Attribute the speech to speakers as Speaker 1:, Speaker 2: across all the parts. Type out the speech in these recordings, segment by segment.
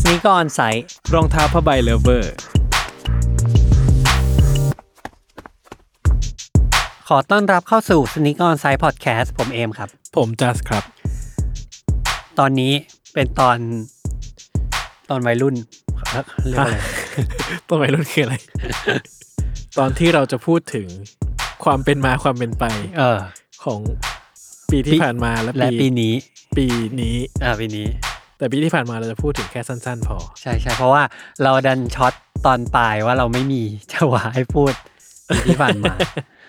Speaker 1: สนิกออนไซต์
Speaker 2: รองเท้าผ้าใบเลเวอร์
Speaker 1: ขอต้อนรับเข้าสู่สนิกออนไซต์พอดแคสต์ผมเอมครับ
Speaker 2: ผมจัสครับ
Speaker 1: ตอนนี้เป็นตอนตอนวัยรุ่นเรียกว่าอะไร
Speaker 2: ตัววัยรุ่นคืออะไร ตอนที่เราจะพูดถึงความเป็นมาความเป็นไป
Speaker 1: เออ
Speaker 2: ของปีที่ผ่านมาและ
Speaker 1: และปีนี้
Speaker 2: ปีนี้
Speaker 1: อ่าปีนี้
Speaker 2: แต่ปีที่ผ่านมาเราจะพูดถึงแค่สั้น ๆ พอ
Speaker 1: ใช่ใช่เพราะว่าเราดันช็อตตอนปลายว่าเราไม่มีจะวาให้พูดที่ผ่านมา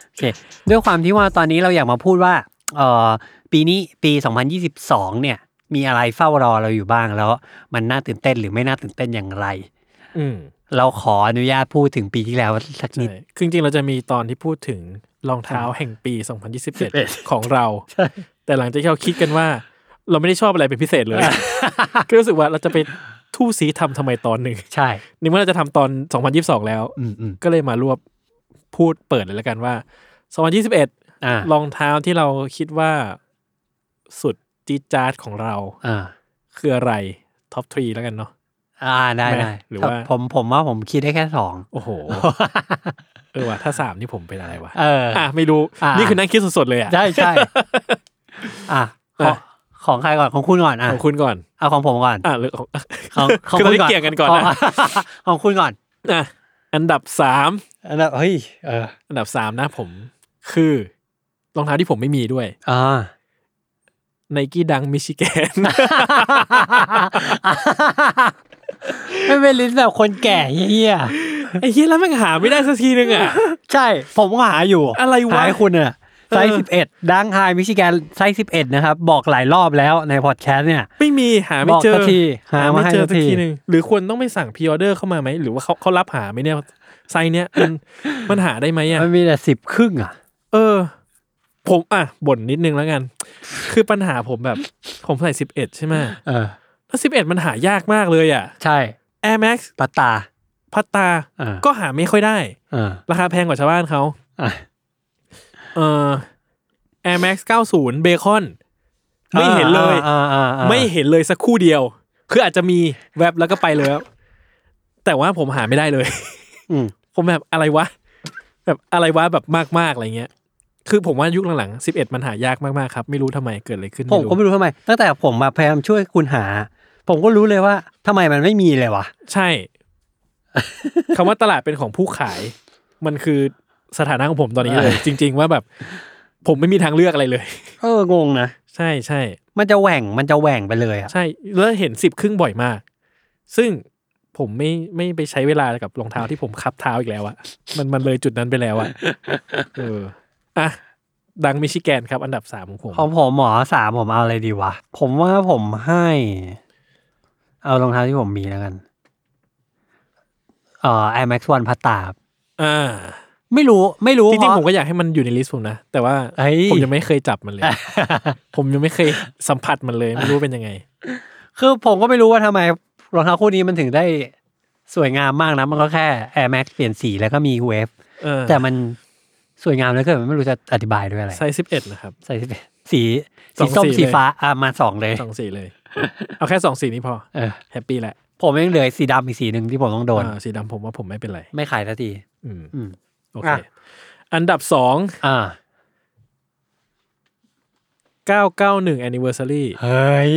Speaker 1: โอเคด้วยความที่ว่าตอนนี้เราอยากมาพูดว่าเออปีนี้ปี 2022 เนี่ย มีอะไรเฝ้ารอเราอยู่บ้างแล้ว มันน่าตื่นเต้นหรือไม่น่าตื่นเต้นอย่างไร
Speaker 2: อืม
Speaker 1: เราขออนุญาตพูดถึงปีที่แล้วสักนิ
Speaker 2: ใช่
Speaker 1: ด
Speaker 2: คือจริงๆเราจะมีตอนที่พูดถึงรองเท้าแห่งปี 2021 ของเรา แต่หลังจากที่เราคิดกันว่า เราไม่ได้ชอบอะไรเป็นพิเศษเลย ก็รู้สึกว่าเราจะไปทู่ซีทำทำไมตอนหนึ่ง
Speaker 1: ใช่
Speaker 2: ในเมื่อเราจะทำตอน 2022 แล้ว
Speaker 1: อืมอืม
Speaker 2: ก็เลยมารวบพูดเปิดเลยแล้วกันว่า 2021
Speaker 1: อ่าร
Speaker 2: องเท้าที่เราคิดว่าสุดจี๊ดจ๊าดของเรา
Speaker 1: อ่า
Speaker 2: คืออะไรท็อปทรีแล้วกันเนาะ
Speaker 1: อ่าได้
Speaker 2: ไหม
Speaker 1: ได้
Speaker 2: หรือ
Speaker 1: ถ้า
Speaker 2: ว่า
Speaker 1: ผมผมว่าผมคิดได้แค่สอง
Speaker 2: โอ้โห เออว่ะถ้าสามนี่ผมเป็นอะไรวะ
Speaker 1: เออ
Speaker 2: อ่ะไม่รู้
Speaker 1: อ่ะ
Speaker 2: นี่คือนั่งคิดสดๆเลยอ่ะ
Speaker 1: ใช่ใช่อ่ะขอ
Speaker 2: อ่ะ
Speaker 1: งของใครก่อนของคุณก่อนอ่ะ
Speaker 2: ของคุณก่อน
Speaker 1: เอาของผมก่อน
Speaker 2: อ่ะหรือของ
Speaker 1: ของของ
Speaker 2: คือตอ
Speaker 1: ณ
Speaker 2: นนี้เกี่ยงกันก่อน
Speaker 1: ข
Speaker 2: นะ
Speaker 1: งของคุณก่อน
Speaker 2: อ่ะอันดับสาม
Speaker 1: อันดับเฮ้ยเออ
Speaker 2: อันดับสามนะผมคือรองเท้าที่ผมไม่มีด้วย
Speaker 1: อ่า
Speaker 2: ไนกี้ดังมิชิแกน
Speaker 1: ไม่เป็นลิสต์แบบคนแก่เฮี้ย
Speaker 2: ไอ้เฮียแล้วแมันหาไม่ได้สักทีนึงอ่ะ
Speaker 1: ใช่ ผมก็หาอยู่
Speaker 2: อะไรวะ
Speaker 1: หาให้คุณอ่ะไซส์
Speaker 2: เออ
Speaker 1: สิบเอ็ดดังไฮมิชิแกนไซส์สิบเอ็ดนะครับ บอกหลายรอบแล้วในพอดแคสต์เนี่ย
Speaker 2: ไม่มีหาไม่เจ
Speaker 1: บอก
Speaker 2: อ
Speaker 1: สักทีหามาให้
Speaker 2: เจอ
Speaker 1: สั
Speaker 2: สั
Speaker 1: ก
Speaker 2: ก
Speaker 1: ที
Speaker 2: ทีหนึ่งหรือควรต้องไปสั่งพิออเดอร์เข้ามาไหม หรือว่าเขาเขารับหาไหมเนี่ยไซส์เนี้ยมันมันหาได้ไหมอ่ะ
Speaker 1: มันมีแต่สิบครึ่งอ่ะ
Speaker 2: เออ ผมอ่ะบ่นนิดนึงแล้วกัน คือปัญหาผมแบบ ผมใส่สิบเอ็ดใช่ไหม
Speaker 1: เออ
Speaker 2: แล้วสิบเอ็ดมันหายากมากเลยอ่ะ
Speaker 1: ใช่
Speaker 2: Air Max
Speaker 1: ปัตตา
Speaker 2: พัตตา
Speaker 1: อ่า
Speaker 2: ก็หาไม่ค่อยได้
Speaker 1: เออ
Speaker 2: ราคาแพงกว่าชาวบ้านเขา
Speaker 1: อ่ะ
Speaker 2: เออ Air Max 90 เบคอน ไม่เห็นเลย
Speaker 1: อ่าอ่าอ่า
Speaker 2: ไม่เห็นเลยสักคู่เดียว คืออาจจะมีแวบแล้วก็ไปเลยครับแต่ว่าผมหาไม่ได้เลย
Speaker 1: อืม
Speaker 2: ผมแบบอะไรวะ แบบอะไรวะแบบมากๆอะไรเงี้ย คือผมว่ายุคหลังๆ 11 มันหายากมากๆครับ ไม่รู้ทำไมเกิดอะไรขึ้น
Speaker 1: ผมก็ไม่รู้ทำไม ตั้งแต่ผมมาพยายามช่วยคุณหา ผมก็รู้เลยว่าทำไมมันไม่มีเลยวะ
Speaker 2: ใช่ คำว่าตลาดเป็นของผู้ขาย มันคือสถานะของผมตอนนี้เลย จริง ๆ ว่าแบบ ผมไม่มีทางเลือกอะไรเลย
Speaker 1: เอองงนะ
Speaker 2: ใช่ใช่
Speaker 1: มันจะแหว่งมันจะแหว่งไปเลยอ่ะ
Speaker 2: ใช่ แล้วเห็นสิบครึ่งบ่อยมาก ซึ่งผมไม่ไม่ไปใช้เวลากับรองเท้าที่ผมคับเท้าอีกแล้วอะมันมันเลยจุดนั้นไปแล้วอะเอออ่ะดังมิชิแกนครับ อันดับสามของผม
Speaker 1: ของผมหมอสามผมเอาอะไรดีวะ ผมว่าผมให้ เอารองเท้าที่ผมมีแล้วกัน เอ่อ Air Max One พัตตาครับ
Speaker 2: อ่า
Speaker 1: ไม่รู้ ไม่รู้
Speaker 2: จริงๆ
Speaker 1: เพาะ
Speaker 2: ผมก็อยากให้มันอยู่ในลิสต์ผมนะ แต่ว่า
Speaker 1: เฮ้ย
Speaker 2: ผมยังไม่เคยจับมันเลย ผมยังไม่เคยสัมผัสมันเลย ไม่รู้เป็นยังไง
Speaker 1: คือผมก็ไม่รู้ว่าทำไมรองเท้าคู่นี้มันถึงได้สวยงามมากนะ มันก็แค่ Air Max เปลี่ยนสีแล้วก็มีเวฟ
Speaker 2: เออ
Speaker 1: แต่มันสวยงามเหลยเกินไม่รู้จะอธิบายด้วยอะไร
Speaker 2: ไซส์สิบเอ็ดนะครับ
Speaker 1: ใส่สีสี
Speaker 2: ส
Speaker 1: สี
Speaker 2: อง
Speaker 1: ส้ม
Speaker 2: สี
Speaker 1: สี
Speaker 2: เลย
Speaker 1: ฟ้าอ่ะมาสองเลย
Speaker 2: สองสีเลย เอาแค่สองสีนี้พอ
Speaker 1: เออ
Speaker 2: แฮปปี้แหละ
Speaker 1: ผมยังเหลือสีดำอีกสีหนึ่งที่ผมต้องโดน
Speaker 2: อ่าสีดำผมว่าผมไม่เป็นไร
Speaker 1: ไม่ขายสักที
Speaker 2: อืม
Speaker 1: อืม
Speaker 2: โอเค
Speaker 1: อ่ะ
Speaker 2: อันดับสอง
Speaker 1: อ่า
Speaker 2: 991 anniversary
Speaker 1: เฮ้ย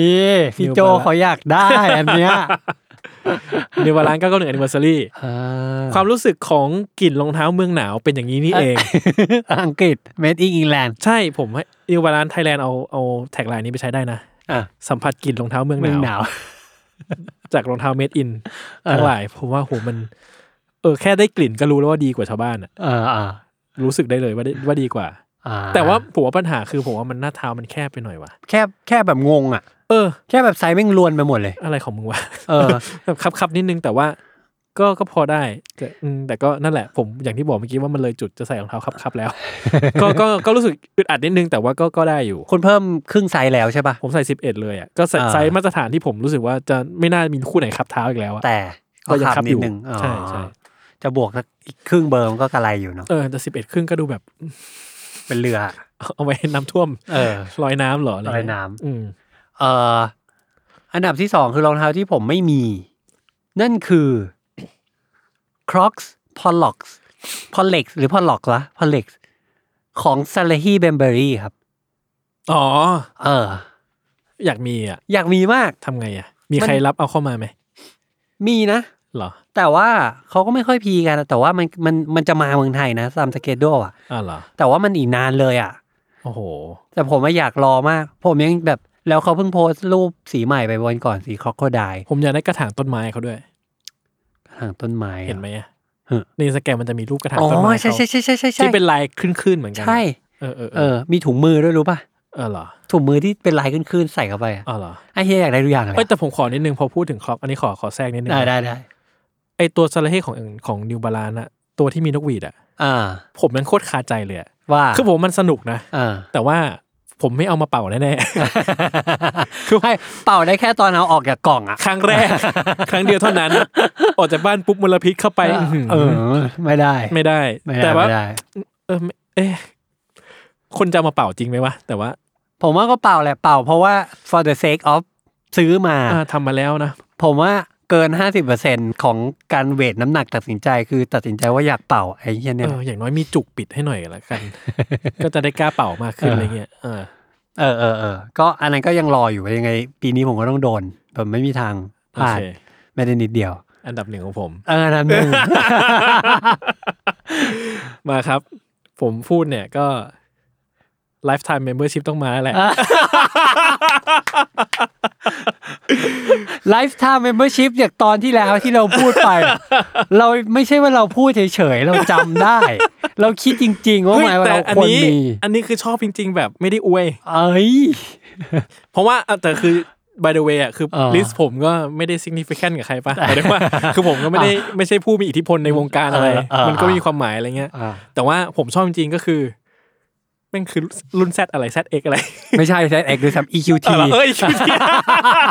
Speaker 1: พี่โจเขาอยากได้อันเนี้ย
Speaker 2: นิวาลาน991 anniversary
Speaker 1: อ่
Speaker 2: ความรู้สึกของกลิ่นรองเท้าเมืองหนาวเป็นอย่างนี้นี่เอง
Speaker 1: อังกฤษ made in England
Speaker 2: ใช่ผมให้นิวบาลานไทยแลนด์เอาเอาแท็กไลน์นี้ไปใช้ได้นะ
Speaker 1: อ่ะ
Speaker 2: สัมผัสกลิ่นรองเท้าเมืองห
Speaker 1: เมืองหา
Speaker 2: นาน
Speaker 1: ว ว
Speaker 2: จากรองเท้าเมดอิน
Speaker 1: เออ
Speaker 2: ทั้งหลาย ผมว่าโหมัน เออ แค่ได้กลิ่นก็รู้แล้วว่าดีกว่าชาวบ้านอะ
Speaker 1: เอออ่า
Speaker 2: รู้สึกได้เลยว่าได้ว่าดีกว่า
Speaker 1: อ่า
Speaker 2: แต่ว่าผมว่าปัญหาคือผมว่ามันหน้าเท้ามันแคบไปหน่อยว่ะ
Speaker 1: แค่แค่แบบงงอ่ะ
Speaker 2: เออ
Speaker 1: แค่แบบไซส์แม่งลวนไปหมดเลย
Speaker 2: อะไรของ มึงวะ
Speaker 1: เออ
Speaker 2: แบบครับครับนิดนึงแต่ว่าก็ก็พอได้ แต่อืมแต่ก็นั่นแหละ ผมอย่างที่บอกเมื่อกี้ว่ามันเลยจุดจะใส่รองเท้าครับครับ แล้ว ก็ก็ก็รู้สึกอึดอัดนิดนึงแต่ว่าก็ก็ได้อยู่
Speaker 1: คุณเพิ่มครึ่งไซส์แล้วใช่ป่ะ
Speaker 2: ผมใส่ 11 เลยอ่ะก็ใส่
Speaker 1: อ่า
Speaker 2: ไซส์มาตรฐานที่ผมรู้สึกว่าจะไม่น่ามีคู่ไหนครับเท้าอีกแล้วอ่ะ
Speaker 1: แต่
Speaker 2: ก็ยังคับ
Speaker 1: นิ
Speaker 2: อยู่
Speaker 1: ดนึงอ๋อ
Speaker 2: ใช่ใช่
Speaker 1: จะบวกสักอีกครึ่งเบอร์มันก็กระไรอยู่เนาะ
Speaker 2: เออแต่ 11 ครึ่งก็ดูแบบ
Speaker 1: เป็นเรือ
Speaker 2: เอาไว้น้ำท่ว ม
Speaker 1: เออ
Speaker 2: ลอยน้ำเหรออะไร
Speaker 1: ลอยน้ำ
Speaker 2: อืม
Speaker 1: เอ่ออันดับที่สองคือรองเท้าที่ผมไม่มี นั่นคือ Crocs Pollox Pollex หรือ Pollox ละ Pollex ของ s a l a h i b e m b e r y ครับ
Speaker 2: อ๋อ
Speaker 1: เออ
Speaker 2: อยากมีอ่ะ
Speaker 1: อยากมีมาก
Speaker 2: ทำไงอ่ะ มีใครรับเอาเข้ามาไหม
Speaker 1: มีนะ
Speaker 2: เหรอ
Speaker 1: แต่ว่าเขาก็ไม่ค่อยพีกันแต่ว่ามันมันมันจะมาเมืองไทยนะตามสเกจดอ่ะ
Speaker 2: อ่าวเหรอ
Speaker 1: แต่ว่ามันอีกนานเลยอ่ะ
Speaker 2: โอ้โห
Speaker 1: แต่ผมอะอยากรอมาก ผมยังแบบแล้วเขาเพิ่งโพสต์รูปสีใหม่ไปวันก่อนสีครอกโคได
Speaker 2: ผมอยากได้กระถางต้นไม้เขาด้วย
Speaker 1: ทางต้นไม้อะ
Speaker 2: เห็นไหมอ่ะ
Speaker 1: ฮะ
Speaker 2: ในสแกมมันจะมีรูปกระถาง
Speaker 1: อ๋อ
Speaker 2: ต้นไม้
Speaker 1: ใช่
Speaker 2: เขา
Speaker 1: ใช่ใช่ใช่ใช่ใช่
Speaker 2: ที่เป็นลายขึ้นๆเหมือนกั
Speaker 1: ใช่
Speaker 2: เออเออเอ
Speaker 1: เออ
Speaker 2: อ
Speaker 1: มีถุงมือด้วยรู้ป่ะ
Speaker 2: เออเหรอ
Speaker 1: ถุงมือที่เป็นลายขึ้นๆใส่เข้าไปอะ
Speaker 2: อ๋อเหรอ
Speaker 1: ไอ้เฮียอยากได้ทุกอย่างเลย
Speaker 2: เอ้ยแต่ผมขอนิดนึงพอพูดถึงคล็อกอันนี้ขอขอแทรกนิดนึง
Speaker 1: ได้ได้ได้
Speaker 2: ไอตัวซาลาเฮของของนิวบาลานอะตัวที่มีนกหวีดอะ
Speaker 1: อ่า
Speaker 2: ผมยังโคตรคาใจเลยอะ
Speaker 1: ว่า
Speaker 2: คือผมมันสนุกนะ
Speaker 1: อ่า
Speaker 2: แต่ว่าผมไม่เอามาเป่าแน่
Speaker 1: คือให้เป่าได้แค่ตอนเอาออกจากกล่อง อ่ะ
Speaker 2: ๆ ครั้งแรก ครั้งเดียวเท่านั้น ออกจากบ้านปุ๊บมลพิษเข้าไปอื้อหือ
Speaker 1: เออ ไม่ได้
Speaker 2: ไม่ได้
Speaker 1: ไม่ได้
Speaker 2: แต่ว่า
Speaker 1: ไม่ได้
Speaker 2: เออไม่เอ๊ะคนจะเอามาเป่าจริงไหมวะแต่ว่า
Speaker 1: ผมว่าก็เป่าแหละเป่าเพราะว่า for the sake of ซื้อมา
Speaker 2: อ่าทำมาแล้วนะ
Speaker 1: ผมว่าเกิน 50%ของการเวทน้ำหนักตัดสินใจคือตัดสินใจว่าอยากเป่าไอ้เหี้ยเนี่ย
Speaker 2: เอออย่างน้อยมีจุกปิดให้หน่อยละ กัน ก็จะได้กล้าเป่ามากขึ้นอะไรเงี้ยเออ
Speaker 1: เออเออเออก็อันนั้นก็ยังรออยู่ยังไง ปีนี้ผมก็ต้องโดนแบบไม่มีทางพ
Speaker 2: โอ
Speaker 1: ลาด
Speaker 2: เค
Speaker 1: ไม่ได้นิดเดียว
Speaker 2: อันดับหนึ่งของผม
Speaker 1: เออ นั่นหนึ่ง
Speaker 2: มาครับ ผมพูดเนี่ยก็ lifetime membership ต้องมาแหละ
Speaker 1: ไลฟ์ไทม์เมมเบอร์ชิพจากตอนที่แล้วที่เราพูดไป เราไม่ใช่ว่าเราพูดเฉยๆ เราจำได้ เราคิดจริงๆ ว่าหมายว่า
Speaker 2: แต่
Speaker 1: เรา
Speaker 2: อัน
Speaker 1: ควร
Speaker 2: นี้
Speaker 1: มี
Speaker 2: อันนี้คือชอบจริง ๆ แบบไม่ได้อวย
Speaker 1: เอ้ย
Speaker 2: เพราะว่าอ่ะแต่คือ by the way อ่ะคือ
Speaker 1: เออ
Speaker 2: list ผมก็ไม่ได้ significant กับใครปะหมายถึงว่า คือผมก็ ไม่ได้ไม่ใช่ผู้มีอิทธิพลในวงการอะไร
Speaker 1: เออเออ
Speaker 2: มันก็มีความหมายอะไรเงี้ย
Speaker 1: อ่า
Speaker 2: แต่ว่าผมชอบจริงๆก็คือแม่งคือรุ่น Z อะไร ZX อะไร
Speaker 1: ไม่ใช่แซดเอ็กซ์หรือซับ EQT
Speaker 2: เอาเหรอเอ้ย EQT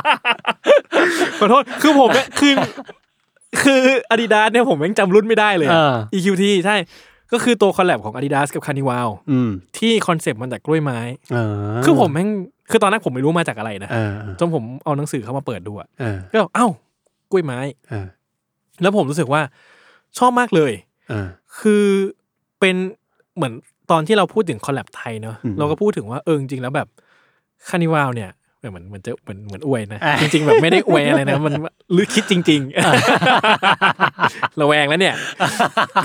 Speaker 2: ขอโทษ คือผมเนี่ยคือคืออาดิดาสเนี่ยผมยังจำรุ่นไม่ได้เลยอะ
Speaker 1: เออ
Speaker 2: EQT ใช่ ก็คือตัวคอลแลบของ Adidas กับ Carnival
Speaker 1: อืม
Speaker 2: ที่คอนเซปต์มันจากกล้วยไม้
Speaker 1: เออ
Speaker 2: คือผมแม่งคือตอนแรกผมไม่รู้มาจากอะไรนะ
Speaker 1: เออเออ
Speaker 2: จนผมเอาหนังสือเข้ามาเปิดดูอะ
Speaker 1: เออ
Speaker 2: ก็แบบเอ้ากล้วยไม้
Speaker 1: เออ
Speaker 2: แล้วผมรู้สึกว่าชอบมากเลย
Speaker 1: เออ
Speaker 2: คือเป็นเหมือนตอนที่เราพูดถึงคอลแลบไทยเนอะ
Speaker 1: อืม
Speaker 2: เราก็พูดถึงว่าเออจริงๆแล้วแบบคานิวาวเนี่ยเออเหมือนเหมือนจะเหมือนเหมือนอวยนะ
Speaker 1: อ่ะ
Speaker 2: จริงๆแบบไม่ได้อวยอะไร นะ มันหรือคิดจริงๆ ระแวงแล้วเนี่ย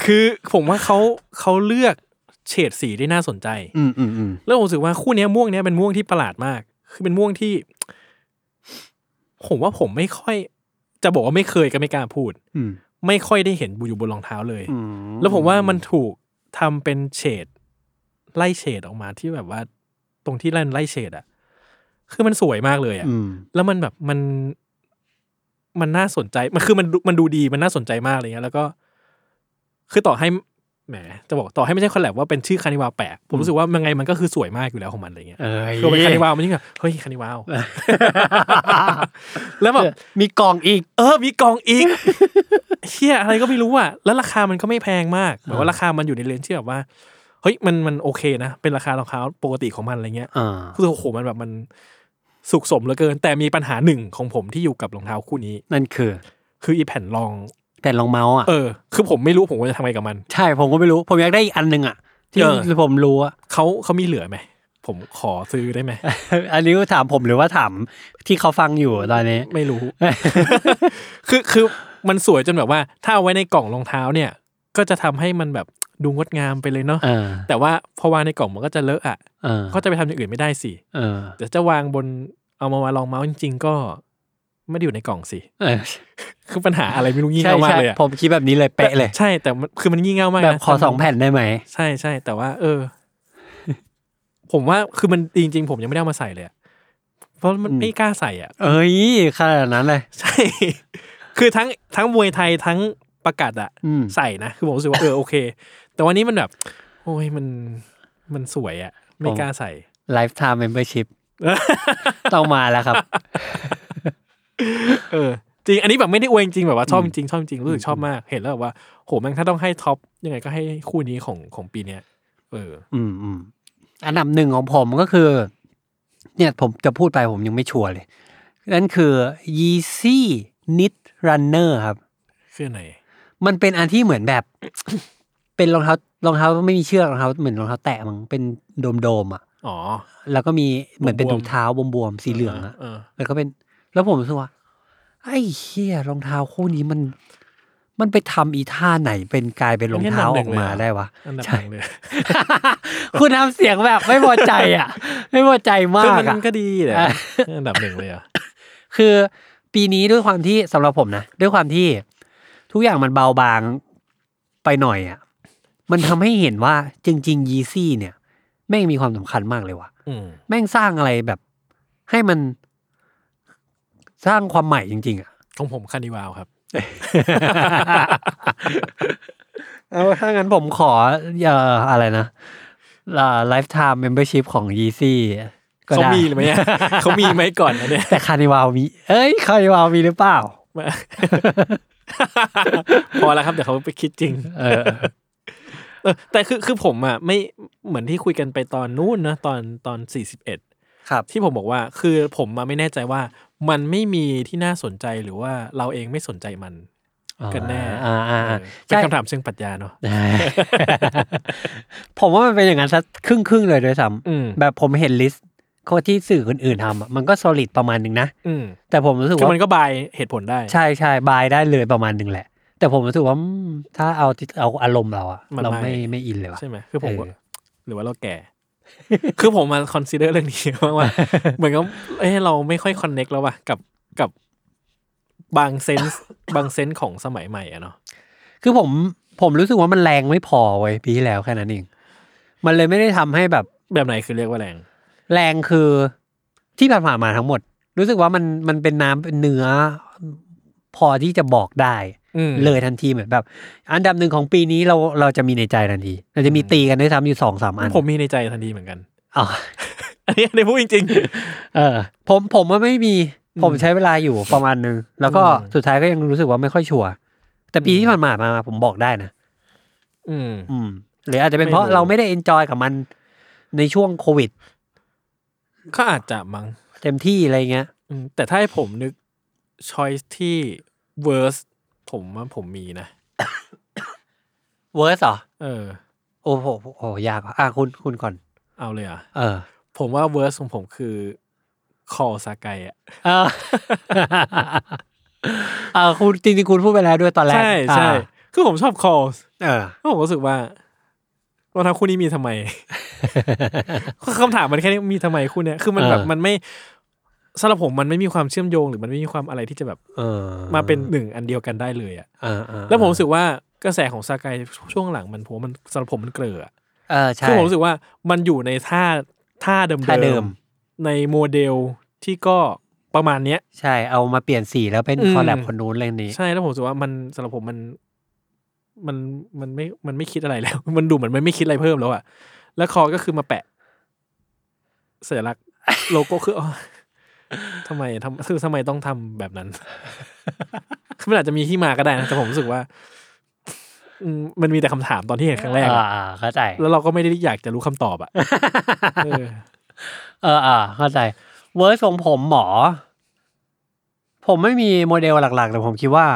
Speaker 2: คือผมว่าเขาเขาเลือกเฉดสีได้น่าสนใจ
Speaker 1: อืมอืมอืม
Speaker 2: แล้วผมรู้สึกว่าคู่เนี้ยม่วงเนี้ยเป็นม่วงที่ประหลาดมาก คือเป็นม่วงที่ ผมว่าผมไม่ค่อย จะบอกว่าไม่เคยก็ไม่กล้าพูด
Speaker 1: อืม
Speaker 2: ไม่ค่อยได้เห็นอยู่บนรองเท้าเลย
Speaker 1: อืม
Speaker 2: แล้วผมว่ามันถูกทำเป็นเฉดไล่เฉดออกมาที่แบบว่า ตรงที่ไล่ไล่เฉดอะคือมันสวยมากเลยอะ
Speaker 1: อืม
Speaker 2: แล้วมันแบบมัน มันน่าสนใจมันคือมันดูมันดูดีมันน่าสนใจมากอะไรเงี้ยแล้วก็ คือต่อให้แหม จะบอกต่อให้ไม่ใช่คอลแลบว่าเป็นชื่อคานิวาแปลกผมรู้สึกว่ามันไงมันก็คือสวยมากอยู่แล้วของมันอะไรเงี้ย
Speaker 1: เอ้ย
Speaker 2: คือเป็นคา นิวามันยิ่งแบบเฮ้ยคานิวาแล้วแบบ
Speaker 1: มีกล่องอีก
Speaker 2: เออ มีกล่องอีก เชี่ยอะไรก็ไม่รู้อ่ะ แล้วราคามันก็ไม่แพงมากแบบว่าราคามันอยู่ในเลนจ์ที่แบบว่า เฮ้ย มัน มันโอเคนะ เป็นราคารองเท้าปกติของมันอะไรเงี้ย
Speaker 1: อ่า
Speaker 2: คือโอ้โห มันแบบมันสุขสมเหลือเกิน แต่มีปัญหาหนึ่งของผมที่อยู่กับรองเท้าคู่นี้
Speaker 1: นั่นคือ
Speaker 2: คืออีแผ่นรอง
Speaker 1: แต่ลองเมาส์อ่ะ
Speaker 2: เออ คือผมไม่รู้ผมว่าจะทำไงกับมัน
Speaker 1: ใช่ผมก็ไม่รู้ผมอยากได้อีกอันหนึ่งอ่ะ ที่
Speaker 2: เออ
Speaker 1: ผมรู้อ่ะ
Speaker 2: เขาเขามีเหลือไหม ผมขอซื้อได้ไหม
Speaker 1: อันนี้ถามผมหรือว่าถามที่เขาฟังอยู่ตอนนี้
Speaker 2: ไม่รู้ คือคือมันสวยจนแบบว่า ถ้าเอาไว้ในกล่องรองเท้าเนี่ย ก็จะทำให้มันแบบดูงดงามไปเลยเนาะ
Speaker 1: เออ
Speaker 2: แต่ว่าพอวางในกล่องมันก็จะเลอะอ่ะ
Speaker 1: เออ
Speaker 2: ก็จะไปทำอย่างอื่นไม่ได้สิ
Speaker 1: เออ
Speaker 2: แต่จะวางบนเอามาวางรองเมาส์จริง ๆ ก็ไม่ได้อยู่ในกล่องสิ
Speaker 1: เออ
Speaker 2: คือปัญหาอะไรไม่รู้งี่
Speaker 1: ใช่
Speaker 2: เง่ามาก
Speaker 1: ใช่
Speaker 2: เลยอะ
Speaker 1: ผมคิดแบบนี้เลยเป๊ะเลย
Speaker 2: ใช่แต่มันคือมันงี่เง่ามากนะ
Speaker 1: แบบขอสองแผ่นได้ไหม
Speaker 2: ใช่ใช่แต่ว่า เออ ผมว่าคือมันจริง ๆ ผมยังไม่ได้เอามาใส่เลยอะเพราะมัน
Speaker 1: อืม
Speaker 2: ไม่กล้าใส่อ่ะ
Speaker 1: เอ้ยขนาดนั้นเลย
Speaker 2: ใช่ คือทั้งทั้งมวยไทยทั้งประกาศอะ
Speaker 1: อืม
Speaker 2: ใส่นะ คือผมรู้สึกว่าเออโอเค แต่วันนี้มันแบบ โอ้ยมันมันสวยอะไม่กล้าใส่
Speaker 1: lifetime membership ต้องมาแล้วครับ
Speaker 2: เออ จริง อันนี้แบบไม่ได้อวยจริงแบบว่าชอบจริงชอบจริงรู้สึกชอบมาก เห็นแล้วแบบว่าโหแม่งถ้าต้องให้ท็อปยังไงก็ให้คู่นี้ของของปีเนี้ยเออ
Speaker 1: อืมอืมอันดับหนึ่งของผมก็คือ เนี่ยผมจะพูดไปผมยังไม่ชัวร์เลย นั่นคือ Yeezy Knit Runner ครับ
Speaker 2: คืออนไหน
Speaker 1: มันเป็นอันที่เหมือนแบบ เป็นรองเท้ารองเท้าไม่มีเชือกรองเท้าเหมือนรองเท้าแตะมั้งเป็นโดมโดมๆอ่ะ
Speaker 2: อ๋อ
Speaker 1: แล้วก็มีเหมือนเป็น
Speaker 2: บวมๆ
Speaker 1: ถุงเท้าบวมๆสีเหลืองอ่ะ
Speaker 2: เออ
Speaker 1: แล้วก็เป็น แล้วผมรู้สึกว่า ไอ้เหี้ยรองเท้าคู่นี้มัน มันไปทำอีท่าไหนเป็นกลายเป็นรองเท้า
Speaker 2: อันนี้อันหนึ่
Speaker 1: ออง ก
Speaker 2: เลย
Speaker 1: มา
Speaker 2: เหรอ
Speaker 1: ได้วะ
Speaker 2: อันดับ
Speaker 1: ใช่
Speaker 2: หนึ่งเลย
Speaker 1: คุณทำเสียงแบบไม่พอใจอ่ะ ไม่พอใจมา
Speaker 2: คือก มั
Speaker 1: อ่ะ
Speaker 2: นก็ดีแหละ
Speaker 1: อ่ะ
Speaker 2: อันดับหนึ่งเลยเหรอ่ะ
Speaker 1: คือปีนี้ด้วยความที่สำหรับผมนะ ด้วยความที่ทุกอย่างมันเบาบางไปหน่อยอ่ะ มันทำให้เห็นว่าจริงๆยีซี่เนี่ย แม่งมีความสำคัญมากเลยว่ะ
Speaker 2: อืม
Speaker 1: แม่งสร้างอะไรแบบ ให้มันสร้างความใหม่จริง ๆ อ่ะ
Speaker 2: ของผมคานิวาวครับ
Speaker 1: เอาถ้างั้นผมขอเอ่ออะไรนะไลฟ์ไทม์เมมเบอร์ชิพของยีซี่ก็
Speaker 2: เขา
Speaker 1: ได้
Speaker 2: มีหรื อไม่อะเขามีไหมก่อนอันเนี่ย
Speaker 1: แต่คานิวาวมี เอ้ยคานิวาวมีหรือเปล่า
Speaker 2: มา พอแล้วครับ เดี๋ยวเขาไปคิดจริง
Speaker 1: เออ
Speaker 2: เออ แต่คือคือผมอ่ะไม่เหมือนที่คุยกันไปตอนนู้นนะตอนตอนสี่สิบเอ็ด
Speaker 1: ครับ
Speaker 2: ที่ผมบอกว่า คือผมมาไม่แน่ใจว่า มันไม่มีที่น่าสนใจหรือว่าเราเองไม่สนใจมัน กันแน่
Speaker 1: อ่าอ่า
Speaker 2: เอ
Speaker 1: อ่า
Speaker 2: อเป็นคำถามเชิงปรัชญาเนาะ
Speaker 1: ใช่ ผมว่ามันเป็นอย่างนั้นสักครึ่งครึ่งๆเลยด้วยซ้
Speaker 2: อืม
Speaker 1: ำแบบผมเห็นลิสต์คนที่สื่ออื่นๆทำอะมันก็ solid ประมาณหนึ่งนะ
Speaker 2: อืม
Speaker 1: แต่ผมรู้สึก
Speaker 2: คือ
Speaker 1: ว่า
Speaker 2: มันก็บายเหตุผลได้
Speaker 1: ใช่ใช่บายได้เลยประมาณหนึ่งแหละ แต่ผมรู้สึกว่าอืมถ้าเอาที่เอาอารมณ์เราอะ
Speaker 2: มัน
Speaker 1: เรา
Speaker 2: ไม่
Speaker 1: ไม่ไม่อินเลยว่ะ
Speaker 2: ใช่ไหมคือผมว่า
Speaker 1: เออ
Speaker 2: หรือว่าเราแก่ คือผมมาคอนซีเดอร์เรื่องนี้มาก ว่า เหมือนกับเอ้เราไม่ค่อยคอนเน็กแล้วว่ะกับกับบางเซนส์ บางเซนส์ของสมัยใหม่อะเนาะ
Speaker 1: คือผมผมรู้สึกว่ามันแรงไม่พอเว้ยปีที่แล้วแค่นั้นเองมันเลยไม่ได้ทำให้แบบ
Speaker 2: แบบไหนคือเรียกว่าแรง
Speaker 1: แรงคือที่ผ่านๆมาทั้งหมด รู้สึกว่ามันมันเป็นน้ำเป็นเนื้อพอที่จะบอกได้
Speaker 2: อืม
Speaker 1: เลยทันทีเหมือนแบบ อันดับหนึ่งของปีนี้เราเราจะมีในใจทันที เราจะมีตีกันด้วยซ้ำอยู่สองสามอัน
Speaker 2: ผมมีในใจทันทีเหมือนกัน
Speaker 1: อ๋อ
Speaker 2: อันนี้ในพูดจริง
Speaker 1: เออผมผมว่าไม่มี
Speaker 2: อืม
Speaker 1: ผมใช้เวลาอยู่ประมาณนึง แล้วก็
Speaker 2: อืม
Speaker 1: สุดท้ายก็ยังรู้สึกว่าไม่ค่อยชัวร์แต่ปีที่ผ่านมามาผมบอกได้นะ
Speaker 2: ๆ อืม
Speaker 1: อืม หรืออาจจะเป็นเพราะ
Speaker 2: ไม่รู้
Speaker 1: เราไม่ได้เอนจอยกับมันในช่วงโควิด
Speaker 2: ก็อาจจะมั้ง
Speaker 1: เต็มที่อะไรเงี้ย
Speaker 2: อืมแต่ถ้าให้ผมนึกช้อยที่ worst ผมว่าผมมีนะ
Speaker 1: เวอร์สเหรอ
Speaker 2: เออ
Speaker 1: โอ้โหโอ้โหยากว่ะอ่ะคุณคุณก่อน
Speaker 2: เอาเลยอ่ะ
Speaker 1: เออ
Speaker 2: ผมว่า worst ของผมคือคอสากายอะ
Speaker 1: เออ เออคุณจริงๆคุณพูดไปแล้วด้วยตอนแรก
Speaker 2: ใช่ใช่
Speaker 1: อ่า
Speaker 2: คือผมชอบคอส
Speaker 1: เออ
Speaker 2: ก็ผมรู้สึกว่ารองเท้าคู่นี้มี ทำไม คำถามมันแค่นี้มีทำไมคู่เนี้ยคือมันแบบ
Speaker 1: เออ
Speaker 2: มันไม่สำหรับผมมันไม่มีความเชื่อมโยง หรือมันไม่มีความอะไรที่จะแบบ
Speaker 1: เออ
Speaker 2: มาเป็นหนึ่งอันเดียวกันได้เลยอะ
Speaker 1: เออเออ
Speaker 2: แล้วผมรู้สึกว่ากระแสของซากายช่วงหลังมันผมว่ามันสำหรับผมมันเกลือะ
Speaker 1: เออใช่
Speaker 2: คือผมรู้สึกว่ามันอยู่ในท่าท่าเดิม
Speaker 1: ท่าเดิม
Speaker 2: ๆในโมเดลที่ก็ประมาณเนี้ย
Speaker 1: ใช่เอามาเปลี่ยนสีแล้วเป็น
Speaker 2: อืม
Speaker 1: คอลแลบคนนู้นเรื่องนี้
Speaker 2: ใช่แล้วผมรู้สึกว่ามันสำหรับผมมันมันมันไม่มันไม่คิดอะไรแล้ว มันดูเหมือนมันไม่คิดอะไรเพิ่มแล้วอะแล้วคอก็คือมาแปะสัญลักษณ์ โลโก้คืออ๋อ ทำไมทำคือทำไมต้องทำแบบนั้น คือมันอาจจะมีที่มาก็ได้นะแต่ผมรู้สึกว่า อืมมันมีแต่คำถามตอนที่เห็นครั้งแรกอะ
Speaker 1: อ่าๆเข้าใจ
Speaker 2: แล้วเราก็ไม่ได้อยากจะรู้คำต อบอะเออ
Speaker 1: เอออ่าเข้าใจ เวอร์สของผมหมอ ผ ผมไม่มีโมเดลหลักๆ แต่ผมคิดว่า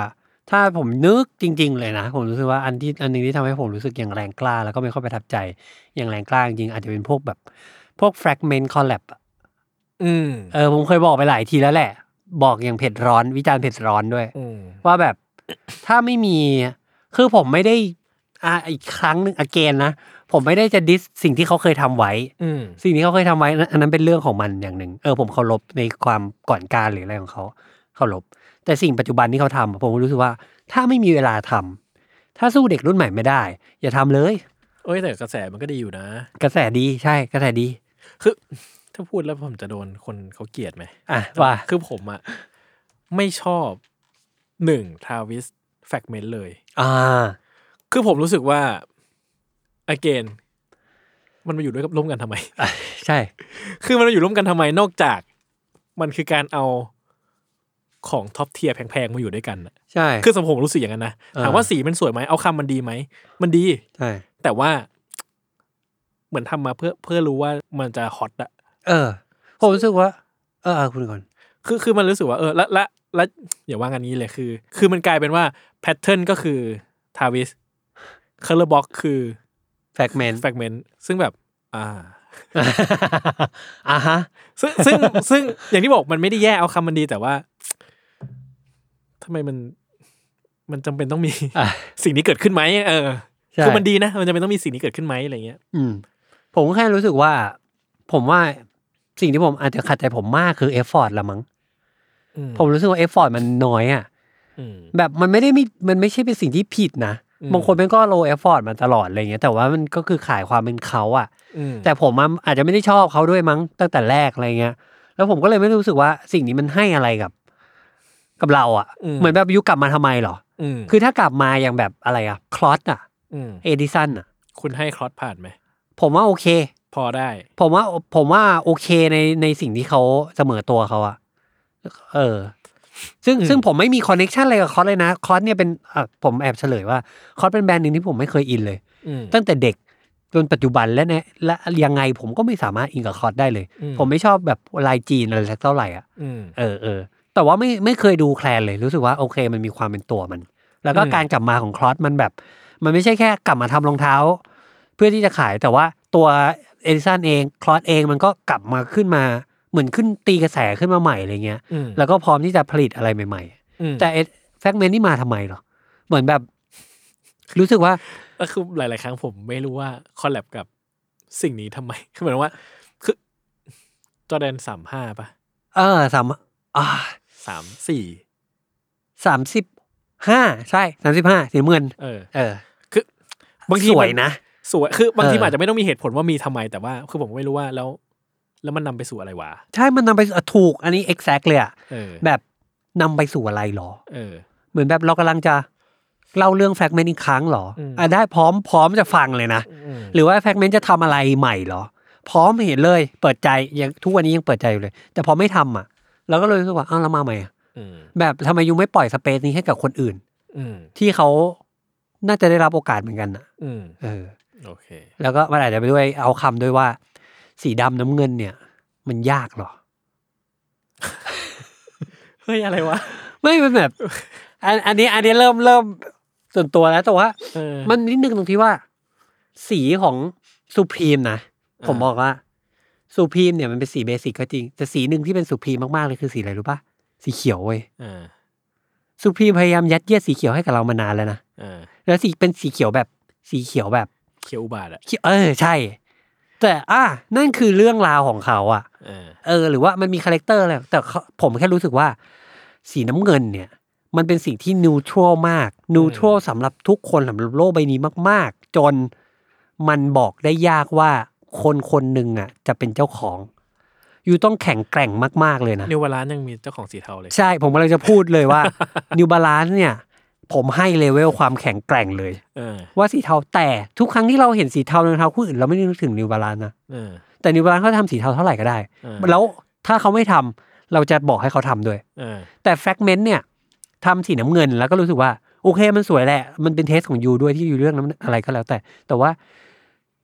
Speaker 1: ถ้าผมนึกจริง ๆ เลยนะ ผมรู้สึกว่าอันที่อันหนึงที่ทำให้ผมรู้สึกอย่างแรงกล้า แล้วก็ไม่ค่อยประทับใจอย่างแรงกล้าจริงๆอาจจะเป็นพวกแบบพวก fragment collab อะ
Speaker 2: อืม
Speaker 1: เออผมเคยบอกไปหลายทีแล้วแหละ บอกอย่างเผ็ดร้อนวิจารณ์เผ็ดร้อนด้วย
Speaker 2: อืม
Speaker 1: ว่าแบบ ถ้าไม่มีคือผมไม่ได้อ่ะอีกครั้งหนึ่งอเกนนะ ผมไม่ได้จะดิสสิ่งที่เขาเคยทำไว้
Speaker 2: อืม
Speaker 1: สิ่งที่เขาเคยทำไว้อันอันนั้นเป็นเรื่องของมันอย่างหนึ่งเออผมเคารพในความก่อนการหรืออะไรของเขาเคารพแต่สิ่งปัจจุบันที่เขาทำอะผมรู้สึกว่า ถ้าไม่มีเวลาทำถ้าสู้เด็กรุ่นใหม่ไม่ได้ อย่าทำเลย
Speaker 2: เอ้ยแต่กระแสมันก็ดีอยู่นะ
Speaker 1: กระแสดีใช่กระแสดี
Speaker 2: คือถ้าพูดแล้วผมจะโดนคนเขาเกลียดไหม
Speaker 1: อ่ะว่า
Speaker 2: คือผมอะไม่ชอบหนึ่งทาวิสแฟกเมนเลย
Speaker 1: อ่า
Speaker 2: คือผมรู้สึกว่า again มันมาอยู่ด้วยกับร่วมกันทำไม
Speaker 1: ใช่
Speaker 2: คือมันมาอยู่ร่วมกันทำไมนอกจาก มันคือการเอาของท็อปเทียร์แพงๆมาอยู่ด้วยกันน่ะ
Speaker 1: ใช่
Speaker 2: คื
Speaker 1: คือ
Speaker 2: อสมผมรู้สึกอย่างนั้นนะ
Speaker 1: เออ
Speaker 2: ถามว่าสีมันสวยไหมเอาคำมันดีไหมมันดี
Speaker 1: ใช่
Speaker 2: แต่ว่า เหมือนทำมาเพื่อเพื่อรู้ว่ามันจะฮอตอะ
Speaker 1: เออ ผมรู้สึกว่า เออเอาคุณก่อน
Speaker 2: คือคือมันรู้สึกว่าเออและและและอย่าว่างันนี้เลยคือ คือมันกลายเป็นว่าแพทเทิร์นก็คือทาวิสคอลเลอร์บ็อกคือ
Speaker 1: แฟกเมน
Speaker 2: แฟกเมนต์ซึ่งแบบ อ่า
Speaker 1: อ่ะฮะ
Speaker 2: ซึ่ง ซึ่งซึ่งอย่างที่บอกมันไม่ได้แย่เอาคำมันดีแต่ว่าทำไมมันมันจำเป็นต้องมี
Speaker 1: อ่ะ
Speaker 2: สิ่งนี้เกิดขึ้นไหมเออ
Speaker 1: ใช่
Speaker 2: คือมันดีนะ มันจำเป็นต้องมีสิ่งนี้เกิดขึ้นไหมอะไรเงี้ย
Speaker 1: อืมผมก็แค่รู้สึกว่า ผมว่าสิ่งที่ผมอาจจะขัดใจผมมากคือเอฟฟอร์ดละมั้ง
Speaker 2: อื
Speaker 1: ผมรู้สึกว่าเอฟฟอร์ดมันน้อยอ่ะ
Speaker 2: อืม
Speaker 1: แบบมันไม่ได้มีมันไม่ใช่เป็นสิ่งที่ผิดนะ
Speaker 2: อืม
Speaker 1: บางคนมันก็โลเอฟฟอร์ดมาตลอดอะไรเงี้ย แต่ว่ามันก็คือขายความเป็นเขาอ่ะ
Speaker 2: อืม
Speaker 1: แต่ผมอะอาจจะไม่ได้ชอบเขาด้วยมั้งตั้งแต่แรกอะไรเงี้ย แล้วผมก็เลยไม่รู้สึกว่าสิ่งนี้มันให้อะไรกับ กับเราอ่ะ เหมือนแบบยุคกลับมาทำไมเหรอ
Speaker 2: อืม
Speaker 1: คือถ้ากลับมาอย่างแบบอะไรอ่ะคลอสอ่ะ
Speaker 2: ม
Speaker 1: เอดิสันอ่ะ
Speaker 2: คุณให้คลอสผ่านไหม
Speaker 1: ผมว่าโอเค
Speaker 2: พอได้
Speaker 1: ผมว่าผมว่าโอเคในในสิ่งที่เขาเสมอตัวเขาอะเออ ซึ่ง
Speaker 2: อืม
Speaker 1: ซึ่งผมไม่มีคอนเน็ชันอะไรกับคอสเลยนะ คอสเนี่ยเป็นอ่ะผมแอบเฉลยว่า คอสเป็นแบรนด์หนึ่งที่ผมไม่เคยอินเลย
Speaker 2: อืม
Speaker 1: ตั้งแต่เด็กจนปัจจุบันและเนี่ยและยังไงผมก็ไม่สามารถอินกับคอสได้เลย
Speaker 2: อืม
Speaker 1: ผมไม่ชอบแบบลายจีนอะไรสักเท่าไหร่อ่ะ
Speaker 2: อืม
Speaker 1: เออเออแต่ว่าไม่ไม่เคยดูแคลนเลยรู้สึกว่าโอเค มันมีความเป็นตัวมัน แล้วก็
Speaker 2: อืม
Speaker 1: การกลับมาของคลอสมันแบบ มันไม่ใช่แค่กลับมาทำรองเท้า เพื่อที่จะขายแต่ว่าตัวเอดิสันเองคลอสเองมันก็กลับมาขึ้นมาเหมือนขึ้นตีกระแสขึ้นมาใหม่อะไรเงี้ย
Speaker 2: อืม
Speaker 1: แล้วก็พร้อมที่จะผลิตอะไรใหม่
Speaker 2: อืม
Speaker 1: ๆ แต่แฟกเมนนี่มาทำไมเหรอ เหมือนแบบ รู้สึกว่า
Speaker 2: ก็คือหลาย ๆ ครั้งผมไม่รู้ว่าคอลแลบกับสิ่งนี้ทำไม คือเหมือนว่า คือจอแดนสามห้าป่ะ
Speaker 1: เออสามอ่า
Speaker 2: สามสี่
Speaker 1: สามสิบห้าใช่สามสิบห้าสีน้ำเงิน
Speaker 2: เออ
Speaker 1: เออ
Speaker 2: คือบางที
Speaker 1: สวย
Speaker 2: มั
Speaker 1: นะ
Speaker 2: สวยคือบางที
Speaker 1: เออ
Speaker 2: มันอาจจะไม่ต้องมีเหตุผลว่ามีทำไมแต่ว่า คือผมก็ไม่รู้ว่าแล้ว แล้วมันนำไปสู่อะไรวะ
Speaker 1: ใช่มันนำไปสู่อ่ะถูก อันนี้ exact เลยอะ
Speaker 2: เออ
Speaker 1: แบบนำไปสู่อะไรเหรอ
Speaker 2: เออ
Speaker 1: เหมือนแบบเรากำลังจะเล่าเรื่องแฟกเมนต์อีกครั้งเหรอ
Speaker 2: อืม
Speaker 1: อ่ะได้พร้อมพร้อมจะฟังเลยนะ
Speaker 2: อืม
Speaker 1: หรือว่าแฟกเมนต์จะทำอะไรใหม่เหรอ พร้อมเห็นเลย เปิดใจยังทุกวันนี้ยังเปิดใจอยู่เลย แต่พอไม่ทำอ่ะเราก็เลยรู้สึกว่าอ้าวแล้วมาใหม่อะ
Speaker 2: อืม
Speaker 1: แบบทำไมยูไม่ปล่อยสเปซนี้ให้กับคนอื่น
Speaker 2: อืม
Speaker 1: ที่เขาน่าจะได้รับโอกาสเหมือนกันอ่ะ
Speaker 2: อืม
Speaker 1: เออ
Speaker 2: โอเค
Speaker 1: แล้วก็มันอาจจะไปด้วยเอาคำด้วยว่า สีดำน้ำเงินเนี่ย มันยากเหรอ
Speaker 2: เฮ้ย อะไรวะ
Speaker 1: ไม่เป็นแบบอันอันนี้อันนี้เริ่มเริ่มส่วนตัวแล้วแต่ว่า
Speaker 2: เออ
Speaker 1: มันนิดนึงตรงที่ว่า สีของสุพรีมนะ
Speaker 2: อ่า
Speaker 1: ผมบอกว่าสุพรีมเนี่ยมันเป็นสีเบสิกก็จริง แต่สีหนึ่งที่เป็นสุพรีมมาก ๆ เลยคือสีอะไรรู้ปะสีเขียวเว้ย
Speaker 2: อ่า
Speaker 1: สุพรีมพยายามยัดเยียดสีเขียวให้กับเรามานานแล้วนะ
Speaker 2: อ่า
Speaker 1: แล้วสีเป็นสีเขียวแบบสีเขียวแบบ
Speaker 2: เคียวอุบาทอ่ะ
Speaker 1: เขียวเออใช่ แต่อ่ะนั่นคือเรื่องราวของเขาอะ
Speaker 2: เออ
Speaker 1: เออหรือว่ามันมีคาแรคเตอร์อะไรแต่เขาผมแค่รู้สึกว่า สีน้ำเงินเนี่ย มันเป็นสิ่งที่นิวทรัลมากนิวทรัลสำหรับทุกคนสำหรับโลกใบนี้มาก ๆ จนมันบอกได้ยากว่าคนคนหนึ่งอ่ะ จะเป็นเจ้าของ อยู่ต้องแข็งแกร่งมาก ๆ เลยนะ
Speaker 2: นิวบาลานยังมีเจ้าของสีเทาเลย
Speaker 1: ใช่ผมกำลังจะพูดเลยว่า นิวบาลานซ์เนี่ย ผมให้เลเวลความแข็งแกร่งเลย
Speaker 2: เออ
Speaker 1: ว่าสีเทาแต่ทุกครั้งที่เราเห็นสีเทาในรองเท้าคู่อื่นเราไม่ได้นึกถึงนิวบาลานซ์นะ
Speaker 2: เออ
Speaker 1: แต่นิวบาลานซ์เขาทำสีเทาเท่าไหร่ก็ได้
Speaker 2: เออ
Speaker 1: แล้วถ้าเขาไม่ทำเราจะบอกให้เขาทำด้วย
Speaker 2: เออ
Speaker 1: แต่แฟกเมนต์เนี่ยทำสีน้ำเงินแล้วก็รู้สึกว่า โอเคมันสวยแหละ มันเป็นเทสของยูด้วยที่ยูเรื่องนั้นอะไรก็แล้วแต่ แต่ว่า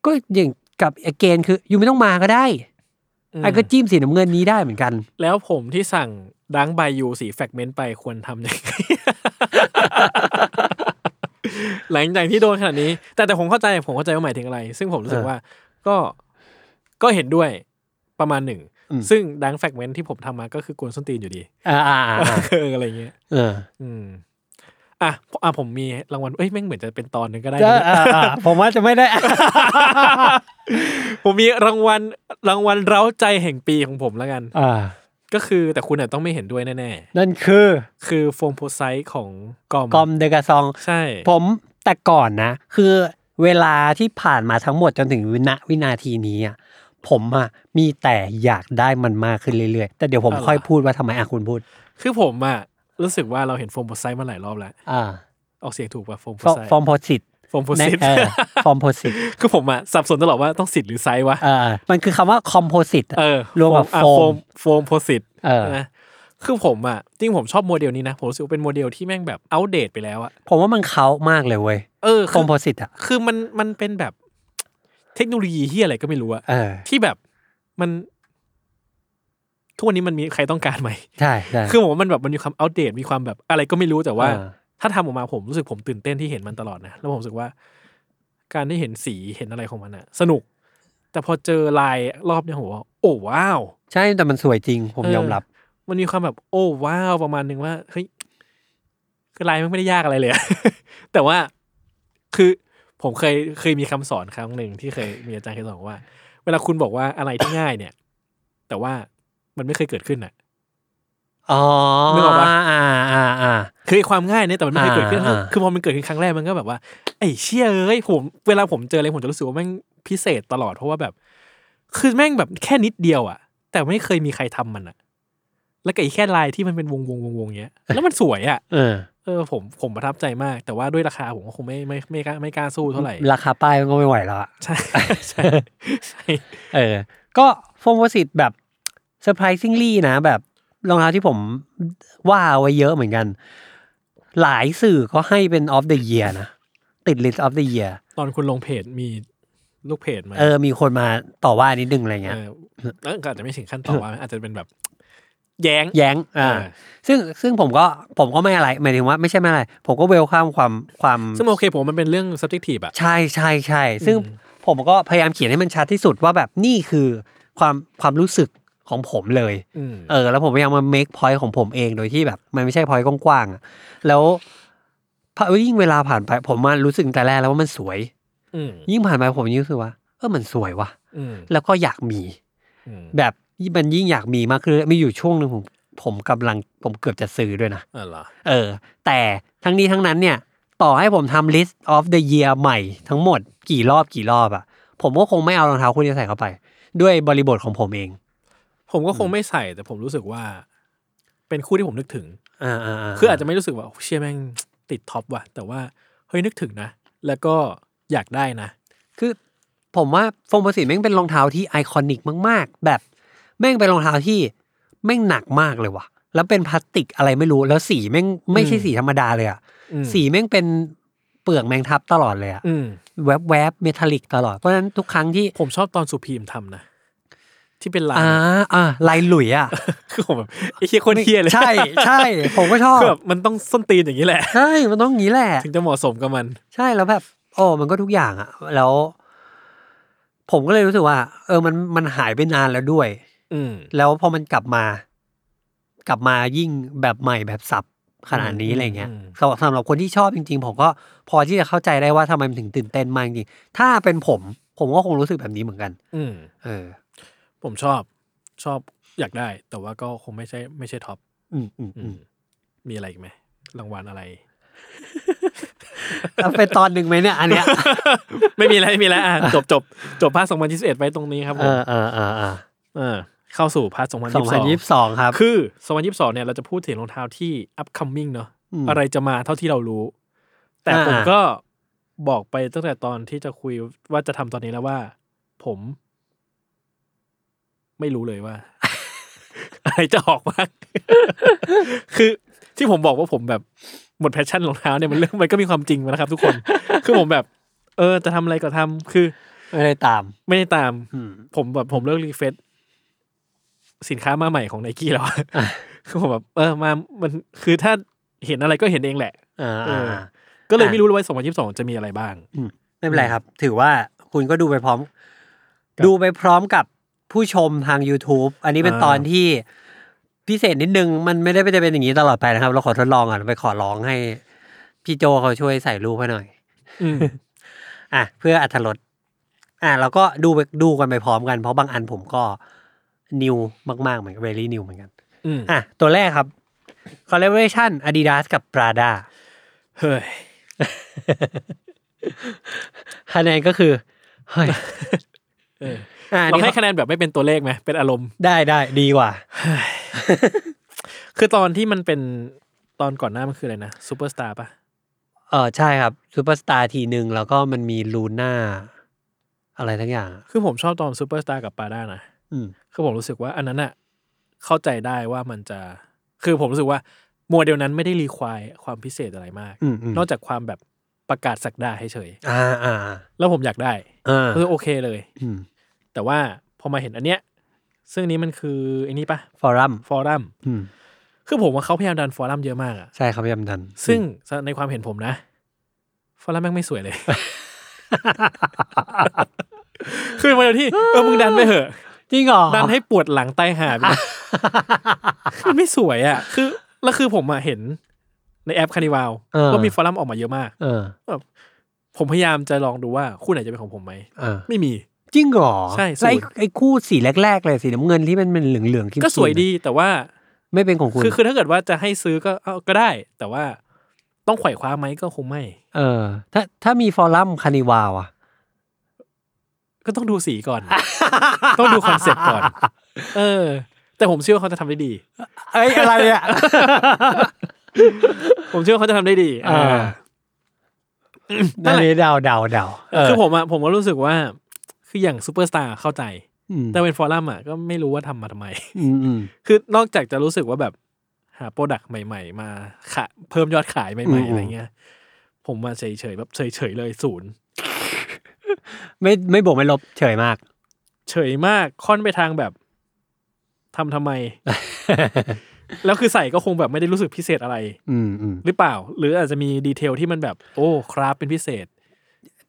Speaker 1: ก็อย่างกับอเกนคือยูไม่ต้องมาก็ได้
Speaker 2: อืม
Speaker 1: ไอ้ก็จิ้มสีน้ำเงินนี้ได้เหมือนกัน
Speaker 2: แล้วผมที่สั่งดังบายยูสีแฟกเมนต์ไปควรทำยังไง หลังจากที่โดนขนาดนี้ แต่แต่ผมเข้าใจผมเข้าใจว่าหมายถึงอะไร ซึ่งผมรู้สึก
Speaker 1: อ่า
Speaker 2: ว่าก็ก็เห็นด้วยประมาณหนึ่ง
Speaker 1: อืม
Speaker 2: ซึ่งดังแฟกเมนต์ที่ผมทำมาก็คือกวนส้นตีนอยู่ดี
Speaker 1: อ่าอ่าอ่า
Speaker 2: เอ ออะไรเงี้ย
Speaker 1: เออ
Speaker 2: อืมอ่ะอ่ะผมมีรางวัลเอ้ยแม่งเหมือนจะเป็นตอนหนึ่งก็ได้
Speaker 1: ก็
Speaker 2: นะ
Speaker 1: อ่าอ่าผมว่าจะไม่ได้
Speaker 2: ผมมีรางวัลรางวัลเร้าใจแห่งปีของผมแล้วกัน
Speaker 1: อ่า
Speaker 2: ก็คือแต่คุณเนี่ยต้องไม่เห็นด้วยแน่
Speaker 1: นั่นคือ
Speaker 2: ๆ คือโฟมโพไซต์ของกอม
Speaker 1: กอมเดกาซอง
Speaker 2: ใช่
Speaker 1: ผมแต่ก่อนนะ คือเวลาที่ผ่านมาทั้งหมดจนถึงวินาวินาทีนี้อะผมอะมีแต่อยากได้มันมากขึ้นเรื่อยๆ แต่เดี๋ยวผมค่อยพูดว่าทำไมอ่ะคุณพูด
Speaker 2: คือผมอ่ะรู้สึกว่าเราเห็นโฟมโพไซต์มาหลายรอบแล้ว
Speaker 1: อ่า
Speaker 2: ออกเสียงถูกป่ะโฟมโพ
Speaker 1: ฟอ
Speaker 2: ไซต์
Speaker 1: ฟอร์มโพสิต
Speaker 2: โฟมโพไซต์
Speaker 1: เออฟอร์มโพสิต
Speaker 2: คือผมอ่ะสับสนตลอดว่าต้องสิทธิ์หรือไซต์วะ
Speaker 1: เออมันคือคำว่าคอมโพสิต
Speaker 2: เออ
Speaker 1: รวมกับ
Speaker 2: อ่ะ
Speaker 1: โฟม
Speaker 2: โฟมโพสิต
Speaker 1: เออ
Speaker 2: นะคือผมอ่ะจริงผมชอบโมเดลนี้นะ ผมรู้สึกว่าเป็นโมเดลที่แม่งแบบอัปเดตไปแล้วอะ
Speaker 1: ผมว่ามันเขามากเลยเว้ย
Speaker 2: เออ
Speaker 1: ค
Speaker 2: คือ อ
Speaker 1: มโพสิตอ่ะ
Speaker 2: คือมันมันเป็นแบบเทคโนโลยีที่อะไรก็ไม่รู้อะ
Speaker 1: เออ
Speaker 2: ที่แบบมันทุกวันนี้มันมีใครต้องการไหม
Speaker 1: ใช่ใช่
Speaker 2: คือผมว่ามันแบบมันมีความอัปเดตมีความแบบอะไรก็ไม่รู้แต่ว่า
Speaker 1: เออ
Speaker 2: ถ้าทำออกมาผมรู้สึกผมตื่นเต้นที่เห็นมันตลอดนะแล้วผมรู้สึกว่า การที่เห็นสีเห็นอะไรของมันอะสนุก แต่พอเจอลายรอบเนี่ยผมว่าโอ้ว้าว
Speaker 1: ใช่แต่มันสวยจริง ผม
Speaker 2: เออ
Speaker 1: ยอมรับ
Speaker 2: มันมีความแบบโอ้ว้าวประมาณหนึ่งว่าเฮ้ยคือไลน์มันไม่ได้ยากอะไรเลยอะ แต่ว่าคือผมเคยเคยมีคำสอนครั้งหนึ่งที่เคยมีอาจารย์เคยสอนว่า เวลาคุณบอกว่าอะไรที่ง่ายเนี่ย แต่ว่ามันไม่เคยเกิดขึ้นอ่ะ
Speaker 1: อ๋อ
Speaker 2: นึกออกปะ
Speaker 1: อ่าอ่าอ่า
Speaker 2: คือไอ้ความง่ายเนี่ยแต่มันไม่เคยเกิดขึ้น
Speaker 1: อ่าอ่า
Speaker 2: คือพอมันเกิดขึ้นครั้งแรกมันก็แบบว่าไอ้เชี่ยเอ้ยผมเวลาผมเจออะไรผมจะรู้สึกว่าแม่งพิเศษตลอดเพราะว่าแบบ คือแม่งแบบแค่นิดเดียวอ่ะ แต่ไม่เคยมีใครทำมันอ่ะ แล้วก็อีกแค่ลายที่มันเป็นวงวงวงวงเงี้ยแล้วมันสวยอ่ะ
Speaker 1: เออ
Speaker 2: เออผมผมประทับใจมาก แต่ว่าด้วยราคาผมก็คงไม่ไม่ไม่กล้าไม่กล้าสู้เท่าไหร่
Speaker 1: ราคาป้ายมันก็ไม่ไหวแล้วอะ
Speaker 2: ใช่ใช่ใช่
Speaker 1: เออ ก็โฟมวสิตแบบ surprisingly นะ แบบรองเท้าที่ผมว่าเอาไว้เยอะเหมือนกัน หลายสื่อก็ให้เป็น of the year นะ ติด list of the year
Speaker 2: ตอนคุณลงเพจมีลูกเพจมา
Speaker 1: เออ มีคนมาต่อว่านิดนึงอะไรเงี้
Speaker 2: เอย อเออก็อาจจะไม่ถึงขั้นต่อว่าอาจจะเป็นแบบ แย้ง
Speaker 1: แย้งอ่า
Speaker 2: เออ
Speaker 1: ซึ่งซึ่งผมก็ผมก็ไม่อะไร หมายถึงว่าไม่ใช่ไม่อะไร ผมก็เวลข้ามความความ
Speaker 2: ซึ่งโอเคผมมันเป็นเรื่อง subjective อ่ะ
Speaker 1: ใช่ใช่ใช่ ซึ่งผมก็พยายามเขียนให้มันชัดที่สุดว่าแบบนี่คือความความรู้สึกของผมเลย
Speaker 2: อืม
Speaker 1: เออแล้วผมพยายามมา make point ของผมเองโดยที่แบบ มันไม่ใช่ point กว้างๆอะแล้วพอยิ่งเวลาผ่านไป ผมมารู้สึกตั้งแต่แรกแล้วว่ามันสวย
Speaker 2: อืม
Speaker 1: ยิ่งผ่านไปผมยิ่งรู้สึกว่าเออมันสวยว่ะ
Speaker 2: อืม
Speaker 1: แล้วก็อยากมี
Speaker 2: อืม
Speaker 1: แบบมันยิ่งอยากมีมากขึ้นมีอยู่ช่วงหนึ่งผมผมกำลังผมเกือบจะซื้อด้วยนะ
Speaker 2: อ่ะเหรอ
Speaker 1: เออ แต่ทั้งนี้ทั้งนั้นเนี่ย ต่อให้ผมทำ list of the year ใหม่ทั้งหมดกี่รอบกี่รอบอะผมก็คงไม่เอารองเท้าคู่นี้ใส่เข้าไป ด้วยบริบทของผมเอง
Speaker 2: ผมก็คงไม่ใส่แต่ผมรู้สึกว่า เป็นคู่ที่ผมนึกถึง
Speaker 1: อ่าอ่า
Speaker 2: คืออาจจะไม่รู้สึกว่าโอ้เชี่ยแม่งติดท็อปว่ะ แต่ว่าเฮ้ยนึกถึงนะ แล้วก็อยากได้นะ
Speaker 1: คือผมว่าโฟมโพสิตแม่งเป็นรองเท้าที่ไอคอนิกมาก ๆ แบบแม่งเป็นรองเท้าที่แม่งหนักมากเลยว่ะ แล้วเป็นพลาสติกอะไรไม่รู้แล้วสีแม่งไม่ใช่สีธรรมดาเลยอะ
Speaker 2: อืม
Speaker 1: สีแม่งเป็นเปลือกแมงทับตลอดเลยอะ
Speaker 2: อืม
Speaker 1: แวบแวบเมทัลลิกตลอด เพราะฉะนั้นทุกครั้งที่
Speaker 2: ผมชอบตอนสุพีมทำนะ ที่เป็นลาย
Speaker 1: อ่าอ่าลายหลุยอ่ะ
Speaker 2: คือผมแบบไอ้เคียโคนเทียเลย
Speaker 1: ใช่ใช่ ผมก็ชอบ
Speaker 2: คือแบบมันต้องส้นตีนอย่างนี้แหละ
Speaker 1: ใช่ มันต้องอย่างนี้แหละ
Speaker 2: ถึงจะเหมาะสมกับมัน
Speaker 1: ใช่แล้วแบบโอ้มันก็ทุกอย่างอ่ะ แล้ว ผมก็เลยรู้สึกว่า เออมันมันหายไปนานแล้วด้วย
Speaker 2: อืม
Speaker 1: แล้วพอมันกลับมา กลับมายิ่งแบบใหม่แบบสับขนาดนี้
Speaker 2: อืม
Speaker 1: อะไรเงี้ย
Speaker 2: อืม
Speaker 1: สำหรับสำหรับคนที่ชอบจริง ๆ ผมก็พอที่จะเข้าใจได้ว่าทำไมมันถึงตื่นเต้นมากจริงถ้าเป็นผม ผมก็คงรู้สึกแบบนี้เหมือนกัน
Speaker 2: อืม
Speaker 1: เออ
Speaker 2: ผมชอบชอบอยากได้ แต่ว่าก็คงไม่ใช่ไม่ใช่ท็อป
Speaker 1: อืมอืม
Speaker 2: อื
Speaker 1: อื ม
Speaker 2: ม มีอะไรอีกไหมรางวัลอะไร
Speaker 1: เอาเป็นตอนหนึ่งไหมเนี่ย อันเนี้ย
Speaker 2: ไม่มีแล้วไม่มีแล้วอ่ะจบจบจบพาร์ทสองพันยี่สิบเอ็ดไว้ตรงนี้ครับผ
Speaker 1: เอ
Speaker 2: ม
Speaker 1: อเออเออเออ
Speaker 2: เออ เข้าสู่พาร์ทสองพัน
Speaker 1: ส
Speaker 2: ยี่
Speaker 1: องพันยี่สิ
Speaker 2: สิบบ ส
Speaker 1: ส
Speaker 2: อง
Speaker 1: องครับ
Speaker 2: คือสองพันยี่สิบสองเนี่ยเราจะพูดถึงรองเท้าที่ upcoming เนอะ
Speaker 1: อืม
Speaker 2: อะไรจะมาเท่าที่เรารู้ แต่
Speaker 1: อ่า
Speaker 2: ผมก็บอกไปตั้งแต่ตอนที่จะคุยว่าจะทำตอนนี้แล้วว่า ผม ไม่รู้เลยว่า อะไรจะออกบ้าง คือที่ผมบอกว่าผมแบบหมดแพชชั่นรองเท้าเนี่ยมันเรื่องมันก็มีความจริงมานะครับทุกคน คือผมแบบ เออ จะทำอะไรก็ทำคือ
Speaker 1: ไม่ได้ตาม
Speaker 2: ไม่ได้ตาม
Speaker 1: อืม
Speaker 2: ผมแบบผมเลิกรีเฟซ สินค้ามาใหม่ของไนกี้แล้วอะ
Speaker 1: อ่ะ
Speaker 2: คือผมแบบเออมามันคือถ้าเห็นอะไรก็เห็นเองแหละ
Speaker 1: อ่า
Speaker 2: เออ
Speaker 1: อ่า
Speaker 2: ก็เลย
Speaker 1: อ่ะ
Speaker 2: ไม่รู้เลยว่า 2022 จะมีอะไรบ้าง
Speaker 1: ไม่เป็นไรครับ ถือว่าคุณก็ดูไปพร้อม
Speaker 2: กับ
Speaker 1: ดูไปพร้อมกับผู้ชมทาง YouTube อันนี้เป็น
Speaker 2: อ่า
Speaker 1: ตอนที่พิเศษนิดนึง มันไม่ได้จะเป็นอย่างนี้ตลอดไปนะครับ เราขอทดลองก่อนไปขอร้องให้ พี่โจเขาช่วยใส่รูปให้หน่อย
Speaker 2: อืม
Speaker 1: อ่ะเพื่ออัธรสอ่ะเราก็ดูไปดูกันไปพร้อมกัน เพราะบางอันผมก็นิวมากๆเหมือนกันเวลี่นิวเหมือนกัน
Speaker 2: อืม
Speaker 1: อ่ะ ตัวแรกครับ collaboration Adidas กับ Prada
Speaker 2: เฮ้ย
Speaker 1: คะแนนก็คือเฮ้ย
Speaker 2: เออ
Speaker 1: อ่ะ
Speaker 2: เรา
Speaker 1: นี่
Speaker 2: ให้คะแนนแบบไม่เป็นตัวเลขไหมเป็นอารมณ์
Speaker 1: ได้ได้ดีกว่า
Speaker 2: คือตอนที่มันเป็นตอนก่อนหน้ามันคืออะไรนะซูเปอร์สตาร์ป่ะ
Speaker 1: เออใช่ครับซูเปอร์สตาร์ทีหนึ่งแล้วก็มันมีลูน่าอะไรทั้งอย่างอะ
Speaker 2: คือผมชอบตอนซูเปอร์สตาร์กับปาด้านะ
Speaker 1: อืม
Speaker 2: คือผมรู้สึกว่าอันนั้นอะเข้าใจได้ว่ามันจะ คือผมรู้สึกว่าโมเดลนั้นไม่ได้รีควายความพิเศษอะไรมาก
Speaker 1: อืมอืม
Speaker 2: นอกจากความแบบประกาศสักดาให้เฉย
Speaker 1: อ่าอ่า
Speaker 2: แล้วผมอยากได้
Speaker 1: อ่า
Speaker 2: คือโอเคเลย
Speaker 1: อืม
Speaker 2: แต่ว่าพอมาเห็นอันเนี้ย ซึ่งนี้มันคือไอ้นี่ปะ
Speaker 1: ฟอรัม
Speaker 2: ฟอรัม
Speaker 1: อืม
Speaker 2: คือผมว่าเขาพยายามดันฟอรัมเยอะมากอะ
Speaker 1: ใช่ครับพี่อำดัน
Speaker 2: ซึ่งในความเห็นผมนะ ฟอรัมแม่งไม่สวย เลย คือมาเดียวที่ เออมึงดันไปเหอะ
Speaker 1: จริงเหรอ
Speaker 2: ดันให้ปวดหลังไตหาไปเลยมันไม่สวยอ่ะ คือ แล้วคือผมอะเห็นในแอปคานิวาวก็มีฟอรัมออกมาเยอะมาก
Speaker 1: เออ
Speaker 2: ผมพยายามจะลองดูว่าคู่ไหนจะเป็นของผมไหม
Speaker 1: เออ
Speaker 2: ไม่มี
Speaker 1: จริงเหรอ
Speaker 2: ใช่ศูนย์
Speaker 1: แล้วไอ้ไอ้คู่สีแรก ๆ เลยสีน้ำเงินที่มันเป็นเหลืองเหลืองๆครีมๆ
Speaker 2: ก็สวยดีแต่ว่า
Speaker 1: ไม่เป็นของคุณ
Speaker 2: คือคือถ้าเกิดว่าจะให้ซื้อก็เอาก็ได้ แต่ว่าต้องไขว่คว้าไหมก็คงไม่
Speaker 1: เออ ถ้าถ้ามีฟอรัมคานิวาวอ่ะ
Speaker 2: ก็ต้องดูสีก่อน ต้องดูคอนเซ็ปต์ก่อน เออ แต่ผมเชื่อว่าเขาจะทำได้ดี
Speaker 1: เอ้ยอะไร อ่ะ
Speaker 2: ผมเชื่อว่าเขาจะทำได้ดี
Speaker 1: อ่า
Speaker 2: อ่า นั่
Speaker 1: นั่
Speaker 2: น
Speaker 1: น
Speaker 2: แหละ
Speaker 1: เลยเดาเดาเดาเ
Speaker 2: คือผมอะผมก็รู้สึกว่า คืออย่างซูเปอร์สตาร์เข้าใจ
Speaker 1: อืม
Speaker 2: แต่เป็นฟอรัมอะก็ไม่รู้ว่าทำมาทำ ไม
Speaker 1: อืมอืม
Speaker 2: คือนอกจากจะรู้สึกว่าแบบหาโปรดักต์ใหม่ ๆ มาขะเพิ่มยอดขายให
Speaker 1: อื
Speaker 2: ม่
Speaker 1: ม
Speaker 2: ๆอะไรเงี้ย ผมมาเฉยๆแบบเฉยๆเลยศูนย์
Speaker 1: ไม่ไม่บวกไม่ลบเฉยมาก
Speaker 2: เฉยมากค่อนไปทางแบบทำทำ ไม แล้วคือใส่ก็คงแบบไม่ได้รู้สึกพิเศษอะไร
Speaker 1: อืมอืม
Speaker 2: หรือเปล่า หรืออาจจะมีดีเทลที่มันแบบ โอ้คราฟเป็นพิเศษ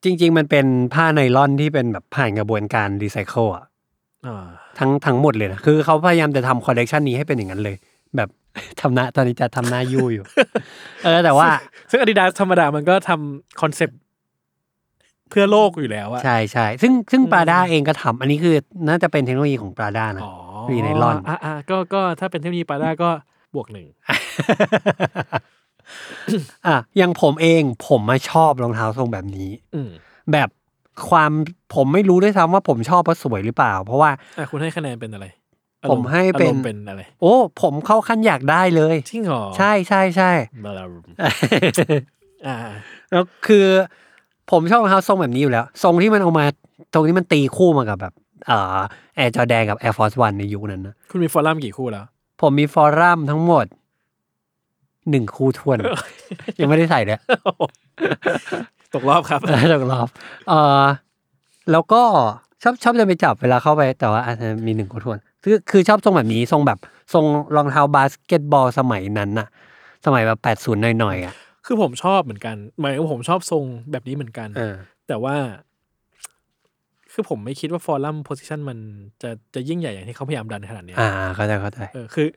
Speaker 1: จริง ๆ มันเป็นผ้าไนลอนที่เป็นแบบผ่านกระบวนการรีไซเคิลอะ
Speaker 2: อ่า
Speaker 1: ทั้งทั้งหมดเลยนะ คือเขาพยายามจะทำคอลเลกชันนี้ให้เป็นอย่างนั้นเลย แบบ ทำหน้าตอนนี้จะทำหน้ายู่ อยู่ เออ แต่ว่า
Speaker 2: ซึ่งอาดิดาสธรรมดามันก็ทำคอนเซปต์เพื่อโลกอยู่แล้วอะ
Speaker 1: ใช่ใช่ซึ่งซึ่งปราด้าเองก็ทำอันนี้คือน่าจะเป็นเทคโนโลยีของปราด้านะ
Speaker 2: อ๋อ
Speaker 1: มีไนลอน
Speaker 2: ะอ่าก็ก็ถ้าเป็นเทคโนโลยีปาด้าก็บวกหนึ่ง
Speaker 1: อ่ะอย่างผมเองผมมาชอบรองเท้าทรงแบบนี้
Speaker 2: อืม
Speaker 1: แบบความผมไม่รู้ด้วยซ้ำว่าผมชอบเพราะสวยหรือเปล่า เพราะว่า
Speaker 2: อ่ะคุณให้คะแนนเป็นอะไร
Speaker 1: ผมให้เป็น
Speaker 2: อารมณ์เป็นอะไร
Speaker 1: โอ้ผมเข้าขั้นอยากได้เลย
Speaker 2: จริงเหรอ
Speaker 1: ใช่ใช่ใช่
Speaker 2: บลาอ่า
Speaker 1: แล้วคือผมชอบรองเท้าทรงแบบนี้อยู่แล้ว ทรงที่มันเอามาทรงที่มันตีคู่มากับแบบเอ่อแอร์จอแดนกับ Air Force One ในยุคนั้นนะ
Speaker 2: คุณมีฟอรัมกี่คู่แล้ว
Speaker 1: ผมมีฟอรัมทั้งหมดหนึ่งคู่ ทวน ยังไม่ได้ใส่เลย
Speaker 2: ตกรอบครับ
Speaker 1: ตกรอบเอ่อแล้วก็ชอบชอบจะไปจับเวลาเข้าไปแต่ว่าอาจจะมีหนึ่งคู่ทวน คือคือชอบทรงแบบนี้ทรงแบบทรงรองเท้าบาสเกตบอลสมัยนั้นน่ะ สมัยแบบแปดศูนย์หน่อยๆอ่ะ
Speaker 2: คือผมชอบเหมือนกัน หมายถึงว่าผมชอบทรงแบบนี้เหมือนกัน
Speaker 1: เออ
Speaker 2: แต่ว่า คือผมไม่คิดว่าฟอรัมโพสิชันมันจะจะยิ่งใหญ่อย่างที่เขาพยายามดันขนาดเนี้ย
Speaker 1: อ่าเข้าใจเข้าใจ
Speaker 2: เออคือ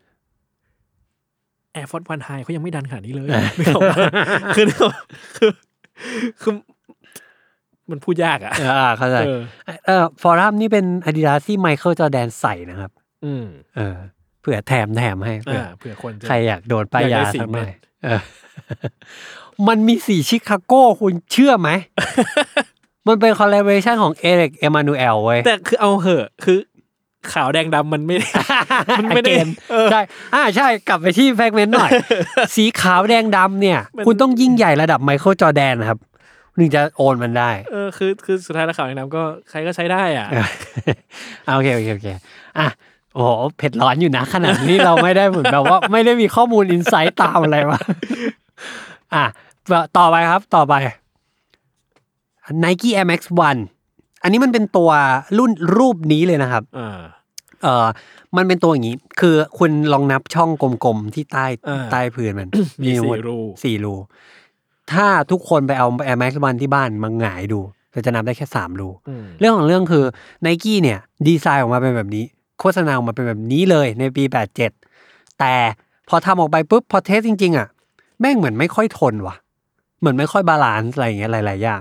Speaker 2: Air Force One High เขายังไม่ดันขนาดนี้เลย นึกออกปะ คือนึกออกปะคือคือมันพูดยากอ่ะ
Speaker 1: อ่าเข้าใจ
Speaker 2: เออ
Speaker 1: เอ่อฟอรัมนี่เป็นอาดิดาสที่ไมเคิลจอร์แดนใส่นะครับ
Speaker 2: อืม
Speaker 1: เออเผื่อแถมแถมให้เผื่อ
Speaker 2: อ่าเผื่อคนจะ
Speaker 1: ใครอยากโดนป้า
Speaker 2: อยาย
Speaker 1: ยาก
Speaker 2: ได้สี
Speaker 1: สักหน่อย
Speaker 2: เม็ด
Speaker 1: เอ อ มันมีสีชิคาโก้คุณเชื่อ ไหม มันเป็นคอลเล b เ r ชันของเอ i ิกเอมานูเอลเว้ย
Speaker 2: แต่คือเอาเหอะคือ ขาวแดงดำมันไม่ได้ มันไม่ได้
Speaker 1: เกณฑ์
Speaker 2: เออ
Speaker 1: ใช่อ่าใช่กลับไปที่แฟกเมนต์ห น่อย สีขาวแดงดำเนี่ย
Speaker 2: มัน
Speaker 1: คุณต้องยิ่งใหญ่ระดับไมเคิลจอร์แดนนะครับถึงจะโอนมันได้
Speaker 2: เออคือคือสุดท้ายแล้วขาวแดงดำก็ใครก็ใช้ได้อ่ะ
Speaker 1: เออเอาโอเคโอเคโอเคอ่ะโอ้โหเผ็ดร้อนอยู่นะ ขนาดนี้เราไม่ได้เหมือนแบบว่า ไม่ได้มีข้อมูลอินไซต์ตามอะไรมา อ่ะต่อไปครับต่อไป Nike Air Max 1อันนี้มันเป็นตัวรุ่นรูปนี้เลยนะครับ
Speaker 2: อ่า
Speaker 1: เออมันเป็นตัวอย่างนี้ คือคุณลองนับช่องกลมๆที่ใต้
Speaker 2: อ่า
Speaker 1: ใต้พื้นมัน
Speaker 2: มีสี่รู
Speaker 1: สี่รู ถ้าทุกคนไปเอาแอร์แม็กซ์วันที่บ้านมาหงายดูเราจะนับได้แค่สามรู
Speaker 2: อืม
Speaker 1: เรื่องของเรื่องคือไนกี้เนี่ย ดีไซน์ออกมาเป็นแบบนี้ โฆษณาออกมาเป็นแบบนี้เลยในปี 87 แต่พอทำออกไปปุ๊บ พอเทสจริง ๆ อ่ะ แม่งเหมือนไม่ค่อยทนว่ะ เหมือนไม่ค่อยบาลานซ์อะไรอย่างเงี้ยหลาย ๆ อย่าง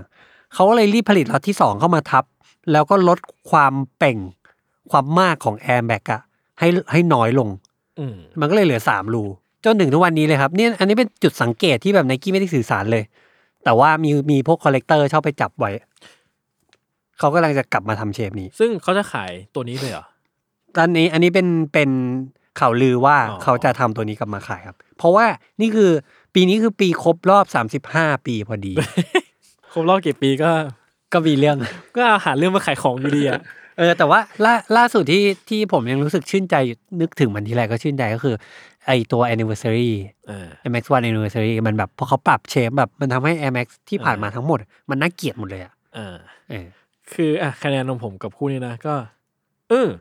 Speaker 1: เขาก็เลยรีบผลิตล็อตที่ 2 เข้ามาทับ แล้วก็ลดความเป่งความมากของแอร์แบ็กอะให้ให้น้อยลง
Speaker 2: อืม
Speaker 1: มันก็เลยเหลือสามรูจนถึงทุกวันนี้เลยครับเนี่ยอันนี้เป็นจุดสังเกตที่แบบไนกี้ไม่ได้สื่อสารเลย แต่ว่ามีมีพวกคอลเลกเตอร์ชอบไปจับไว้เขากำลังจะกลับมาทำเชฟนี้
Speaker 2: ซึ่งเขาจะขายตัวนี้เลยเหรอ
Speaker 1: ตอนนี้อันนี้เป็นเป็นข่าวลือว่า
Speaker 2: อ๋อ
Speaker 1: เขาจะทำตัวนี้กลับมาขายครับ เพราะว่านี่คือปีนี้คือปีครบรอบ 35 ปีพอดี
Speaker 2: ครบรอบกี่ปีก็
Speaker 1: ก็มีเรื่อง
Speaker 2: ก็หาเรื่องมาขายของอยู่ดี อ่ะ
Speaker 1: เออแต่ว่าล่าล่าสุดที่ที่ผมยังรู้สึกชื่นใจนึกถึงมันทีไรก็ชื่นใจก็คือ ไอตัว anniversary
Speaker 2: อ่า
Speaker 1: Air Max One Anniversary มันแบบพอเขาปรับเชฟแบบมันทำให้ Air Max ที่ผ่านมาทั้งหมด มันน่าเกลียดหมดเลยอ่ะ
Speaker 2: อ่า
Speaker 1: เออ
Speaker 2: คืออ่ะคะแนนของผมกับคู่นี้นะก็เอ อ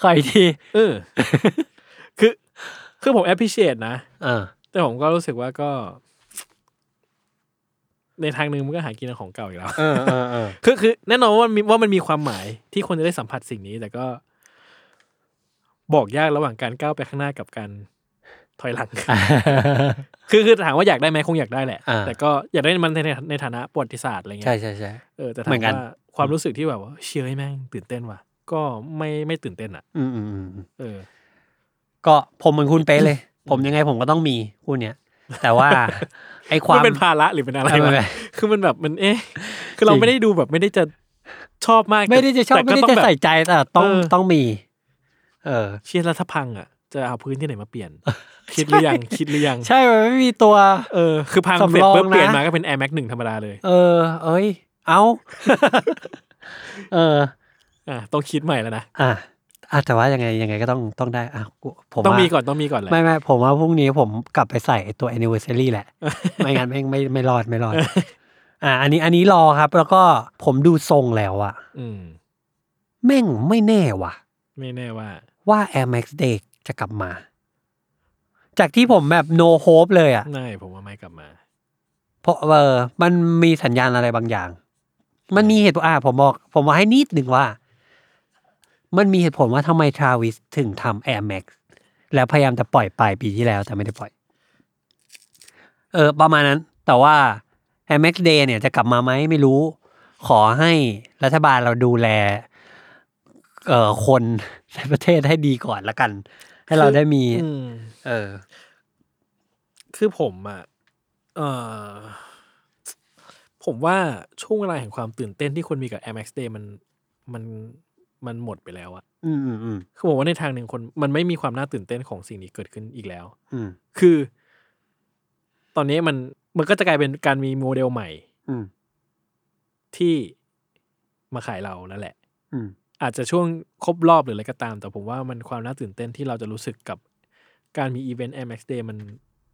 Speaker 1: ขออีกที
Speaker 2: เออ คือคือผม appreciate นะ
Speaker 1: เออ
Speaker 2: แต่ผมก็รู้สึกว่าก็ ในทางหนึ่งมันก็หากินของเก่าอีกแล้ว
Speaker 1: เออเออเออ
Speaker 2: คือคือแน่นอนว่ามีว่ามันมีความหมายที่คนจะได้สัมผัสสิ่งนี้ แต่ก็ บอกยากระหว่างการก้าวไปข้างหน้ากับการถอยหลัง คือคือถามว่าอยากได้ไหมคงอยากได้แหละ
Speaker 1: อ่า
Speaker 2: แต่ก็อยากได้มันในในฐานะประวัติศาสตร์อะไรเงี้ย
Speaker 1: ใช่ใช่ใช่
Speaker 2: เออแต่
Speaker 1: เหมื
Speaker 2: ถา
Speaker 1: อ
Speaker 2: ม
Speaker 1: นกัน
Speaker 2: ว่าความรู้สึกที่แบบว่าเชื่อให้แม่งตื่นเต้นว่ะ ก็ไม่ไม่ตื่นเต้นอ่ะ
Speaker 1: อืมอืมอืมอืม
Speaker 2: เออ
Speaker 1: ก็ผมเหมือนคุณเป๊ะเลย ผมยังไงผมก็ต้องมีคู่เนี้ย แต่ ว่า ไอค
Speaker 2: มั
Speaker 1: วาน ม
Speaker 2: เป็นภาระหรือเป็นอะไร
Speaker 1: เออไม่
Speaker 2: วะ
Speaker 1: เป็นไร
Speaker 2: คือมันแบบมันเอ๊ะ คือเรา
Speaker 1: จริง
Speaker 2: ไม่ได้ดูแบบไม่ได้จะชอบมาก
Speaker 1: ไม่ได้จะชอบ
Speaker 2: แต่
Speaker 1: ไม่
Speaker 2: ก็
Speaker 1: ได้
Speaker 2: ต้อง
Speaker 1: จะ
Speaker 2: แบบ
Speaker 1: ใส่ใจแต่ต้อง
Speaker 2: เออ
Speaker 1: ต้องมี เออ
Speaker 2: เชียร์รัฐพังอ่ะ จะเอาพื้นที่ไหนมาเปลี่ยน คิดหรือยังคิดหรือยัง
Speaker 1: ใช่มันไม่มีตัว
Speaker 2: เออคือพัง
Speaker 1: สำรอง
Speaker 2: เสร็จปุ๊บ
Speaker 1: นะ
Speaker 2: เปลี่ยนมาก็เป็น Air Max หนึ่งธรรมดาเลย
Speaker 1: เออ เอ้ย เอา เออ
Speaker 2: อ่ะต้องคิดใหม่แล้วนะ
Speaker 1: อ่ะอ่ะแต่ว่ายังไงยังไงก็ต้องต้องได้อ่ะกูผม
Speaker 2: ต้อง
Speaker 1: ว่า
Speaker 2: มีก่อนต้องมีก่อนแหละ
Speaker 1: ไม่ไม่ผมว่าพรุ่งนี้ผมกลับไปใส่ไอ้ตัว anniversary แหละ ไม่งั้นไม่ไม่ไม่รอดไม่รอด อ่ะอันนี้อันนี้รอครับ แล้วก็ผมดูทรงแล้วอะ
Speaker 2: อืม
Speaker 1: แม่งไม่แน่ว่ะ
Speaker 2: ไม่แน่ว่า
Speaker 1: ว่า Air Max Day จะกลับมา จากที่ผมแบบ no hope เลยอะ
Speaker 2: ไม่ผมว่าไม่กลับมา
Speaker 1: เพราะเออมันมีสัญญาณอะไรบางอย่าง มันมีเหตุผลอ่ะผมบอก ผมว่าให้นิดหนึ่งว่า มันมีเหตุผลว่าทำไมทราวิสถึงทำ Air Max แล้วพยายามจะปล่อยปลายปีที่แล้วแต่ไม่ได้ปล่อย เออ ประมาณนั้น แต่ว่า Air Max Day เนี่ยจะกลับมาไหมไม่รู้ ขอให้รัฐบาลเราดูแล เอ่อคน ในประเทศให้ดีก่อนละกัน ให้เราได้มี
Speaker 2: อืม
Speaker 1: เออ
Speaker 2: คือผมอ่ะ เออผมว่าช่วงเวลาแห่งความตื่นเต้นที่คนมีกับ Air Max Day มันมันมันหมดไปแล้วอะ
Speaker 1: อืมอืมอืม
Speaker 2: คือผมว่าในทางหนึ่งคนมันไม่มีความน่าตื่นเต้นของสิ่งนี้เกิดขึ้นอีกแล้ว
Speaker 1: อืม
Speaker 2: คือ ตอนนี้มันมันก็จะกลายเป็นการมีโมเดลใหม่
Speaker 1: อืม
Speaker 2: ที่มาขายเรานั่นแหละ
Speaker 1: อืม
Speaker 2: อาจจะช่วงครบรอบหรืออะไรก็ตาม แต่ผมว่ามันความน่าตื่นเต้นที่เราจะรู้สึกกับการมีอีเวนต์ Air Max Day มัน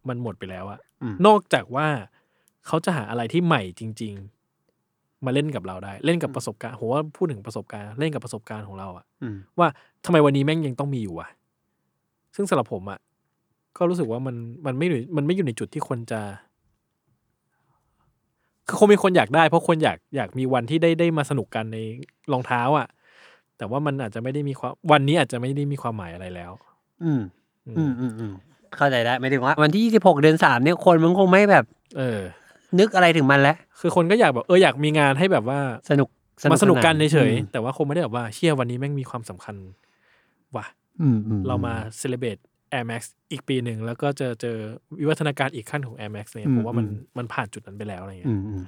Speaker 2: มันหมดไปแล้วอะ
Speaker 1: อืม
Speaker 2: นอกจากว่าเขาจะหาอะไรที่ใหม่จริง ๆ มาเล่นกับเราได้ เล่นกับประสบการณ์ผมว่าพูดถึงประสบการณ์เล่นกับประสบการณ์ของเราอะ
Speaker 1: อืม
Speaker 2: ว่าทำไมวันนี้แม่งยังต้องมีอยู่อะซึ่งสำหรับผมอะก็รู้สึกว่ามันมันไม่อยู่มันไม่อยู่ในจุดที่คนจะคือคงมีคนอยากได้ เพราะคนอยากอยากมีวันที่ได้ได้มาสนุกกันในรองเท้าอะแต่ว่ามันอาจจะไม่ได้มีความวันนี้อาจจะไม่ได้มีความหมายอะไรแล้ว
Speaker 1: อืม
Speaker 2: อืม
Speaker 1: อืมอืมอืมเข้าใจได้ไม่ถึงว่า วันที่ 26 เดือน 3 เนี่ยคนมันคงไม่แบบ
Speaker 2: เออ
Speaker 1: นึกอะไรถึงมันแล้ว
Speaker 2: คือคนก็อยากแบบเอออยากมีงานให้แบบว่า
Speaker 1: สนุก
Speaker 2: มาสนุกกันเฉย
Speaker 1: อืม
Speaker 2: ๆแต่ว่าคงไม่ได้แบบว่าเชี่ยวันนี้แม่งมีความสำคัญว่ะ
Speaker 1: อืมอื
Speaker 2: เรามาเซเลบ r a t e Air Max อีกปีหนึ่ง แล้วก็เจอเจอวิวัฒนาการอีกขั้นของ Air Max เนี่ยผมว่ามันมันผ่านจุดนั้นไปแล้วอะไรเงี้
Speaker 1: อื
Speaker 2: ย
Speaker 1: มอืม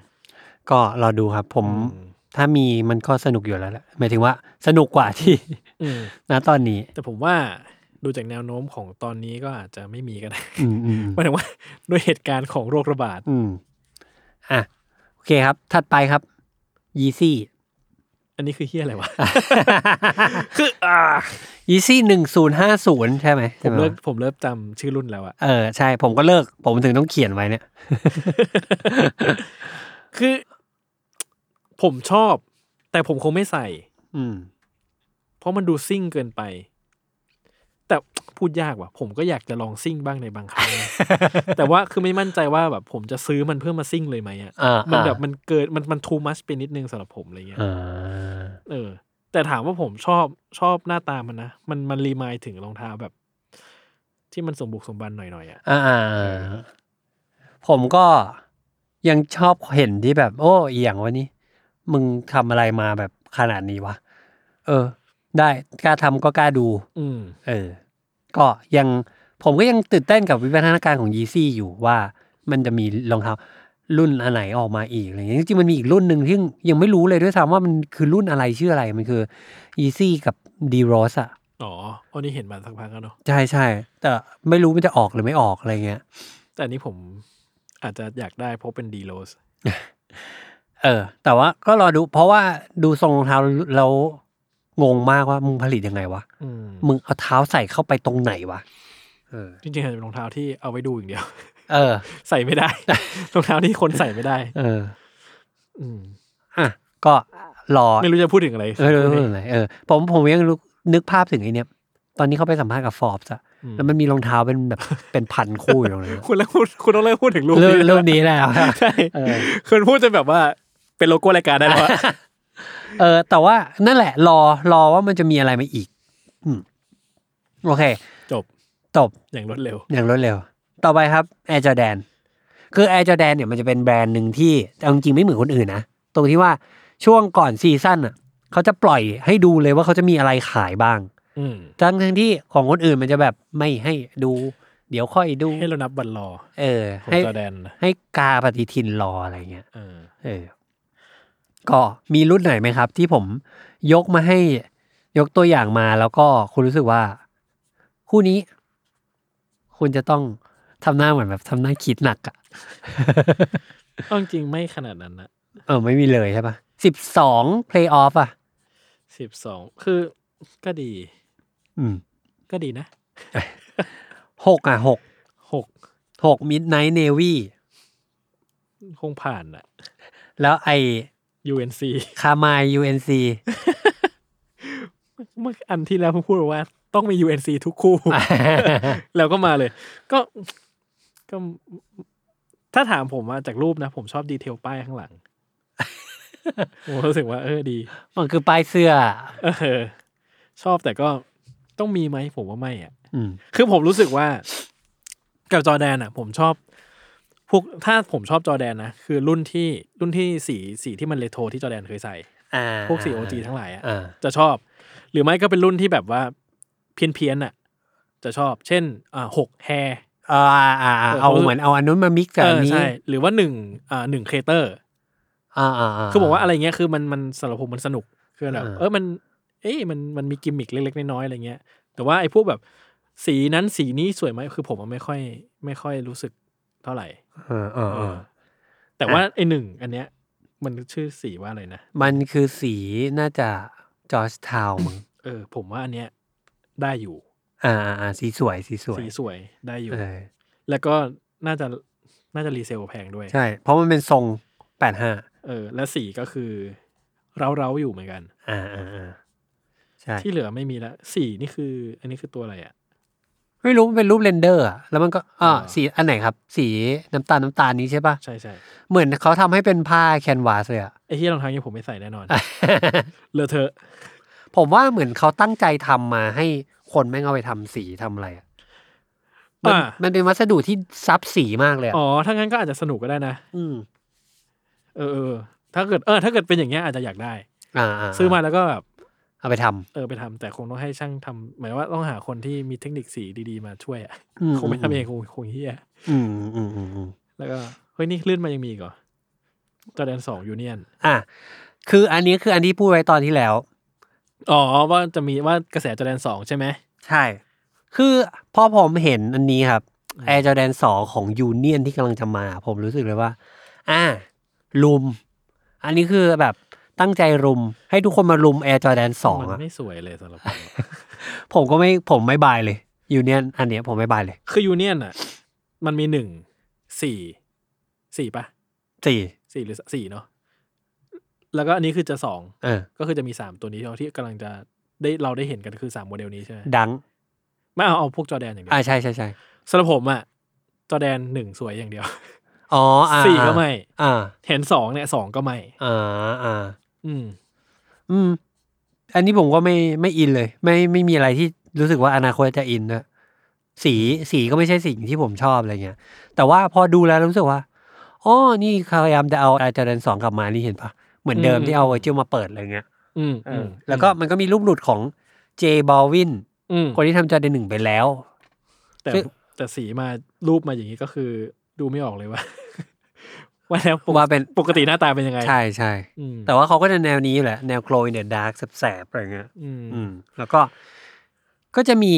Speaker 1: ก็รอดูครับ ผม
Speaker 2: อืม
Speaker 1: ถ้ามีมันก็สนุกอยู่แล้วแหละหมายถึงว่าสนุกกว่าที่
Speaker 2: อืม
Speaker 1: นะตอนนี้
Speaker 2: แต่ผมว่าดูจากแนวโน้มของตอนนี้ก็อาจจะไม่มีก็ได้
Speaker 1: อืมอืม
Speaker 2: หมายถึงว่า ด้วยเหตุการณ์ของโรคระบาด
Speaker 1: อืมอ่ะโอเคครับ ถัดไปครับยีซี่
Speaker 2: อันนี้คือเฮี้ยอะไรวะ คืออ่า
Speaker 1: ยีซี่หนึ่งศูนย์ห้าศูนย์ใช่ไหม
Speaker 2: ผ
Speaker 1: ใช่
Speaker 2: ม
Speaker 1: ไห
Speaker 2: เลิกผมเลิกจำชื่อรุ่นแล้วอะ
Speaker 1: เออใช่ ผมก็เลิก ผมถึงต้องเขียนไว้เนี่ย
Speaker 2: คือผมชอบ แต่ผมคงไม่ใส่
Speaker 1: อืม
Speaker 2: เพราะมันดูซิ่งเกินไป แต่พูดยากว่ะ ผมก็อยากจะลองซิ่งบ้างในบางครั้งนะ แต่ว่าคือไม่มั่นใจว่าแบบผมจะซื้อมันเพื่อมาซิ่งเลยไหมอ่ะ
Speaker 1: อ่า
Speaker 2: มันแบบ
Speaker 1: อ่า
Speaker 2: มันเกิดมันมันทูมัชไปนิดนึงสำหรับผมอะไรเงี้ย
Speaker 1: อ่า
Speaker 2: เออ แต่ถามว่าผมชอบชอบหน้าตามันนะ มันมันรีมายถึงรองเท้าแบบ ที่มันสมบุกสมบันหน่อยๆอ่ะ
Speaker 1: อ่าอ่าอ่าผมก็ยังชอบเห็นที่แบบ โอ้เอียงวะนี่มึงทำอะไรมาแบบขนาดนี้วะ เออ ได้กล้าทำก็กล้าดู
Speaker 2: อืม
Speaker 1: เออ ก็ยังผมก็ยังตื่นเต้นกับวิวัฒนาการของยีซี่อยู่ว่ามันจะมีรองเท้ารุ่นอันไหนออกมาอีกอะไรอย่างเงี้ยจริงๆมันมีอีกรุ่นหนึ่งที่ยังไม่รู้เลยด้วยซ้ำว่ามันคือรุ่นอะไรชื่ออะไรมันคือยีซี่กับดีโรสอะ
Speaker 2: อ๋ออันนี้เห็นมาสักพักแล้วเนาะ
Speaker 1: ใช่ใช่แต่ไม่รู้มันจะออกหรือไม่ออกอะไรเงี้ย
Speaker 2: แต่อันนี้ผมอาจจะอยากได้เพราะเป็นดีโรส
Speaker 1: เออ แต่ว่าก็รอดูเพราะว่าดูทรงรองเท้าแล้วงงมากว่ามึงผลิตยังไงวะ
Speaker 2: อืม
Speaker 1: มึงเอาเท้าใส่เข้าไปตรงไหนวะเออ
Speaker 2: จริงๆอาจจะเป็นรองเท้าที่เอาไว้ดูอย่างเดียว
Speaker 1: เออ
Speaker 2: ใส่ไม่ได้ รองเท้าที่คนใส่ไม่ได้
Speaker 1: เออ
Speaker 2: อืม
Speaker 1: อ่ะก็รอ
Speaker 2: ไม่รู้จะพูดถึงอะไร
Speaker 1: เออเออเออเออผมผมยังรู้นึกภาพถึงไอเนี้ยตอนนี้เขาไปสัมภาษณ์กับฟอร์บส์อะแล้วมันมีรองเท้าเป็นแบบ เป็นพันคู่อยู่ตรงนั้น
Speaker 2: คุณแล้วพูดคุณต้องเลิกพูดถึงรูป
Speaker 1: เริ่ม
Speaker 2: นี้
Speaker 1: เริ่มนี้แล้วอะ
Speaker 2: ใช่
Speaker 1: เออ
Speaker 2: คุณพูดจนแบบว่าเป็นโลโก้รายการได้แล้วอะ
Speaker 1: เออ แต่ว่านั่นแหละ รอรอว่ามันจะมีอะไรมาอีก อืมโอเค
Speaker 2: จบ
Speaker 1: จบ
Speaker 2: อย่างรวดเร็ว
Speaker 1: อย่างรวดเร็ว ต่อไปครับแอร์จอแดนคือแอร์จอแดนเนี่ยมันจะเป็นแบรนด์หนึ่งที่เอาจริงๆไม่เหมือนคนอื่นนะตรงที่ว่าช่วงก่อนซีซั่นอ่ะเขาจะปล่อยให้ดูเลยว่าเขาจะมีอะไรขายบ้าง
Speaker 2: อืม
Speaker 1: ทั้งทั้งที่ของคนอื่นมันจะแบบไม่ให้ดู เดี๋ยวค่อยดู
Speaker 2: ให้เรานับวันรอ
Speaker 1: เออ
Speaker 2: ของ
Speaker 1: ให้
Speaker 2: จอแดนนะ
Speaker 1: ให้กาปฏิทินรออะไรเงี้ย
Speaker 2: เออ
Speaker 1: เออ ก็มีรุ่นไหนไหมครับ ที่ผมยกมาให้ยกตัวอย่างมาแล้วก็คุณรู้สึกว่า คู่นี้ คุณจะต้องทำหน้าเหมือนแบบทำหน้าคิดหนักอะ
Speaker 2: เอาจริงๆไม่ขนาดนั้นนะ
Speaker 1: เออ ไม่มีเลยใช่ปะสิบสองเพลย์ออฟอ่ะ
Speaker 2: สิบสองคือก็ดี
Speaker 1: อืม
Speaker 2: ก็ดีนะ
Speaker 1: หกอ่ะหก
Speaker 2: หก
Speaker 1: หกมิดไนท์เนวี่
Speaker 2: คงผ่านอะ
Speaker 1: แล้วไอ
Speaker 2: UNC
Speaker 1: คามายยูเอ็นซี
Speaker 2: เมื่ออันที่แล้วผมพูดว่า ต้องมี UNC ทุก คู่ แล้วก็มาเลย ก็ก็ ถ้าถามผมอะจากรูปนะ ผมชอบดีเทลป้ายข้าง หลัง ผมรู้สึกว่า เออดี
Speaker 1: มันคือป้ายเสื้อ
Speaker 2: เออ ชอบแต่ก็ต้องมีไหมผมว่าไม่อ่ะ
Speaker 1: อืม
Speaker 2: คือผมรู้สึกว่า กับจอร์แดนอ่ะ ผมชอบ พวกถ้าผมชอบจอร์แดนนะคือรุ่นที่รุ่นที่สีสีที่มันเรโทรที่จอร์แดนเคยใส่
Speaker 1: อ่า
Speaker 2: พวกสีโอจีทั้งหลายอ่ะ
Speaker 1: อ่า
Speaker 2: จะชอบ หรือไม่ก็เป็นรุ่นที่แบบว่าเพี้ยนเพี้ยนๆอ่ะ จะชอบ เช่นอ่าหกแฮ
Speaker 1: อ่าอ่าอ่าเอาเหมือนเอาอันนู้นมามิกกับ
Speaker 2: เอ
Speaker 1: อัน
Speaker 2: อ
Speaker 1: นี้
Speaker 2: ใช่หรือว่าหนึ่งอ่าหนึ่งเคเตอร์
Speaker 1: อ่าอ่าา
Speaker 2: คือบอกว่าอะไรเงี้ยคือมันมันสำหรับผมมันสนุกคือแบบ
Speaker 1: อ่า
Speaker 2: เออมัน เอ้ยมันมันมีกิมมิคเล็ก ๆ น้อยๆอะไรเงี้ย แต่ว่าไอ้พวกแบบ สีนั้นสีนี้สวยไหมคือผมอะไม่ค่อย ไม่ค่อยรู้สึกเท่าไหร่
Speaker 1: อ่าอ่า
Speaker 2: เอ
Speaker 1: อ่า
Speaker 2: อแต่ว่าไอ้หนึ่งอันเนี้ย มันชื่อสีว่าอะไรนะ
Speaker 1: มันคือสีน่าจะจอร์จทาวมั้ง
Speaker 2: เออ ผมว่าอันเนี้ยได้อยู่
Speaker 1: อ่าอ่าอ่าสีสวยสีสวย
Speaker 2: สีสวยได้อยู่
Speaker 1: เออ
Speaker 2: แล้วก็น่าจะน่าจะรีเซลแพงด้วย
Speaker 1: ใช่ เพราะมันเป็นทรงแปดห้า
Speaker 2: เออ และสีก็คือเร้าๆอยู่เหมือนกัน
Speaker 1: อ่าอ่าอ่าใช่
Speaker 2: ที่เหลือไม่มีละสีนี่คือ อันนี้คือตัวอะไรอ่ะ
Speaker 1: ไม่รู้มันเป็นรูปเรนเดอร์อะแล้วมันก็อ่า
Speaker 2: อ่า
Speaker 1: สีอันไหนครับ สีน้ำตาลน้ำตาลนี้ใช่ปะ
Speaker 2: ใช่ใช่
Speaker 1: เหมือนเขาทำให้เป็นผ้าแคนวาสเลยอะ
Speaker 2: ไอ้ที่รองเท้านี้ผมไม่ใส่แน่นอน เลอะเทอะ
Speaker 1: ผมว่าเหมือนเขาตั้งใจทำมาให้คนแม่งเอาไปทำสีทำอะไรอะมัน
Speaker 2: อ่ะ
Speaker 1: มันเป็นวัสดุที่ซับสีมากเลยอะ
Speaker 2: อ๋อถ้างั้นก็อาจจะสนุกก็ได้นะ
Speaker 1: ืม
Speaker 2: เออเออถ้าเกิดเออ ถ้าเกิดเป็นอย่างเงี้ยอาจจะอยากได้
Speaker 1: อ่า
Speaker 2: ซื้อมาแล้วก็แบบ
Speaker 1: เอาไปทำ
Speaker 2: เออไปทำแต่คงต้องให้ช่างทำหมายว่าต้องหาคนที่มีเทคนิคสีดีๆมาช่วยอ่ะ
Speaker 1: อืม
Speaker 2: คงไม่ทำเองคงคงเฮีย
Speaker 1: อืมอืมอืมอืม
Speaker 2: แล้วก็เฮ้ยนี่เลื่อนมายังมีอีก่อจอแดนสองยูเนียน
Speaker 1: อ่ะคืออันนี้คืออันที่พูดไว้ตอนที่แล้ว
Speaker 2: อ๋อว่าจะมีว่ากระแสจอแดนสองใช่ไหม
Speaker 1: ใช่ คือพอผมเห็นอันนี้ครับแอร์จอแดนสองของยูเนียนที่กำลังจะมา ผมรู้สึกเลยว่า อ่าลุม อันนี้คือแบบตั้งใจรุม ให้ทุกคนมารุมแอร์จอแดนสอง
Speaker 2: มัน
Speaker 1: อะ
Speaker 2: ไม่สวยเลยสำหรับผมอะ
Speaker 1: ผมก็ไม่ผมไม่บายเลยยูเนียนอันเนี้ยผมไม่บายเลย
Speaker 2: คือยูเนียนอ่ะ มันมีหนึ่งสี่สี่ปะ
Speaker 1: สี่
Speaker 2: สี่หรือสี่เนาะแล้วก็อันนี้คือจะสอง
Speaker 1: เออ
Speaker 2: ก็คือจะมีสามตัวนี้ที่กำลังจะ ได้เราได้เห็นกันคือสามโมเดลนี้ใช่ไหม
Speaker 1: ดัง
Speaker 2: ไม่เอาเอาพวกจอร์แดนอย่างเดียว
Speaker 1: อ่าใช่ใช่ใช่
Speaker 2: สำหรับผมอะจอร์แดนหนึ่งสวยอย่างเดียว
Speaker 1: อ๋ออ่า
Speaker 2: สี่ก็ไม่
Speaker 1: อ่า
Speaker 2: เห็นสองเนี่ยสองก็ไม่
Speaker 1: อ่าอ่า
Speaker 2: อืม
Speaker 1: อืม อันนี้ผมก็ไม่ไม่อินเลย ไม่ไม่มีอะไรที่รู้สึกว่าอนาคตจะอินนะสีสีก็ไม่ใช่สิ่งที่ผมชอบอะไรเงี้ย แต่ว่าพอดูแล้วรู้สึกว่าอ๋อนี่พยายามจะเอาอาจารย์สองกลับมานี่เห็นปะเหมือนเดิม
Speaker 2: อืม
Speaker 1: ที่เอาไอเจียวมาเปิดอะไรเงี้ย
Speaker 2: อืม
Speaker 1: เอ
Speaker 2: อื
Speaker 1: อ
Speaker 2: ม
Speaker 1: แล้วก็มันก็มีรูปหลุดของเจบอลวิน
Speaker 2: อืม
Speaker 1: คนที่ทำจอร์แดนหนึ่งไปแล้ว
Speaker 2: แต่
Speaker 1: ซึ่ง
Speaker 2: แต่สีมารูปมาอย่างนี้ก็คือดูไม่ออกเลยว่า ว่าแล้วปก
Speaker 1: ว่าเป็น
Speaker 2: ปกติหน้าตาเป็นยังไง
Speaker 1: ใช่ใช่
Speaker 2: อืม
Speaker 1: แต่ว่าเขาก็จะแนวนี้อยู่แหละ แนวโกลเน e d ดาร์กแสบๆอะไรเงี้ย
Speaker 2: อืม
Speaker 1: อืม แล้วก็ก็จะมี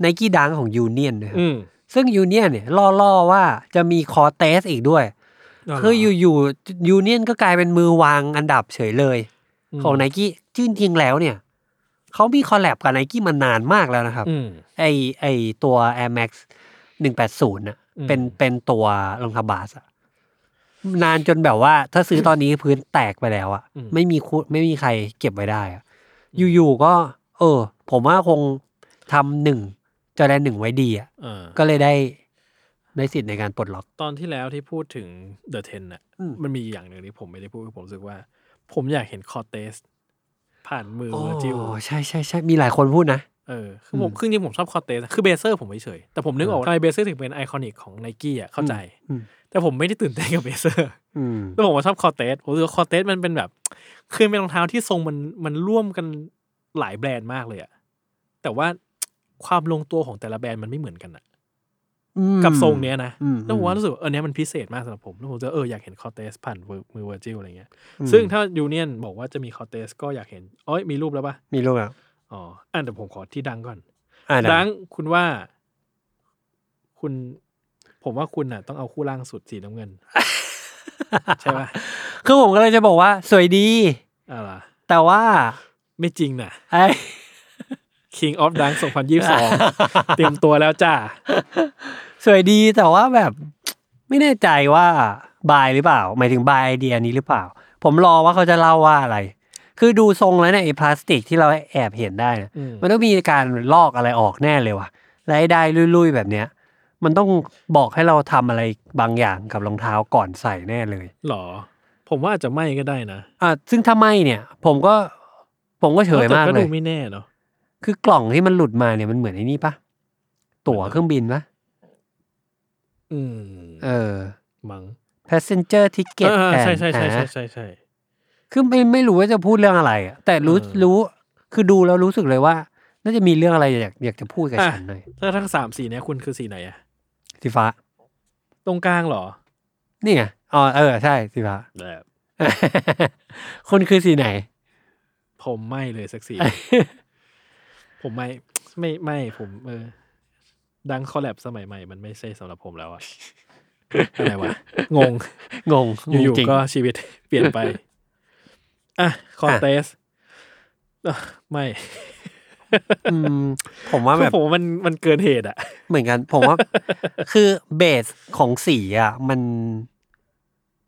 Speaker 1: ไนกี้ดังของยูเนียนนะครับ
Speaker 2: อืม
Speaker 1: ซึ่งยูเนียนเนี่ยล่อ ๆ ว่าจะมีคอเตสอีกด้วย คืออยู่ๆยูเนียนก็กลายเป็นมือวางอันดับเฉยเลย
Speaker 2: ม
Speaker 1: ของไนกี้จริงๆแล้วเนี่ย เขามีคอลแลบกับไนกี้มานานมากแล้วนะครับ
Speaker 2: อืม
Speaker 1: ไอไอตัว Air Max 180น่ะ
Speaker 2: อืม
Speaker 1: เป็นเป็นตัวรองเท้าบาสอะนานจนแบบว่าถ้าซื้อตอนนี้พื้นแตกไปแล้วอะไม่มีคุไม่มีใครเก็บไว้ได้อะอยู่ๆก็ เออ ผมว่าคงทำหนึ่งจอแดนหนึ่งไว้ดีอะ
Speaker 2: เออ
Speaker 1: ก็เลยได้ได้สิทธิ์ในการปลดล็อก
Speaker 2: ตอนที่แล้วที่พูดถึงเดอะเทนน่ะ
Speaker 1: อืม
Speaker 2: มันมีอย่างหนึ่งที่ผมไม่ได้พูดผมรู้สึกว่า ผมอยากเห็นคอเตส ผ่านมือ
Speaker 1: โอ้
Speaker 2: เวอร์จิล
Speaker 1: ใช่ใช่ใช่มีหลายคนพูดนะ
Speaker 2: เออคือผม
Speaker 1: อืม
Speaker 2: คือจริงๆผมชอบคอเตสคือเบเซอร์ผมเฉยๆแต่ผมนึกออกว่าทำไมเบเซอร์ถึงเป็นไอคอนิกของไนกี้อ่ะเข้าใจ
Speaker 1: อืม
Speaker 2: แต่ผมไม่ได้ตื่นเต้นกับเบเซอร์
Speaker 1: อืม
Speaker 2: แล้วผมว่าชอบคอเตสผมรู้สึกว่าคอเตสมันเป็นแบบ คือเป็นรองเท้าที่ทรงมันมันร่วมกันหลายแบรนด์มากเลยอ่ะแต่ว่าความลงตัวของแต่ละแบรนด์มันไม่เหมือนกันอ่ะ กับทรงเนี้ยนะ
Speaker 1: อืม
Speaker 2: แล้วผมว่ารู้สึกว่าเออเนี้ยมันพิเศษมากสำหรับผมแล้วผมจะเอออยากเห็นคอเตสผ่านมือเวอร์จิลอะไรเงี้ย
Speaker 1: อืม
Speaker 2: ซึ่งถ้ายูเนียนบอกว่าจะมีคอเตสก็อยากเห็นเอ้ยมีรูปแล้วปะ
Speaker 1: มีลูกอ่ะ
Speaker 2: อ๋ออ่านแต่ผมขอที่ดังก่อน
Speaker 1: อ่า
Speaker 2: ดังคุณว่า คุณ ผมว่าคุณน่ะ ต้องเอาคู่ล่างสุดสีน้ำเงิน ใช่ปะ
Speaker 1: คือผมก็เลยจะบอกว่า สวยดี
Speaker 2: อ่าล่ะ
Speaker 1: แต่ว่า
Speaker 2: ไม่จริงน่ะ
Speaker 1: ไอ้
Speaker 2: King of Dunk 2022 เตรียมตัวแล้วจ้า
Speaker 1: สวยดีแต่ว่าแบบ ไม่แน่ใจว่าบายหรือเปล่า หมายถึงบายไอเดียนี้หรือเปล่า ผมรอว่าเขาจะเล่าว่าอะไร คือดูทรงแล้วเนี่ยไอ้พลาสติกที่เราแอบเห็นได้นะ
Speaker 2: อืม
Speaker 1: มันต้องมีการลอกอะไรออกแน่เลยว่ะและไอ้ได้ลุยๆแบบเนี้ย มันต้องบอกให้เราทำอะไรบางอย่างกับรองเท้าก่อนใส่แน่เลย
Speaker 2: หรอ ผมว่าอาจจะไม่ก็ได้นะ
Speaker 1: อ่ะซึ่งถ้าไม่เนี่ย ผมก็ ผมก็เฉยมาก
Speaker 2: แต่
Speaker 1: เล
Speaker 2: ดู
Speaker 1: ย
Speaker 2: ไม่แน่เนาะ
Speaker 1: คือกล่องที่มันหลุดมาเนี่ยมันเหมือนไอ้นี่ปะตั๋วเครื่องบินปะ
Speaker 2: อืม
Speaker 1: เออ
Speaker 2: มั้ง
Speaker 1: passenger ticket
Speaker 2: อ่า
Speaker 1: and
Speaker 2: ใช่ใช่ใช่
Speaker 1: หา
Speaker 2: ใช่ใช่ใช่
Speaker 1: คือไม่ไม่รู้ว่าจะพูดเรื่องอะไรอะแต่รู้
Speaker 2: เออ
Speaker 1: รู้คือดูแล้วรู้สึกเลยว่า น่าจะมีเรื่องอะไรอยากอยากจะพูดกับฉันเลย
Speaker 2: ถ้าทั้งสามสีเนี้ยคุณคือสีไหนอะ
Speaker 1: สีฟ้า
Speaker 2: ตรงกลางเหรอ
Speaker 1: นี่ไงอ๋อเออใช่สีฟ้า
Speaker 2: แบบ
Speaker 1: คนคือสีไหน
Speaker 2: ผมไม่เลยสักสี ผมไม่ไม่ไม่ผมเออ ดังคอลแลบสมัยใหม่ มันไม่ใช่สำหรับผมแล้วอะ อะไรวะ งง
Speaker 1: งงงง
Speaker 2: อยู่
Speaker 1: จริง
Speaker 2: ๆก็ชีวิต เปลี่ยน ไป อ่ะ คอน
Speaker 1: อ่ะ
Speaker 2: เตสไม่
Speaker 1: อืมผมว่า
Speaker 2: คื
Speaker 1: แบ
Speaker 2: อบ ผมว่ามันมันเกินเหตุอะ
Speaker 1: เหมือนกัน ผมว่า คือเบสของสีอ่ะ มัน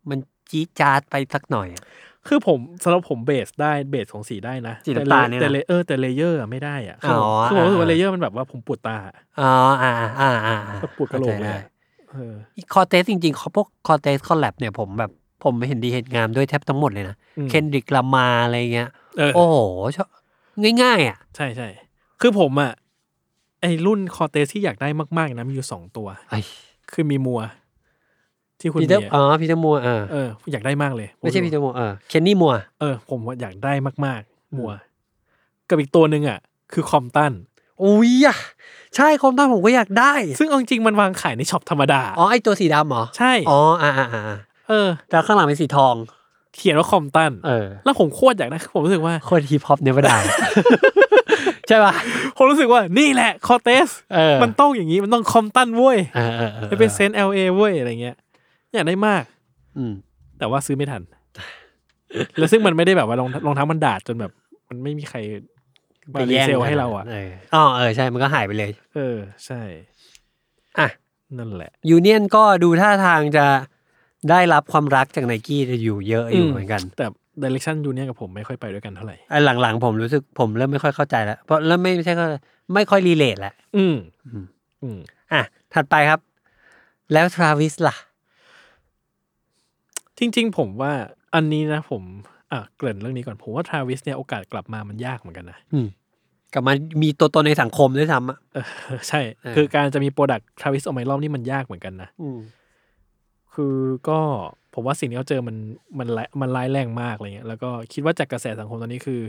Speaker 1: มันจี๊ดจ๊าดไปสักหน่อยอะ
Speaker 2: คือผมสำหรับผมเบสได้เบสของสีได้นะ
Speaker 1: สีน้ำตาลเนี่ยนะ
Speaker 2: แต่เลเยอร์แต่เลเยอร์อะไม่ได้อะคือผม
Speaker 1: อ๋อ
Speaker 2: คือผมรู้สึกว่า
Speaker 1: อ่า
Speaker 2: เลเยอร์มันแบบว่าผมปวดตาอะ
Speaker 1: อ๋ออ่าอ่าอ่าอ่า
Speaker 2: ปวดกระโหลกเลย
Speaker 1: ข้าใจ
Speaker 2: อะ
Speaker 1: ไ
Speaker 2: เออ
Speaker 1: คอเตสจริงๆเขาพวกคอเตสคอลแลบเนี่ยผมแบบผมเห็นดีเห็นงามด้วยแทบทั้งหมดเลยนะ
Speaker 2: อืม
Speaker 1: เคนดริกลามาอะไรเงี้ย
Speaker 2: เออ
Speaker 1: โอ้โหชอบง่ายๆ อ่ะ
Speaker 2: ใช่ใช่ คือผมอะไอรุ่นคอเตสที่อยากได้มากๆนะ มีอยู่สองตัว
Speaker 1: ไอ้
Speaker 2: คือมีมัว ที่คุณ
Speaker 1: พี
Speaker 2: มี
Speaker 1: เตอร์
Speaker 2: อะ
Speaker 1: อ๋อพีเตอร์มัวเออ
Speaker 2: เออผมอยากได้มากเลยผ
Speaker 1: ไม่ใช่พี
Speaker 2: รู้
Speaker 1: เตอร์มัวเออเคนนี่มัว
Speaker 2: เออ ผมว่าอยากได้มากๆ มัว กับอีกตัวหนึ่งอะคือคอมตัน
Speaker 1: อุ้ยอ่ะใช่คอมตันผมก็อยากได้
Speaker 2: ซึ่งเอาจริงๆมันวางขายในช็อปธรรมดา
Speaker 1: อ๋อไอตัวสีดำเหรอ
Speaker 2: ใช่
Speaker 1: อ๋ออ่าอ่าอ่า
Speaker 2: เออ
Speaker 1: แต่ข้างหลังเป็นสีทอง
Speaker 2: เขียนว่าคอมตัน
Speaker 1: เออ
Speaker 2: แล้วผมโคตรอยากได้คือผมรู้สึกว่า
Speaker 1: โคตรฮิปฮอปเนวดา ใช่ป่ะ
Speaker 2: ผมรู้สึกว่านี่แหละคอเตส
Speaker 1: เออ
Speaker 2: มันต้องอย่างนี้ มันต้องคอมตันเว้ย
Speaker 1: เออเออเออ
Speaker 2: ไปเป็นเซนเอลเอเว้ยอะไรเงี้ย อยากได้มาก
Speaker 1: อืม
Speaker 2: แต่ว่าซื้อไม่ ทัน แล้วซึ่งมันไม่ได้แบบว่ารองรองเท้ามันดาดจนแบบ มันไม่มีใครมารีเซลให้เราอ่ะ
Speaker 1: เอ๋อเออใช่มันก็หายไปเลย
Speaker 2: เออ ใช่
Speaker 1: อ่ะ
Speaker 2: นั่นแหละ
Speaker 1: ยูเนียนก็ดูท่าทางจะได้รับความรักจากไนกี้จะอยู่เยอะอยู่เหมือนกัน
Speaker 2: แต่ ดเรกชันยูเนี่ยกับผมไม่ค่อยไปด้วยกันเท่าไหร่
Speaker 1: ไอ้หลังๆ ผมรู้สึกผมเริ่มไม่ค่อยเข้าใจแล้วเพราะเริ่มไม่ไม่ใช่เข้าใจไม่ค่อยรีเลทแล้ว
Speaker 2: อืมอืม
Speaker 1: อ่ะถัดไปครับ แล้วทราวิสล่ะ
Speaker 2: จริง ๆ ผมว่าอันนี้นะผม อ่ะเกริ่นเรื่องนี้ก่อน ผมว่าทราวิสเนี่ยโอกาสกลับมามันยากเหมือนกันนะ
Speaker 1: อืมกลับมามีตัวตนในสังคมด้วยซ้ำอ่ะ
Speaker 2: เออใช่
Speaker 1: เออ
Speaker 2: คือการจะมีโปรดักต์ทราวิสออกมาอีกรอบนี่มันยากเหมือนกันนะ
Speaker 1: อืม
Speaker 2: คือก็ผมว่าสิ่งที่เขาเจอมันมันร้ายมันร้ายแรงมากอะไรเงี้ย แล้วก็คิดว่าจากกระแสสังคมตอนนี้คือ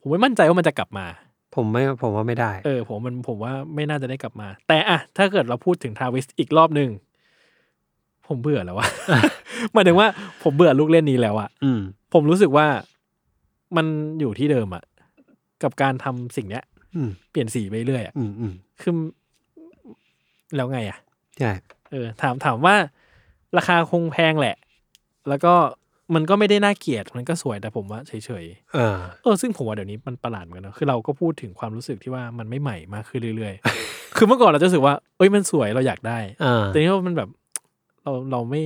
Speaker 2: ผมไม่มั่นใจว่ามันจะกลับมา
Speaker 1: ผมไม่ผมว่าไม่ได้
Speaker 2: เออ ผมมันผมว่าไม่น่าจะได้กลับมา แต่อะถ้าเกิดเราพูดถึงทราวิสอีกรอบหนึ่งผมเบื่อแล้ววะ หมายถึงว่าผมเบื่อลูกเล่นนี้แล้วอะ
Speaker 1: อืม
Speaker 2: ผมรู้สึกว่ามันอยู่ที่เดิมอะกับการทำสิ่งเนี้ย
Speaker 1: อืม
Speaker 2: เปลี่ยนสีไปเรื่อยอะ
Speaker 1: อืมอืม
Speaker 2: คือแล้วไงอะ
Speaker 1: ใช่
Speaker 2: เออถามถามว่าราคาคงแพงแหละ แล้วก็มันก็ไม่ได้น่าเกลียด มันก็สวยแต่ผมว่าเฉย
Speaker 1: เออ
Speaker 2: ๆ เออซึ่งผมว่าเดี๋ยวนี้มันประหลาดเหมือนกันเนอะคือเราก็พูดถึงความรู้สึกที่ว่ามันไม่ใหม่มากขึ้นเรื่อย ๆ คือเมื่อก่อนเราจะรู้สึกว่า เอ้ยมันสวยเราอยากได้
Speaker 1: เออ
Speaker 2: แต่นี่ว่ามันแบบ เราเราไม่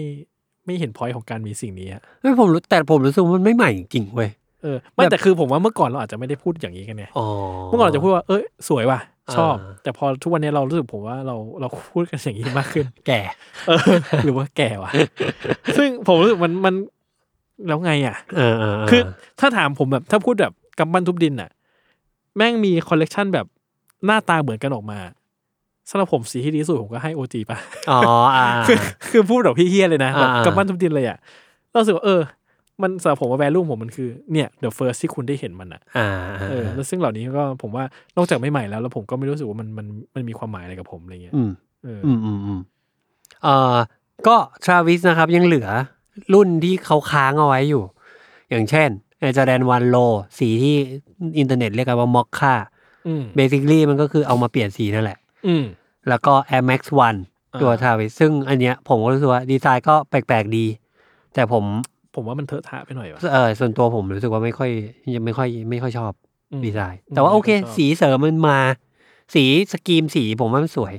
Speaker 2: ไม่เห็นพอยของการมีสิ่งนี้อะ
Speaker 1: ไม่ผมรู้แต่ผมรู้สึกว่ามันไม่ใหม่จริงๆเว้ย
Speaker 2: เออไม่
Speaker 1: แบบ
Speaker 2: แต่คือผมว่าเมื่อก่อนเราอาจจะไม่ได้พูดอย่างนี้กันไง
Speaker 1: อ๋อ
Speaker 2: เมื่อก่อนเราจะพูดว่าเอ้ยสวยว่ะชอบ
Speaker 1: อ่า
Speaker 2: แต่พอทุกวันนี้เรารู้สึกผมว่าเราเราพูดกันอย่างนี้มากขึ้น
Speaker 1: แก่
Speaker 2: เออหรือว่าแก่วะ ซึ่งผมรู้สึกมันมันแล้วไงอ่ะ
Speaker 1: เออเออเ
Speaker 2: คือถ้าถามผมแบบ ถ้าพูดแบบกำปั้นทุบดินอ่ะ แม่งมีคอลเลกชันแบบหน้าตาเหมือนกันออกมาสำหรับผมสีที่ดีที่สุดผมก็ให้โอจีปะ
Speaker 1: อ๋ออ่า
Speaker 2: คือคือพูดแบบพี่เฮี้ยเลยนะแบบ
Speaker 1: อ่า
Speaker 2: กำปั้นทุบดินเลยอ่ะเรารู้สึกว่าเออ มันสำหรับผมว่าแวลูผมมันคือเนี่ย the first ที่คุณได้เห็นมันอ่ะ
Speaker 1: อ่า
Speaker 2: เออแล้วซึ่งเหล่านี้ก็ผมว่านอกจากไม่ใหม่แล้ว แล้วผมก็ไม่รู้สึกว่ามันมันมันมีความหมายอะไรกับผมอะไรเงี้ย
Speaker 1: อืม
Speaker 2: เออ
Speaker 1: อืมอืมอืมเอ่อก็ทราวิสนะครับยังเหลือรุ่นที่เขาค้างเอาไว้อยู่ อย่างเช่นไอจอแดนวันโล สีที่อินเทอร์เน็ตเรียกกันว่ามอคค่า
Speaker 2: อืม
Speaker 1: เบสิค l ีมันก็คือเอามาเปลี่ยนสีนั่นแหละ
Speaker 2: อืม
Speaker 1: แล้วก็ Air Max 1 ตัว
Speaker 2: อ่า
Speaker 1: ทราวิสซึ่งอันเนี้ยผมก็รู้สึกว่า ดีไซน์ก็แปลกๆดี แต่ผม
Speaker 2: ผมว่ามันเถอะทะไปหน่อยวะ
Speaker 1: เออส่วนตัวผมรู้สึกว่าไม่ค่อยยังไม่ค่อยไม่ค่อยชอบ
Speaker 2: อืม
Speaker 1: ดีไซน์
Speaker 2: อืม
Speaker 1: แต่ว่าโอเค
Speaker 2: ไม่ค่อยชอบ
Speaker 1: สีเสริมมันมา สีสกรีมสีผมว่ามันสวย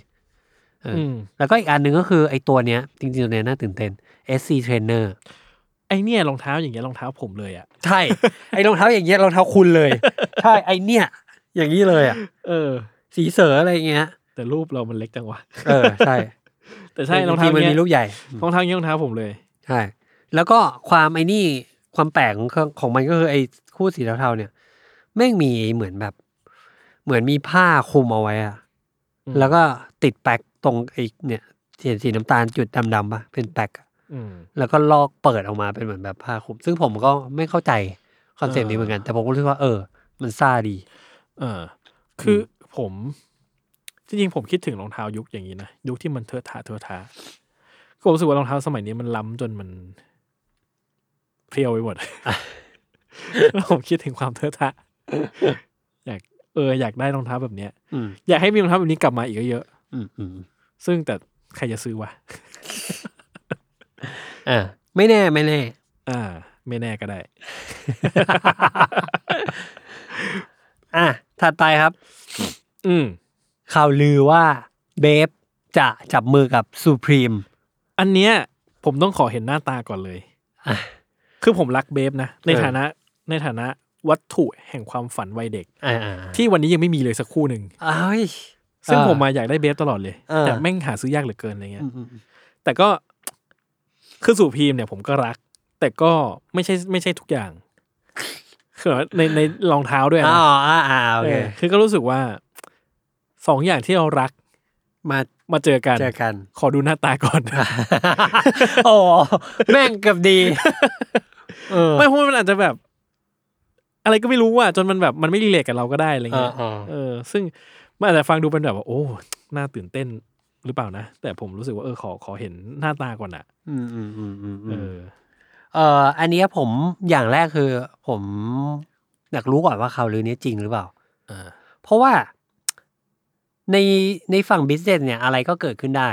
Speaker 1: เอออ
Speaker 2: อืม
Speaker 1: แล้วก็อีกอันหนึ่งก็คือไอ้ตัวเนี้ย จริงๆตัวเนี้ยน่าตื่นเต้น SC Trainer
Speaker 2: ไอเนี่ยรองเท้าอย่างเงี้ยรองเท้าผมเลยอะ่ะ
Speaker 1: ใช่ ไอ้รองเท้าอย่างเงี้ยรองเท้าคุณเลย ใช่ไอ้เนี่ย อย่างนี้เลยอ่ะ
Speaker 2: เออ
Speaker 1: สีเสออะไรอย่างเงี้ย
Speaker 2: แต่รูปเรามันเล็กจังวะ
Speaker 1: เออใช่
Speaker 2: แต่ใช่รอ
Speaker 1: จ
Speaker 2: งเท้า
Speaker 1: ๆมัน
Speaker 2: เนี้
Speaker 1: มี
Speaker 2: ย
Speaker 1: ลูกใหญ่
Speaker 2: รองเท้าเนี้ยรองเท้าผมเลย
Speaker 1: ใช่แล้วก็ความไอ้นี่ความแปลกของของมันก็คือไอ้คู่สีเทาๆเนี่ยแม่งมีเหมือนแบบ เหมือนมีผ้าคลุมเอาไว้อ่ะ
Speaker 2: อืม
Speaker 1: แล้วก็ติดแป๊กตรงไอ้เนี่ยเห็นสีน้ำตาลจุดดำๆปะเป็นแป๊กอะ
Speaker 2: อืม
Speaker 1: แล้วก็ลอกเปิดออกมาเป็นเหมือนแบบผ้าคลุม ซึ่งผมก็ไม่เข้าใจคอนเซปต์นี้เหมือนกัน แต่ผมก็รู้สึกว่าเออ มันซ่าดี
Speaker 2: เออ คืออผมจริงๆผมคิดถึงรองเท้ายุคอย่างนี้นะยุคที่มันเถอะทะเถอะทะก็ผมรู้สึกว่ารองเท้าสมัยนี้มันล้ำจนมันเพรียวไป หมด แล้วผมคิดถึงความเถอะทะ อยากเอออยากได้รองเท้าแบบเนี้ย
Speaker 1: อืม
Speaker 2: อยากให้มีรองเท้าแบบนี้กลับมาอีกเยอะ
Speaker 1: อืมอืม
Speaker 2: ๆซึ่งแต่ใครจะซื้อวะ
Speaker 1: อ่าไม่แน่ไม่แน่
Speaker 2: อ่า ไม่แน่ก็ได้
Speaker 1: อ่ะถัดไปครับ
Speaker 2: อืม
Speaker 1: ข่าวลือว่าเบฟจะจับมือกับซูพรีม
Speaker 2: อันเนี้ยผมต้องขอเห็นหน้าตาก่อนเลย
Speaker 1: อ่ะ
Speaker 2: คือผมรักเบฟนะ ใน
Speaker 1: เออ
Speaker 2: ฐานะในฐานะวัตถุแห่งความฝันวัยเด็ก
Speaker 1: อ่าอ่า
Speaker 2: ที่วันนี้ยังไม่มีเลยสักคู่หนึ่ง
Speaker 1: อ้าวเฮ้ย
Speaker 2: ซึ่งผมมาอยากได้เบฟตลอดเลย
Speaker 1: เออ
Speaker 2: แต่แม่งหาซื้อยากเหลือเกินอะไรเงี้
Speaker 1: อื
Speaker 2: ย
Speaker 1: มอืม
Speaker 2: แต่ก็คือสู่พีมเนี่ยผมก็รัก แต่ก็ไม่ใช่ไม่ใช่ทุกอย่าง คือในในรองเท้าด้วย
Speaker 1: อ๋อ
Speaker 2: นะ
Speaker 1: อ่าอ่าโอเค
Speaker 2: เออคือก็รู้สึกว่าสองอย่างที่เรารัก
Speaker 1: มา
Speaker 2: มาเจอกัน
Speaker 1: เจอกัน
Speaker 2: ขอดูหน้าตาก่อน
Speaker 1: โอ้แม่งเกือบดี เออ
Speaker 2: ไม่เพราะมันอาจจะแบบ อะไรก็ไม่รู้อ่ะจนมันแบบมันไม่รีเลทกับเราก็ได้อะไรเงี้ย
Speaker 1: อ่าๆ
Speaker 2: เออ ซึ่งมันอาจจะฟังดูเป็นแบบว่าโอ้น่าตื่นเต้นหรือเปล่านะ แต่ผมรู้สึกว่าเออขอขอเห็นหน้าตาก่อนอ่ะ
Speaker 1: อืมอืมอืมอืม
Speaker 2: เอ
Speaker 1: อืม
Speaker 2: อ
Speaker 1: เอ่ออันเนี้ยผมอย่างแรกคือ ผมอยากรู้ก่อนว่าข่าวลือนี้จริงหรือเปล่า
Speaker 2: เออ
Speaker 1: เพราะว่าในในฝั่งบิสเนสเนี่ยอะไรก็เกิดขึ้นได้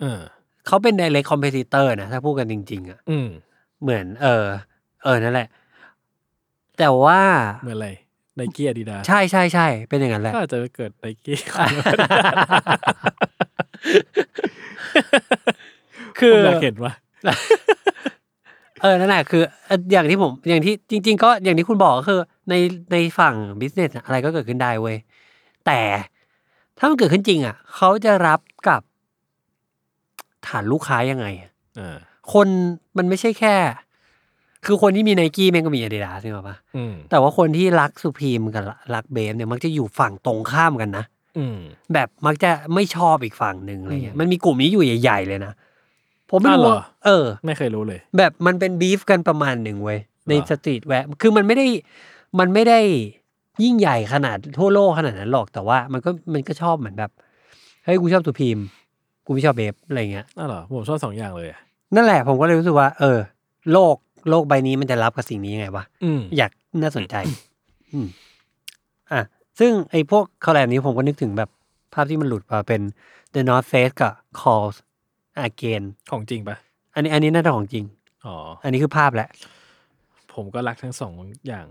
Speaker 2: เออ
Speaker 1: เขาเป็น direct competitor นะ ถ้าพูดกันจริง ๆอะ
Speaker 2: อืม
Speaker 1: เหมือน เออ เออ นั่นแหละ แต่ว่า
Speaker 2: เหมือนอะไรไนกี้อาดิดา
Speaker 1: ใช่ใช่ใช่เป็นอย่างนั้นแหละ
Speaker 2: ก็อาจจะเกิดไน กี้
Speaker 1: คือ
Speaker 2: อยากเห็นว่า
Speaker 1: เออนั่นแหละคือเอ่ออย่างที่ผมอย่างที่จริง ๆ ก็อย่างที่คุณบอกก็คือ ในในฝั่งบิสเนสอะไรก็เกิดขึ้นได้เว้ยแต่ถ้ามันเกิดขึ้นจริง อ่ะเขาจะรับกับฐานลูกค้ายังไงอะ
Speaker 2: อ่า
Speaker 1: คนมันไม่ใช่แค่ คือคนที่มีไนกี้แม่งก็มีอาดิดาสใช่ปะ
Speaker 2: อืม
Speaker 1: แต่ว่าคนที่รักสุพีมกับรักเบฟเนี่ยมักจะอยู่ฝั่งตรงข้ามกันนะ
Speaker 2: อืม
Speaker 1: แบบมักจะไม่ชอบอีกฝั่งหนึ่งอะไรเงี้ย
Speaker 2: อืม
Speaker 1: มันมีกลุ่มนี้อยู่ใหญ่ ๆ เลยนะ ผมไม่รู้
Speaker 2: อ้าวเหรอ
Speaker 1: ว่าเออ
Speaker 2: ไม่เคยรู้เลย
Speaker 1: แบบมันเป็นบีฟกันประมาณหนึ่งเว้ยใน
Speaker 2: เหรอ
Speaker 1: สตรีทแวร์คือมันไม่ได้มันไม่ได้ยิ่งใหญ่ขนาดทั่วโลกขนาดนั้นหรอกแต่ว่ามันก็มันก็ชอบเหมือนแบบเฮ้ยกูชอบสุพีมกูไม่ชอบเบฟอะไรเงี้ย
Speaker 2: อ้าวเหรอผมชอบสองอย่างเลยอะ
Speaker 1: นั่นแหละผมก็เลยรู้สึกว่า เออ โลกโลกใบนี้มันจะรับกับสิ่งนี้ยังไงวะ
Speaker 2: อืม
Speaker 1: อยากน่าสนใจ อืมอ่ะซึ่งไอ้พวกคอลแลบนี้ผมก็นึกถึงแบบภาพที่มันหลุดมาเป็น The North Face กับ Calls Again
Speaker 2: ของจริงปะ
Speaker 1: อันนี้อันนี้น่าจะของจริง
Speaker 2: อ๋อ
Speaker 1: อันนี้คือภาพแหละ
Speaker 2: ผมก็รักทั้งสองอย่าง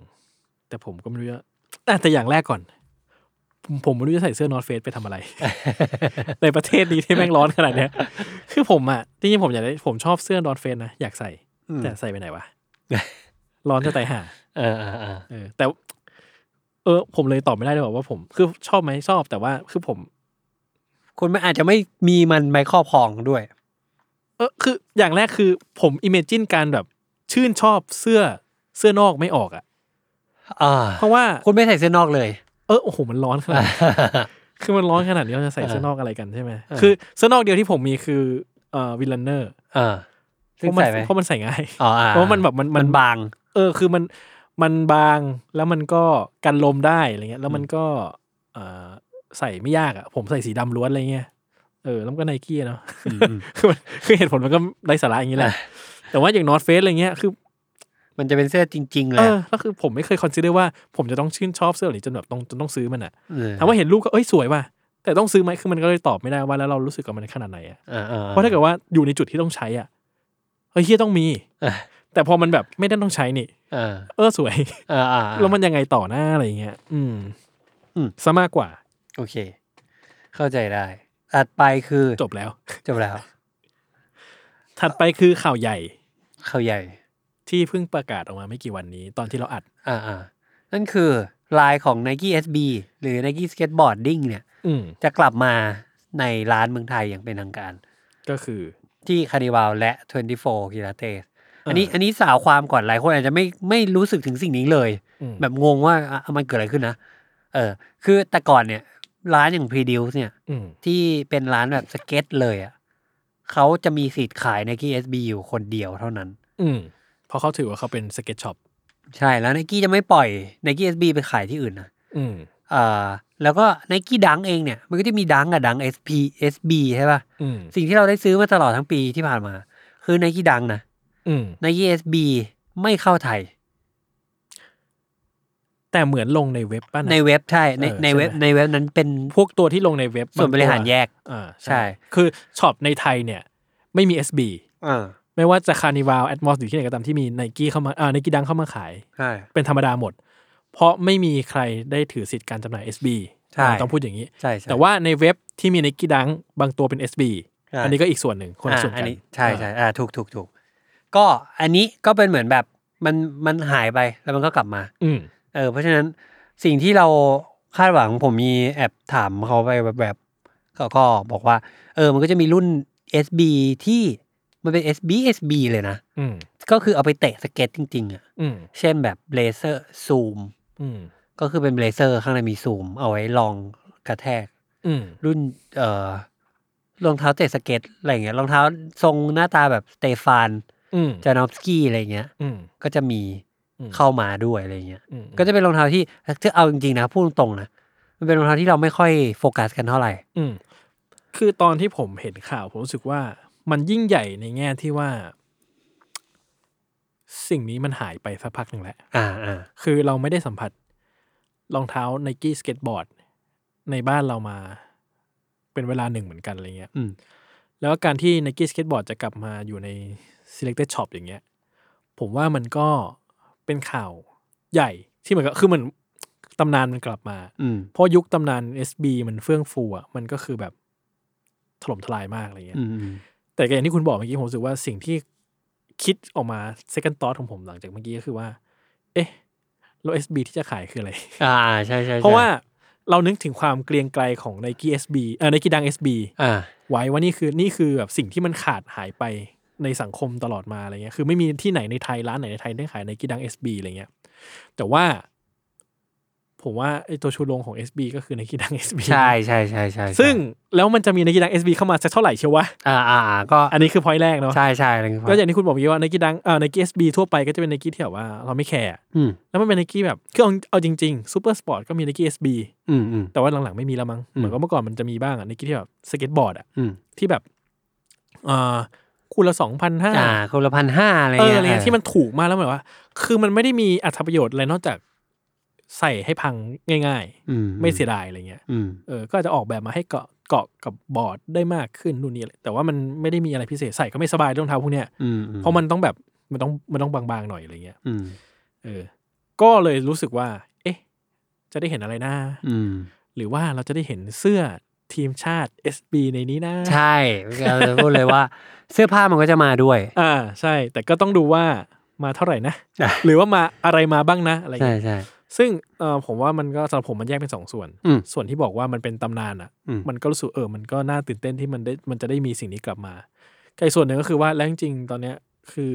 Speaker 2: แต่ผมก็ไม่รู้จะอ่ะแต่อย่างแรกก่อน ผมผมไม่รู้จะใส่เสื้อนอตเฟสไปทำอะไร ในประเทศนี้ที่แม่งร้อนขนาดเนี้ย คือผมอ่ะจริงๆผมอยากได้ผมชอบเสื้อนอตเฟสนะอยากใส่
Speaker 1: อืม
Speaker 2: แต่ใส่ไปไหนวะ ร้อนจะตายห่า
Speaker 1: เออเออเออ
Speaker 2: เออ แต่ เออ ผมเลยตอบไม่ได้เลยว่าผม คือชอบไหมชอบแต่ว่าคือผม
Speaker 1: คุณไม่อาจจะไม่มีมันไมครอบครองด้วย
Speaker 2: เออคืออย่างแรกคือ ผมอิมเมจินการแบบ ชื่นชอบเสื้อเสื้อนอกไม่ออกอ่ะ
Speaker 1: อ่า
Speaker 2: เพราะว่า
Speaker 1: คุณไม่ใส่เสื้อนอกเลย
Speaker 2: เออโอ้โหมันร้อนขนาดนั้น คือมันร้อนขนาดนี้เราจะใส่
Speaker 1: เออ
Speaker 2: เสื้อนอกอะไรกันใช่ไหม
Speaker 1: เออ
Speaker 2: คือเสื้อนอกเดียวที่ผมมีคือเอ่อวิลเลนเนอร์
Speaker 1: เออ
Speaker 2: เพ
Speaker 1: ซึ่ง
Speaker 2: ราะมัน
Speaker 1: ใส่ไหม
Speaker 2: เพราะมันใส่ง่าย
Speaker 1: อ๋ออ่
Speaker 2: เพราะมันแบบมันมั
Speaker 1: มัน นบาง
Speaker 2: เออคือมันมันบางแล้วมันก็กันลมได้อะไรเงี้ย แล้วมันก็เอ่อใส่ไม่ยากอ่ะ ผมใส่สีดำล้วนอะไรเงี้ยเออแล้วมันก็ไนกี้เนาะ
Speaker 1: อืม
Speaker 2: คือมันคือเหตุผลมันก็ไร้สาระอย่างนี้แหละ แต่ว่าอย่างนอตเฟสอะไรเงี้ยคือ
Speaker 1: มันจะเป็นเสื้อจริง ๆ เล
Speaker 2: เอย อแล้วคือผมไม่เคยคอนซิเดอร์ว่าผมจะต้องชื่นชอบเสื้อเหล่านี้จนแบบต้องจนต้องซื้อมันอ่ะ
Speaker 1: เออ
Speaker 2: ถามว่าเห็นรูปก็เอ้ยสวยว่ะแต่ต้องซื้อไหมคือมันก็เลยตอบไม่ได้ว่าแล้วเรารู้สึกกับมันขนาดไหนอ่ะ
Speaker 1: ออออ
Speaker 2: เพราะถ้าเกิดว่าอยู่ในจุดที่ต้องใช้อ่ะเฮ้ยเฮียต้องมี
Speaker 1: เออ
Speaker 2: แต่พอมันแบบไม่ได้ต้องใช้นี่
Speaker 1: เออ
Speaker 2: เออสวย
Speaker 1: อ่าอ่า
Speaker 2: แล้วมันยังไงต่อหน้าอะไรอย่างเงี้ย อืม
Speaker 1: อืม
Speaker 2: ซะมากกว่า
Speaker 1: โอเค เข้าใจได้ถัดไปคือ
Speaker 2: จบแล้ว
Speaker 1: จบแล้ว
Speaker 2: ถัดไปคือข่าวใหญ่
Speaker 1: ข่าวใหญ่
Speaker 2: ที่เพิ่งประกาศออกมาไม่กี่วันนี้ ตอนที่เราอัด
Speaker 1: อ่าอ่านั่นคือลายของ Nike SB หรือ Nike Skateboarding เนี่ย
Speaker 2: อืม
Speaker 1: จะกลับมาในร้านเมืองไทยอย่างเป็นทางการ
Speaker 2: ก็คือ
Speaker 1: ที่คาร์นิวาลและ 24 กิลาเตสอันนี้
Speaker 2: อ่า
Speaker 1: อันนี้สาวความก่อนหลายคนอาจจะไม่ไม่รู้สึกถึงสิ่งนี้เลย
Speaker 2: อืม
Speaker 1: แบบงงว่าอ่ะมันเกิดอะไรขึ้นนะ เออ คือแต่ก่อนเนี่ย ร้านอย่าง p r e d u c e เนี่ย
Speaker 2: อืม
Speaker 1: ที่เป็นร้านแบบสเก็ตเลยอ่ะเขาจะมีสิทธิ์ขาย Nike SB อยู่คนเดียวเท่านั้น
Speaker 2: อืมเพราะเขาถือว่าเขาเป็นสเก็ตช็อป
Speaker 1: ใช่แล้ว Nike จะไม่ปล่อย Nike SB ไปขายที่อื่นนะ
Speaker 2: อืม
Speaker 1: เอ่อแล้วก็ Nike ดังเองเนี่ย มันก็จะมีดังกับดัง SP SB ใช่ป่ะ
Speaker 2: อืม
Speaker 1: สิ่งที่เราได้ซื้อมาตลอดทั้งปีที่ผ่านมา คือ Nike ดังนะ
Speaker 2: อืม
Speaker 1: Nike SB ไม่เข้าไทย
Speaker 2: แต่เหมือนลงในเว็บป่ะนะ
Speaker 1: ในเว็บใช่ใน
Speaker 2: เออ
Speaker 1: ในเว็บ
Speaker 2: ใช่ไหม
Speaker 1: ในเว็บนั้นเป็น
Speaker 2: พวกตัวที่ลงในเว็บ
Speaker 1: ส่วนบริหารแยก
Speaker 2: อ่า
Speaker 1: ใช่
Speaker 2: ใช่ คือช็อปในไทยเนี่ย ไม่มี SB
Speaker 1: อ่า
Speaker 2: ไม่ว่าจะคาร์นิวาลแอดมอสหรือที่ไหนก็ตามที่มีไนกี้เข้ามาอ่าไนกี้ดังเข้ามาขาย
Speaker 1: ใช่
Speaker 2: เป็นธรรมดาหมด เพราะไม่มีใครได้ถือสิทธิ์การจำหน่าย SB
Speaker 1: ใช่
Speaker 2: อ่าต้องพูดอย่างนี้
Speaker 1: ใช่ใช่
Speaker 2: แต่ว่าในเว็บที่มีไนกี้ดังบางตัวเป็น SB
Speaker 1: ใช่
Speaker 2: อันนี้ก็อีกส่วนหนึ่งคนละส่วน
Speaker 1: อ่าอั
Speaker 2: กัน
Speaker 1: นี้ใช่ใช่อ่าถูกถูกถูกก็อันนี้ก็เป็นเหมือนแบบมันมันหายไปแล้วมันก็กลับมา
Speaker 2: อืม
Speaker 1: เออเพราะฉะนั้นสิ่งที่เราคาดหวังผมมีแอบถามเขาไปแบบแบบเขาก็บอกว่า เออมันก็จะมีรุ่น SB ที่มันเป็น SB SB เลยนะ
Speaker 2: อืม
Speaker 1: ก็คือเอาไปเตะสเก็ตจริง ๆ อ่ะ
Speaker 2: อืม
Speaker 1: เช่นแบบเลเซอร์ซูม
Speaker 2: อืม
Speaker 1: ก็คือเป็นเลเซอร์ข้างในมีซูม เอาไว้ลองกระแทก
Speaker 2: อืม
Speaker 1: รุ่นเอ่อรองเท้าเตะสเก็ตอะไรเงี้ยรองเท้าทรงหน้าตาแบบสเตฟาน
Speaker 2: อืม
Speaker 1: จานอฟสกี้อะไรเงี้ย
Speaker 2: อืม
Speaker 1: ก็จะมี
Speaker 2: อืม
Speaker 1: เข้ามาด้วยอะไรเงี้ย
Speaker 2: อืม
Speaker 1: ก็จะเป็นรองเท้าที่ถ้าเอาจริงๆนะพูดตรงๆนะมันเป็นรองเท้าที่เราไม่ค่อยโฟกัสกันเท่าไหร่
Speaker 2: อืมคือตอนที่ผมเห็นข่าว ผมรู้สึกว่ามันยิ่งใหญ่ในแง่ที่ว่า สิ่งนี้มันหายไปสักพักหนึ่งแล้ว
Speaker 1: อ่าอ่า
Speaker 2: คือเราไม่ได้สัมผัสรองเท้าไนกี้สเก็ตบอร์ด ในบ้านเรามาเป็นเวลาหนึ่งเหมือนกันอะไรเงี้ย
Speaker 1: อืม
Speaker 2: แล้วการที่ n นกี้สเก็ตบอร์ดจะกลับมาอยู่ใน selected shop อย่างเงี้ย ผมว่ามันก็เป็นข่าวใหญ่ที่เหมือนกับคือเหมันตำนานมันกลับมา
Speaker 1: อืม
Speaker 2: เพราะยุคตำนาน SB มันเฟื่องฟูอ่ะมันก็คือแบบถล่มทลายมากอะไรเงี้ย
Speaker 1: อืมอืม
Speaker 2: แต่ก็อย่างที่คุณบอกเมื่อกี้ผมรู้สึกว่าสิ่งที่ คิดออกมา second thought ของผมหลังจากเมื่อกี้ก็คือว่า เอ๊ะแล้ว SB ที่จะขายคืออะไร
Speaker 1: อ่าใช่ใช่ใช่
Speaker 2: เพราะว่าเรานึกถึงความเกรียงไกลของไนกี้ SB เอ่อไนกี้ดัง SB
Speaker 1: อ่า
Speaker 2: ไว้ว่านี่คือนี่คือแบบสิ่งที่มันขาดหายไปในสังคมตลอดมาอะไรเงี้ย คือไม่มีที่ไหนในไทยร้านไหนในไทยได้ขายไนกี้ดัง SB อะไรเงี้ย แต่ว่า ผมว่าไอตัวชูโรงของ SB ก็คือไนกี้ดัง SB
Speaker 1: ใช่ใช่ใช่ใช่ใช่
Speaker 2: ซึ่งแล้วมันจะมีไนกี้ดัง SB เข้ามาสักเท่าไหร่เชียววะ
Speaker 1: อ่าอ่าอ่าก็
Speaker 2: อันนี้คือพอยต์แรกเนาะ
Speaker 1: ใช่ใช่อะไรอย่างเงี้ย
Speaker 2: ก็อย่างที่คุณบอกเมื่อกี้ว่าไนกี้ดังเอ่อไนกี้ SB ทั่วไปก็จะเป็นไนกี้ที่แบบว่าเราไม่แคร์
Speaker 1: อืม
Speaker 2: แล้วมันเป็นไนกี้แบบคือเอาเอาจริงๆซูเปอร์สปอร์ตก็มีไนกี้ SB
Speaker 1: อืมอืม
Speaker 2: แต่ว่าหลังๆไม่มีแล้วมั้ง
Speaker 1: อืม
Speaker 2: เหมือนกับเมื่อก่อนมันจะมีบ้างอะไนกี้ที่แบบสเก็ตบอร์ดอะ
Speaker 1: อืม
Speaker 2: ที่แบบเอ่อคูณละสองพันห้า
Speaker 1: อ่าคนละพันห้าอะไร
Speaker 2: เออ
Speaker 1: เงี้ย
Speaker 2: อะไรเงี้ยที่มันถูกมากแล้วเหมือนว่า คือมันไม่ได้มีอัตประโยชน์อะไรนอกจากใส่ให้พังง่าย
Speaker 1: อืม
Speaker 2: ๆ ไม่เสียดายอะไรเงี้ย
Speaker 1: อืม
Speaker 2: เออก็อาจจะออกแบบมาให้เกาะเกาะกับบอร์ดได้มากขึ้นนู่นนี่อะไรแต่ว่ามันไม่ได้มีอะไรพิเศษใส่ก็ไม่สบายรองเท้าพวกเนี้ย
Speaker 1: อืม
Speaker 2: เพราะมันต้องแบบมันต้องมันต้องบางๆหน่อยอะไรเงี้ย
Speaker 1: อืม
Speaker 2: เออ ก็เลยรู้สึกว่า เอ๊ะ จะได้เห็นอะไรนะ
Speaker 1: อืม
Speaker 2: หรือว่าเราจะได้เห็นเสื้อทีมชาติ SB ในนี้นะ
Speaker 1: ใช่เราจะพูดเลยว่า เสื้อผ้ามันก็จะมาด้วย
Speaker 2: อ่าใช่ แต่ก็ต้องดูว่ามาเท่าไหร่นะ
Speaker 1: อ่ะ
Speaker 2: หรือว่ามาอะไรมาบ้างนะอะไรอย่าง
Speaker 1: ใช่
Speaker 2: เงี้ย
Speaker 1: ใช่
Speaker 2: ซึ่งเออผมว่ามันก็สำหรับผมมันแยกเป็นสองส่วน
Speaker 1: อืม
Speaker 2: ส่วนที่บอกว่ามันเป็นตำนานอ่ะ
Speaker 1: อืม
Speaker 2: มันก็รู้สึกเออมันก็น่าตื่นเต้นที่มันได้มันจะได้มีสิ่งนี้กลับมาแต่อีกส่วนหนึ่งก็คือว่าแล้วจริงๆตอนเนี้ยคือ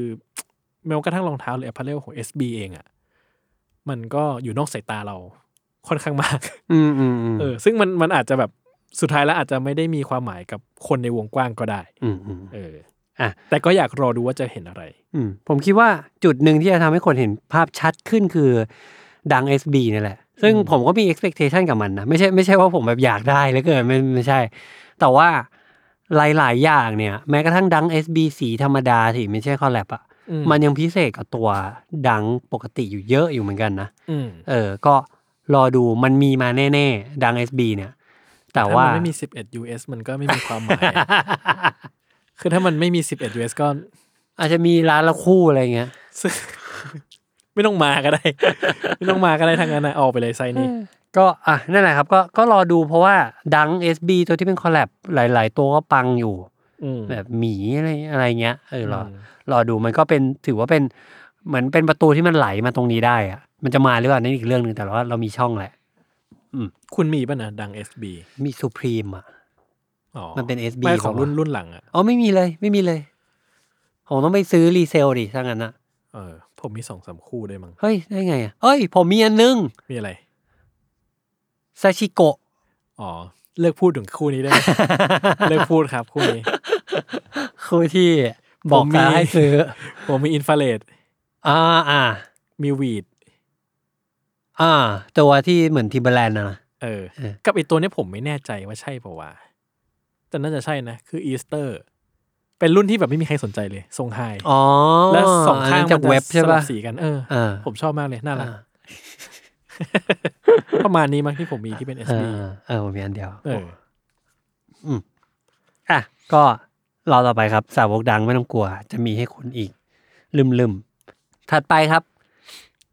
Speaker 2: แม้กระทั่งรองเท้าหรือ apparel ของ SB เองอ่ะมันก็อยู่นอกสายตาเราค่อนข้างมาก
Speaker 1: อืมอืมอืม
Speaker 2: เออ ซึ่งมันมันอาจจะแบบสุดท้ายแล้วอาจจะไม่ได้มีความหมายกับคนในวงกว้างก็ได้
Speaker 1: อืมอืม
Speaker 2: เออ
Speaker 1: อ่ะ
Speaker 2: แต่ก็อยากรอดูว่าจะเห็นอะไร
Speaker 1: อืมผมคิดว่าจุดหนึ่งที่จะทำให้คนเห็นภาพชัดขึ้นคือดัง SB เนี่ยแหละ ซึ่ง
Speaker 2: อืม
Speaker 1: ผมก็มี expectation กับมันนะ ไม่ใช่ไม่ใช่ว่าผมแบบอยากได้เหลยเกินไม่ไม่ใช่ แต่ว่าหลาย ๆ อย่างเนี่ย แม้กระทั่งดัง SB สีธรรมดาที่ไม่ใช่คอลแลบอะ
Speaker 2: อื
Speaker 1: มันยังพิเศษกับตัวดังปกติอยู่เยอะอยู่เหมือนกันนะ
Speaker 2: อืม
Speaker 1: เออ ก็รอดูมันมีมาแน่ ๆ ดัง SB เนี่ย แต่
Speaker 2: ถ้า
Speaker 1: ว่า
Speaker 2: มันไม่มี 11 US มันก็ไม่มีความหมายอะ คือถ้ามันไม่มี 11 US ก็
Speaker 1: อาจจะมีร้านละคู่อะไรเงี้ย
Speaker 2: ไม่ต้องมาก็ได้ ไม่ต้องมาก็ได้ทางนั้นนะเออกไปเลยไซส์นี้
Speaker 1: ก็อ่ะนั่นแหละครับก็ก็รอดูเพราะว่าดัง SB ตัวที่เป็นคอลแลบหลาย ๆ ตัวก็ปังอยู่
Speaker 2: อืม
Speaker 1: แบบหมีอะไรอะไรเงี้ยเออรอ
Speaker 2: อืม
Speaker 1: รอดูมันก็เป็นถือว่าเป็นเหมือนเป็นประตูที่มันไหลมาตรงนี้ได้อะมันจะมาหรือเปล่านั่นอีกเรื่องหนึ่งแต่ว่าเรามีช่องแหละ
Speaker 2: คุณมีป่ะนะดัง SB
Speaker 1: มีสุพรีมอ่ะ
Speaker 2: อ๋อ
Speaker 1: มันเป็น SB
Speaker 2: ไม่ของ
Speaker 1: เหรอวะ
Speaker 2: รุ่นรุ่นหลังอ่ะ
Speaker 1: อ๋อไม่มีเลยไม่มีเลยผมต้องไปซื้อรีเซลดิถ้างั้นอะ
Speaker 2: เออผมมีสองสามคู่ด้วยมั้ง
Speaker 1: เฮ้ยได้ไงอะเอ้ย ผมมีอันนึง
Speaker 2: มีอะไร
Speaker 1: ซาชิโกะ
Speaker 2: อ๋อ เลิกพูดถึงคู่นี้ ได้ไหม เลิกพูดครับคู่นี้
Speaker 1: คือที่บอก
Speaker 2: ผมมี
Speaker 1: จะให้ซื้อ
Speaker 2: ผมมีอินฟ a าเรด
Speaker 1: อ่าอ่า
Speaker 2: มีวีด
Speaker 1: อ่า ตัวที่เหมือนทิมเบอร์แลนด์นะ
Speaker 2: เออ
Speaker 1: เออ
Speaker 2: กับไอตัวเนี้ยผมไม่แน่ใจว่าใช่ป่าวะแต่น่าจะใช่นะ คืออีสเตอร์ เป็นรุ่นที่แบบไม่มีใครสนใจเลยทรงไฮ
Speaker 1: อ๋อ
Speaker 2: แล้วสองข้าง
Speaker 1: นนั้นจากเว็บใช่ป่ะ
Speaker 2: มันจสลัสีกันเออ
Speaker 1: อ่า
Speaker 2: ผมชอบมากเลย น่ารัก
Speaker 1: อ่า
Speaker 2: ประมาณนี้มั้งที่ผมมีที่เป็น
Speaker 1: เอ
Speaker 2: SB
Speaker 1: อเออผมมีอันเดียว
Speaker 2: เออ
Speaker 1: อ่ะก็รอต่อไปครับ สาวกดังไม่ต้องกลัว จะมีให้คุณอีก ลืมลืมๆถัดไปครับ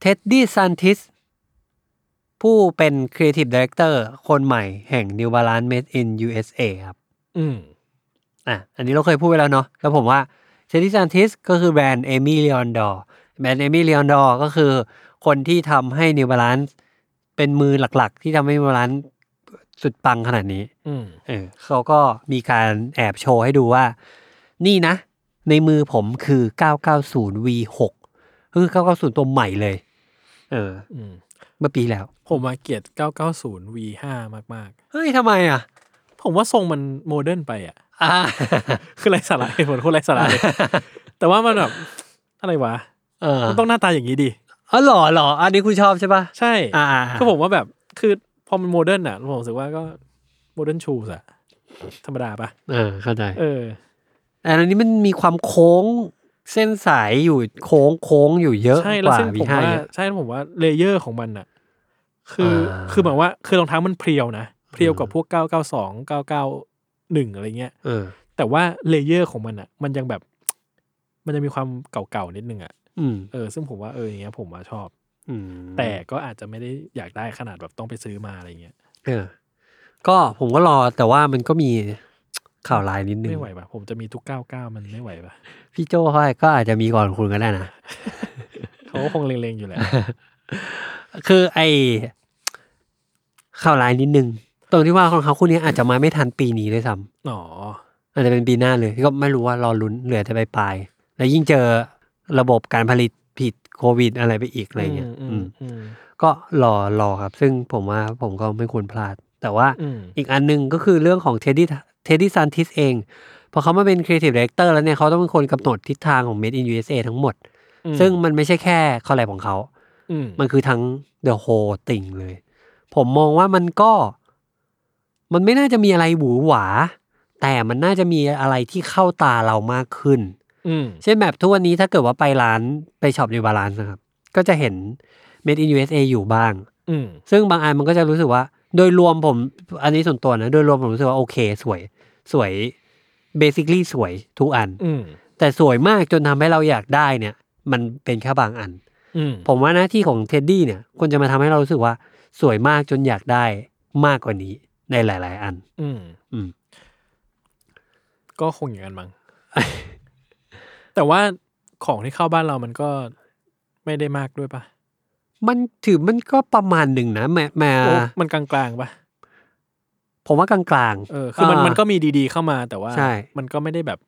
Speaker 1: เท็ดดี้ซันติสผู้เป็น Creative Director คนใหม่แห่ง New Balance Made in USA ครับ
Speaker 2: อืม
Speaker 1: อ่ะ อันนี้เราเคยพูดไปแล้วเนาะ แล้วผมว่าเชนิซันทิสก็คือแบรนด์เอมิเล o อนดอแบรนด์เอมิเล o อนดอก็คือคนที่ทำให้นิวบาลานซ์เป็นมือหลักๆ ที่ทำให้นิวบาลานซ์สุดปังขนาดนี้
Speaker 2: อืม
Speaker 1: เออเขาก็มีการแอบโชว์ให้ดูว่า นี่นะ ในมือผมคือ 990 V6 คือ 990 ตัวใหม่เลย เออ
Speaker 2: อืม
Speaker 1: เมื่อปีแล้ว
Speaker 2: ผมมาเกลียด990 V5 มาก
Speaker 1: เฮ้ยทำไมอ่ะ
Speaker 2: ๆ ผมว่าทรงมันโมเดิร์นไปอ่ะ
Speaker 1: อ่า
Speaker 2: คือไรสาระเหตุผลโคตรไรสาระเลย แต่ว่ามันแบบ อะไรวะ
Speaker 1: เออ
Speaker 2: มันต้องหน้าตาอย่างนี้ดิ
Speaker 1: อ๋อเหรอเหรอ อันนี้คุณชอบใช่ปะ
Speaker 2: ใช่
Speaker 1: อ่าๆๆ
Speaker 2: คือผมว่าแบบ คือพอมันโมเดิร์นอ่ะ ผมรู้สึกว่าก็โมเดิร์นชูสอะธรรมดาปะ
Speaker 1: เออเข้าใจ
Speaker 2: เออ
Speaker 1: แต่อันนี้มันมีความโค้งเส้นสายอยู่โค้งโค้งอยู่เยอะ
Speaker 2: ใช่
Speaker 1: ก
Speaker 2: แล้ว
Speaker 1: ว่า
Speaker 2: ซึ่ง
Speaker 1: วี
Speaker 2: ผม
Speaker 1: ห้า
Speaker 2: ว่า
Speaker 1: เยอะ
Speaker 2: ใช่แล้วผมว่าเลเยอร์ของมันอะคืออา คือหมายว่าคือรองเท้ามันเพรียวนะเพรียวกับพวก 992 991 อะไรเงี้ย
Speaker 1: เออ
Speaker 2: แต่ว่าเลเยอร์ของมันอะมันยังแบบ มันจะมีความเก่าๆนิดนึงอะ
Speaker 1: อืม
Speaker 2: เออซึ่งผมว่าเอออย่างเงี้ยผมว่าชอบ
Speaker 1: อืม
Speaker 2: แต่ก็อาจจะไม่ได้อยากได้ขนาดแบบต้องไปซื้อมาอะไรเงี้ย
Speaker 1: เออ ก็ผมก็รอแต่ว่ามันก็มี ข่าวร้ายนิดนึง
Speaker 2: ไม่ไหวป่ะ ผมจะมีทุกก้าวก้าวมันไม่ไหว ป่ะ
Speaker 1: พี่โจ้เขาก็อาจจะมีก่อนคุณก็ได้นะ
Speaker 2: เขาก็คงเล็งๆอยู่แหละ
Speaker 1: คือไอข่าวร้ายนิดนึง ตรงที่ว่าของเขาคู่นี้อาจจะมาไม่ทันปีนี้ด้วยซ้
Speaker 2: อ๋อ
Speaker 1: ำอาจจะเป็นปีหน้าเลยก็ไม่รู้ว่ารอลุ้นเหลือจะไปปลายๆแล้วยิ่งเจอระบบการผลิตผิดโควิดอะไรไปอีกอะไรเงี้ย
Speaker 2: อื
Speaker 1: อืม
Speaker 2: มอืม
Speaker 1: ก็รอรอครับ ซึ่งผมว่าผมก็ไม่ควรพลาด แต่ว่า
Speaker 2: อืม
Speaker 1: อีกอันหนึ่งก็คือเรื่องของเท็ดดี้เท็ดดี้ซันทิสเองพอเขามาเป็นครีเอทีฟดีเรคเตอร์แล้วเนี่ยเขาต้องเป็นคนกำหนดทิศทางของ Made in USA ทั้งหมด
Speaker 2: อืม
Speaker 1: ซึ่งมันไม่ใช่แค่คอลแลบของเขา
Speaker 2: อืม
Speaker 1: มันคือทั้ง The Whole Thing เลย ผมมองว่ามันก็ มันไม่น่าจะมีอะไรหวือหวา แต่มันน่าจะมีอะไรที่เข้าตาเรามากขึ้น
Speaker 2: อืม
Speaker 1: เช่นแบบทุกวันนี้ถ้าเกิดว่าไปร้านไปช็อปในบาลานซ์นะครับ ก็จะเห็น Made in USA อยู่บ้าง
Speaker 2: อืม
Speaker 1: ซึ่งบางอันมันก็จะรู้สึกว่า โดยรวมผม อันนี้ส่วนตัวนะ โดยรวมผมรู้สึกว่าโอเค สวย สวย basically สวยทุกอัน
Speaker 2: อืม
Speaker 1: แต่สวยมากจนทำให้เราอยากได้เนี่ย มันเป็นแค่บางอัน
Speaker 2: อืม
Speaker 1: ผมว่าหน้าที่ของเท็ดดี้เนี่ยควรจะมาทำให้เรารู้สึกว่าสวยมากจนอยากได้มากกว่านี้ในหลาย ๆ อัน
Speaker 2: อืม
Speaker 1: อืม
Speaker 2: ก็คงอย่างนั้นมั้ง แต่ว่าของที่เข้าบ้านเรามันก็ไม่ได้มากด้วยป่ะ
Speaker 1: มันถือมันก็ประมาณหนึ่งนะแม่แม่
Speaker 2: โอ้มันกลางๆป่ะ
Speaker 1: ผมว่ากลางๆ
Speaker 2: เออ คือมัน
Speaker 1: เ
Speaker 2: มันก็มีดีๆเข้ามาแต่ว่า
Speaker 1: ใช่
Speaker 2: มันก็ไม่ได้แบบ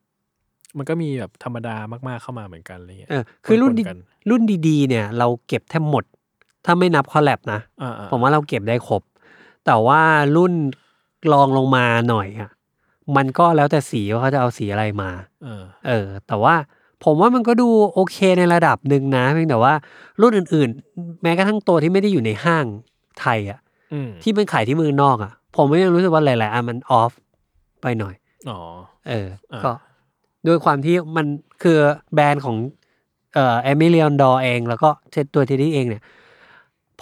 Speaker 2: มันก็มีแบบธรรมดามากๆเข้ามาเหมือนกันอะไรเงี้ย
Speaker 1: เออคือรุ่นดี
Speaker 2: ปนๆกัน
Speaker 1: รุ่นดีๆ เนี่ย เราเก็บแทบหมด ถ้าไม่นับคอลแลบนะ
Speaker 2: อ่า
Speaker 1: ผ
Speaker 2: ๆ
Speaker 1: มว่าเราเก็บได้ครบ แต่ว่ารุ่นรองลงมาหน่อยอะมันก็แล้วแต่สีว่าเขาจะเอาสีอะไรมา
Speaker 2: เออ
Speaker 1: เออ แต่ว่าผมว่ามันก็ดูโอเคในระดับหนึ่งนะเพียงแต่ว่ารุ่นอื่นๆ แม้กระทั่งตัวที่ไม่ได้อยู่ในห้างไทยอะ
Speaker 2: อืม
Speaker 1: ที่มันขายที่เมืองนอกอะผมก็ยังรู้สึกว่าหลายๆอันมันออฟไปหน่อย
Speaker 2: อ๋อ
Speaker 1: เออ
Speaker 2: อ่า
Speaker 1: ก็ด้วยความที่มันคือแบรนด์ของเอ่อเอมิเลียนดอเอง แล้วก็เทตัวเทดดี้เองเนี่ย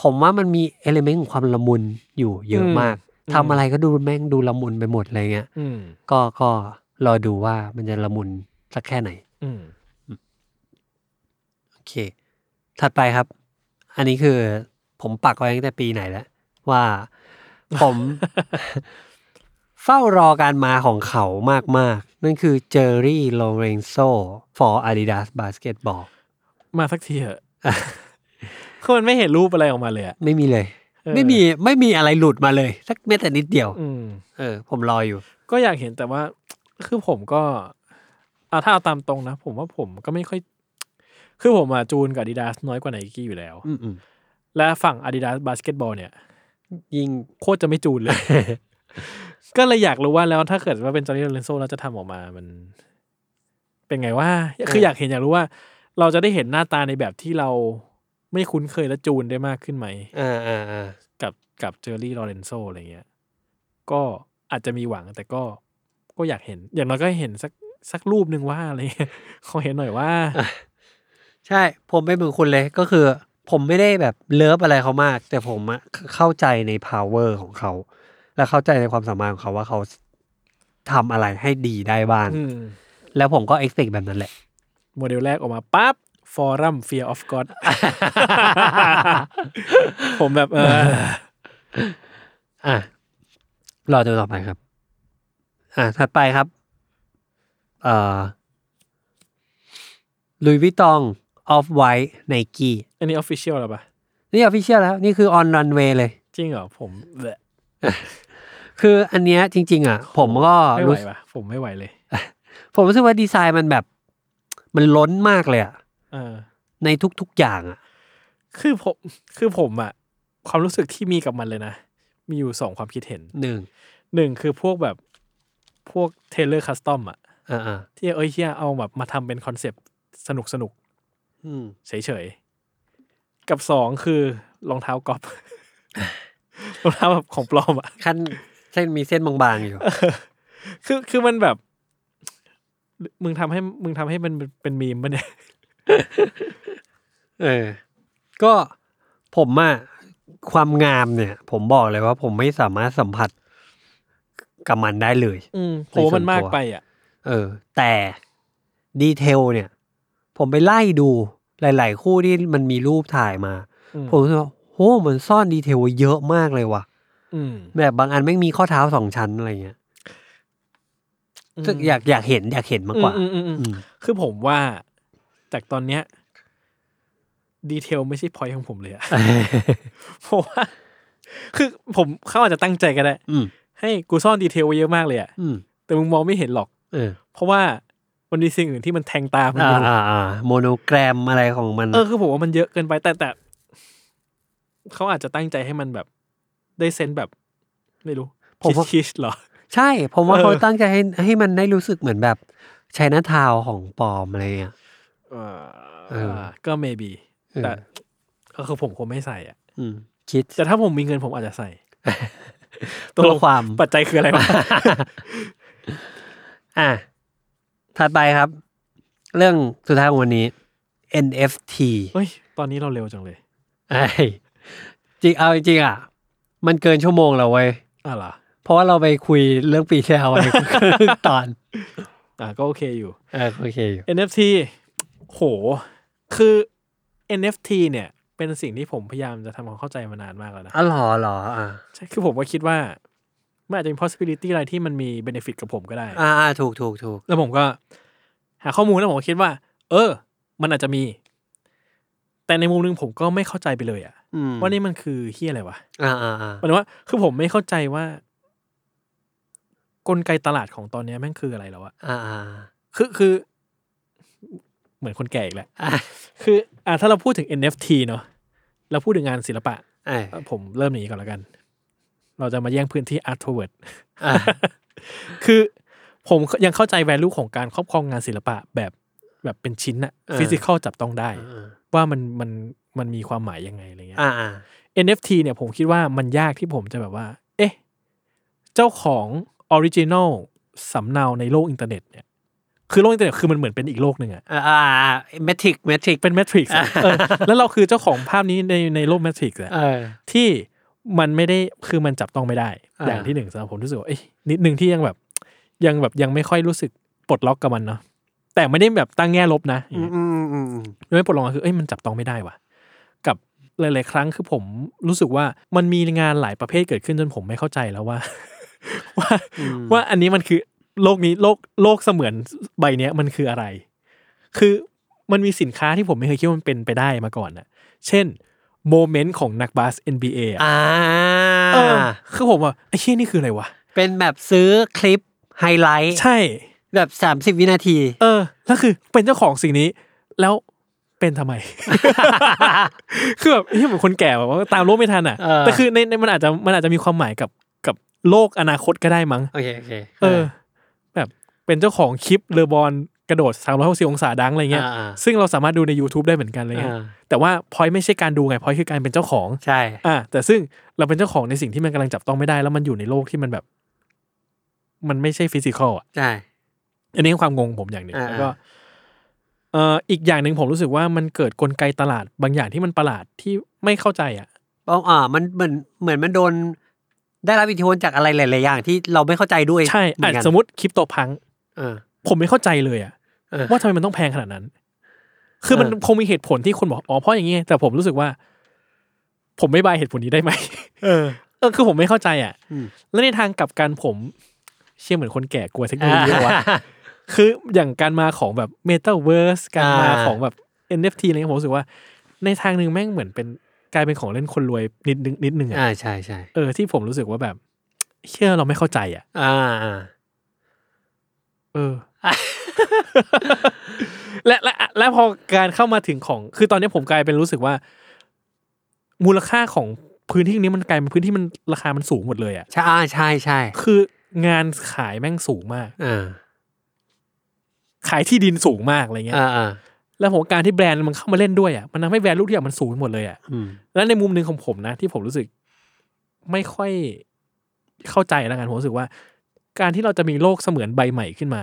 Speaker 1: ผมว่ามันมีเอลิเมนต์ของความละมุนอยู่เยอะมากทำอะไรก็ดูแม่งดูละมุนไปหมดอะไรเงี้ย
Speaker 2: อืม
Speaker 1: ก็ก็รอดูว่ามันจะละมุนสักแค่ไหน
Speaker 2: อืม
Speaker 1: โอเค ถัดไปครับ อันนี้คือผมปักไว้ตั้งแต่ปีไหนแล้ว ว่า ผม เฝ้ารอการมาของเขามาก ๆ นั่นคือเจอรี่โลเรนโซ for Adidas Basketball
Speaker 2: มาสักทีเถอะ คือมันไม่เห็นรูปอะไรออกมาเลยอะ
Speaker 1: ไม่มีเลย
Speaker 2: เออ
Speaker 1: ไม่มีไม่มีอะไรหลุดมาเลย สักเม็ดแต่นิดเดียว
Speaker 2: อืม
Speaker 1: เออ ผมรออยู่
Speaker 2: ก็อยากเห็นแต่ว่า คือผมก็เอาถ้าเอาตามตรงนะ ผมว่าผมก็ไม่ค่อย คือผมอะจูนกับ Adidas น้อยกว่าไนกี้อยู่แล้ว
Speaker 1: อืมอืม
Speaker 2: และฝั่ง Adidas บาสเกตบอลเนี่ย
Speaker 1: ยิ่ง
Speaker 2: โคตรจะไม่จูนเลย ก็เลยอยากรู้ว่าแล้วถ้าเกิดว่าเป็นจอร์แดนโลเรนโซเราจะทำออกมามัน เป็นไงว่า คืออยากเห็นอยากรู้ว่า เราจะได้เห็นหน้าตาในแบบที่เราไม่คุ้นเคยและจูนได้มากขึ้นไหม
Speaker 1: อ่าอ่าอ่า
Speaker 2: กับกับเจอรี่ลอเรนโซอะไรเงี้ย ก็อาจจะมีหวังแต่ก็ก็อยากเห็น อย่างน้อยก็ให้เห็นสักสักรูปหนึ่งว่าอะไรเงี้ย ขอเห็นหน่อยว่า
Speaker 1: ใช่ ผมเป็นเหมือนคุณเลย ก็คือ ผมไม่ได้แบบเลิฟอะไรเขามาก แต่ผมอะเข้าใจใน power ของเขา และเข้าใจในความสามารถของเขาว่าเขาทำอะไรให้ดีได้บ้าง
Speaker 2: อืม
Speaker 1: แล้วผมก็ expect แบบนั้นแหละ
Speaker 2: โมเดลแรกออกมาปั๊บฟอรัมเฟียออฟกอด ผมแบบเออ
Speaker 1: อ่ะ รอดูต่อไปครับ อ่ะ ถัดไปครับ เอ่อลุยวิตองออฟไวท์ไนกี้
Speaker 2: อันนี้ออฟฟิเชียลหรอปะ
Speaker 1: นี่ออฟฟิเชียลแล้ว นี่คือออนรันเวย์เลย
Speaker 2: จริงเหรอ ผมแหละ
Speaker 1: คืออันเนี้ยจริง ๆ อ่ะ ผมก็
Speaker 2: ไม่ไหว
Speaker 1: รู้
Speaker 2: ปะผมไม่ไหวเลย
Speaker 1: ผมรู้สึกว่าดีไซน์มันแบบ มันล้นมากเลยอะ
Speaker 2: เออ
Speaker 1: ในทุกๆอย่างอะ
Speaker 2: คือผมคือผมอะความรู้สึกที่มีกับมันเลยนะ มีอยู่สองความคิดเห็น
Speaker 1: หนึ่ง
Speaker 2: หนึ่งคือพวกแบบพวกเทเลอร์คัสตอมอะ
Speaker 1: อ่าอ่า
Speaker 2: ที่เอ้ยเฮียเอาแบบมาทำเป็นคอนเซปต์สนุกสนุก
Speaker 1: อืม
Speaker 2: ๆเฉยๆ กับสองคือรองเท้ากอล์ฟ รองเท้าแบบของปลอมอ่ะ
Speaker 1: ขั้นเส้นมีเส้นบาง ๆอยู่
Speaker 2: คือคือมันแบบ มึงทำให้มึงทำให้มันเป็นมีมปะเนี่ย
Speaker 1: เออ ก็ผมอะความงามเนี่ย ผมบอกเลยว่าผมไม่สามารถสัมผัสกับมันได้เลย
Speaker 2: อืมโหมันมากไปอ่ะ
Speaker 1: เออ แต่ดีเทลเนี่ย ผมไปไล่ดูหลาย ๆ คู่ที่มันมีรูปถ่ายมา
Speaker 2: อืม
Speaker 1: ผมรู้สึกว่าโหมันซ่อนดีเทลไว้เยอะมากเลยว่ะ
Speaker 2: อืม
Speaker 1: แบบบางอันไม่งมีข้อเท้าสองชั้นอะไรเงี้ย ซึ่งอยากอยากเห็นอยากเห็นมากกว่า
Speaker 2: อืมอืมอืม
Speaker 1: อืม
Speaker 2: คือผมว่า จากตอนเนี้ย ดีเทลไม่ใช่พอยของผมเลย อะเพราะว่า คือผมเขาอาจจะตั้งใจก็ได้
Speaker 1: อืม
Speaker 2: ให้กูซ่อนดีเทลไว้เยอะมากเลยอะ
Speaker 1: อืม
Speaker 2: แต่มึงมองไม่เห็นหรอก
Speaker 1: เออ
Speaker 2: เพราะว่ามันมีสิ่งอื่นที่มันแทงตามันอ
Speaker 1: อ่า
Speaker 2: ยู่
Speaker 1: อ่าอ่าโมโนแกรมอะไรของมัน
Speaker 2: เออคือผมว่ามันเยอะเกินไปแต่แต่เขาอาจจะตั้งใจให้มันแบบ ได้เซนส์แบบ ไม่รู้
Speaker 1: ผมว่า
Speaker 2: คิชๆเหรอ
Speaker 1: ใช่ ผมว่า
Speaker 2: เออ
Speaker 1: เขาตั้งใจให้ให้มันได้รู้สึกเหมือนแบบชายนาทาวของปลอมอะไรอย่างเงี้ย
Speaker 2: เออ
Speaker 1: เออ
Speaker 2: ก็ maybe
Speaker 1: เออ
Speaker 2: แต่ก็คือผมคงไม่ใส่อ่ะ
Speaker 1: อืมคิด
Speaker 2: แต่ถ้าผมมีเงินผมอาจจะใส่
Speaker 1: ตัวความ
Speaker 2: ปัจจัยคืออะไร วะ
Speaker 1: อ่ะ ถัดไปครับ เรื่องสุดท้ายของวันนี้ NFT
Speaker 2: เฮ้ย ตอนนี้เราเร็วจังเลย
Speaker 1: ไอ้จริงเอาจริงๆอ่ะ มันเกินชั่วโมงแล้วเว้ย
Speaker 2: อ่ะเหรอ
Speaker 1: เพราะว่าเราไปคุยเรื่องปีที่แล้วไว้ ครึ่งตอน
Speaker 2: อ่ะก็โอเคอยู่
Speaker 1: เออโอเคอยู่
Speaker 2: NFT โห คือ NFT เนี่ย เป็นสิ่งที่ผมพยายามจะทำความเข้าใจมานานมากแล้วนะ
Speaker 1: อ๋อเหรอเหรออ่ะ
Speaker 2: ใช่คือผมก็คิดว่ามันอาจจะมี possibility อะไรที่มันมี benefit กับผมก็ได้
Speaker 1: อ่าอ่าถูกถูกถูก
Speaker 2: แล้วผมก็หาข้อมูลแล้วผมก็คิดว่า เออ มันอาจจะมี แต่ในมุมหนึงผมก็ไม่เข้าใจไปเลยอะ
Speaker 1: อืม
Speaker 2: ว่านี่มันคือเฮียอะไรวะ
Speaker 1: อ่าอ่าอ่า
Speaker 2: หมายถึงว่า คือผมไม่เข้าใจว่า กลไกตลาดของตอนเนี้ยแม่งคืออะไรแล้วอะ
Speaker 1: อ่าอ่า
Speaker 2: คือคือ เหมือนคนแก่อีกแหละ
Speaker 1: อ่า
Speaker 2: คือ อ่าถ้าเราพูดถึง NFT เนอะเราพูดถึงงานศิลปะ
Speaker 1: ไอ้
Speaker 2: ผมเริ่มหนีก่อนแล้วกัน เราจะมาแย่งพื้นที่ Art t o w a r d
Speaker 1: อ่า
Speaker 2: คือผมยังเข้าใจ value ของการครอบครองงานศิลปะแบบแบบเป็นชิ้นอะ physical จับต้องได้ ว่ามันมันมันมีความหมายยังไงอะไรเงี้ย
Speaker 1: อ่าอ่า
Speaker 2: NFT เนี่ยผมคิดว่ามันยากที่ผมจะแบบว่า เอ๊ะ เจ้าของออริจิน l ลสำเนาในโลกอินเทอร์เน็ตเนี่ย คือโลกอินเทอร์เน็ตคือมันเหมือนเป็นอีกโลกหนึ่งอะ
Speaker 1: อ่าอ่าเมทริกเมทริก
Speaker 2: เป็นแมทริก ซ์
Speaker 1: อ่า
Speaker 2: แล้วเราคือเจ้าของภาพนี้ในในโลกแมทริกซ์
Speaker 1: เออ
Speaker 2: ที่มันไม่ได้คือมันจับต้องไม่ได้
Speaker 1: อ่า
Speaker 2: อย่างที่หนึ่งสำหรับผมรู้สึกว่าเอ้ยนิดหนึ่งที่ยังแบบ ยังแบบยังไม่ค่อยรู้สึกปลดล็อกกับมันเนาะแต่ไม่ได้แบบตั้งแง่ลบนะอย่าง
Speaker 1: อื
Speaker 2: เงี้
Speaker 1: ม
Speaker 2: ย
Speaker 1: อืมอืมอืม
Speaker 2: ยังไม่ปลดล็อกอะคือเอ้ยมันจับต้องไม่ได้ว่ะ กับหลาย ๆ ครั้งคือผมรู้สึกว่ามันมีงานหลายประเภทเกิดขึ้นจนผมไม่เข้าใจแล้วว่า ว่าว่าอันนี้มันคือโลกนี้โลกโลกเสมือนใบเนี้ยมันคืออะไร คือมันมีสินค้าที่ผมไม่เคยคิดว่ามันเป็นไปได้มาก่อนน่ะ เช่นโมเมนต์ของนักบาส NBA อ่ะ
Speaker 1: อ่า
Speaker 2: เออคือผมว่าไอ้เชี่ยนี่คืออะไรวะ
Speaker 1: เป็นแบบซื้อคลิปไฮไลท์
Speaker 2: ใช่
Speaker 1: แบบสามสิบ30 วินาที
Speaker 2: เออแล้วคือเป็นเจ้าของสิ่งนี้ แล้วเป็นทำไม คือแบบเฮ้ยเหมือนคนแก่แบบว่าตามโลกไม่ทันอ่ะ
Speaker 1: เออ
Speaker 2: แต่คือในในมันอาจจะมันอาจจะมีความหมายกับกับโลกอนาคตก็ได้มั้ง
Speaker 1: โอเค โอเค
Speaker 2: เออ แบบเป็นเจ้าของคลิปเลอบอลกระโดด 360 องศาดังอะไรเงี้ย
Speaker 1: า
Speaker 2: ซึ่งเราสามารถดูใน YouTube ได้เหมือนกันอะไรเงี้ย
Speaker 1: อ่า
Speaker 2: แต่ว่าพอยไม่ใช่การดูไงพอยคือการเป็นเจ้าของ
Speaker 1: ใช่
Speaker 2: อ่า แต่ซึ่งเราเป็นเจ้าของในสิ่งที่มันกำลังจับต้องไม่ได้ แล้วมันอยู่ในโลกที่มันแบบ มันไม่ใช่ฟิสิกอลอ่ะ
Speaker 1: ใช่
Speaker 2: อันนี้คือความงงผมอย่างหนึ่ง
Speaker 1: อ่า
Speaker 2: แล้วก็เอ่ออีกอย่างหนึ่งผมรู้สึกว่ามันเกิดกลไกตลาดบางอย่างที่มันประหลาดที่ไม่เข้าใจอ่ะ
Speaker 1: เพราะอ่ามันเหมือนเหมือนมันโดน ได้รับอิทธิพลจากอะไรหลาย ๆ อย่างที่เราไม่เข้าใจด้วย
Speaker 2: ใช่
Speaker 1: เห
Speaker 2: อ่ะ
Speaker 1: อนกัน
Speaker 2: สมมติคริปโตพัง
Speaker 1: เออ
Speaker 2: ผมไม่เข้าใจเลยอ่ะ
Speaker 1: เออ
Speaker 2: ว่าทำไมมันต้องแพงขนาดนั้น คือมัน
Speaker 1: เออ
Speaker 2: คงมีเหตุผลที่คนบอกอ๋อเพราะอย่างนี้ไงแต่ผมรู้สึกว่า ผมไม่บายเหตุผลนี้ได้ไหม
Speaker 1: เออ
Speaker 2: เออคือผมไม่เข้าใจอ่ะ
Speaker 1: อืม
Speaker 2: แล้วในทางกลับกันผม เชื่อเหมือนคนแก่กลัวเทคโนโลยี วะ คืออย่างการมาของแบบ Metaverse การมา
Speaker 1: อ่า
Speaker 2: ของแบบ NFT อะไรเงี้ยผมรู้สึกว่า ในทางหนึ่งแม่งเหมือนเป็นกลายเป็นของเล่นคนรวยนิดนึงนิดนึง
Speaker 1: อ่า
Speaker 2: อ่ะ
Speaker 1: ใช่ใช่
Speaker 2: เออที่ผมรู้สึกว่าแบบ เชื่อเราไม่เข้าใจอ่ะ
Speaker 1: อ่าอ่า
Speaker 2: เออ และและและพอการเข้ามาถึงของ คือตอนนี้ผมกลายเป็นรู้สึกว่า มูลค่าของพื้นที่นี้มันกลายเป็นพื้นที่มันราคามันสูงหมดเลยอ่ะ
Speaker 1: ใช่อ่าใช่ใช่
Speaker 2: คืองานขายแม่งสูงมาก
Speaker 1: อ่า
Speaker 2: ขายที่ดินสูงมากอะไรเงี้ย
Speaker 1: อ่าอ่า
Speaker 2: แล้วผมว่าการที่แบรนด์มันเข้ามาเล่นด้วยอ่ะมันทำให้แบรนด์ลูกที่อย่างมันสูงไปหมดเลยอ่ะ
Speaker 1: อืม
Speaker 2: แล้วในมุมหนึ่งของผมนะ ที่ผมรู้สึกไม่ค่อยเข้าใจแล้วกันผมรู้สึกว่า การที่เราจะมีโลกเสมือนใบใหม่ขึ้นมา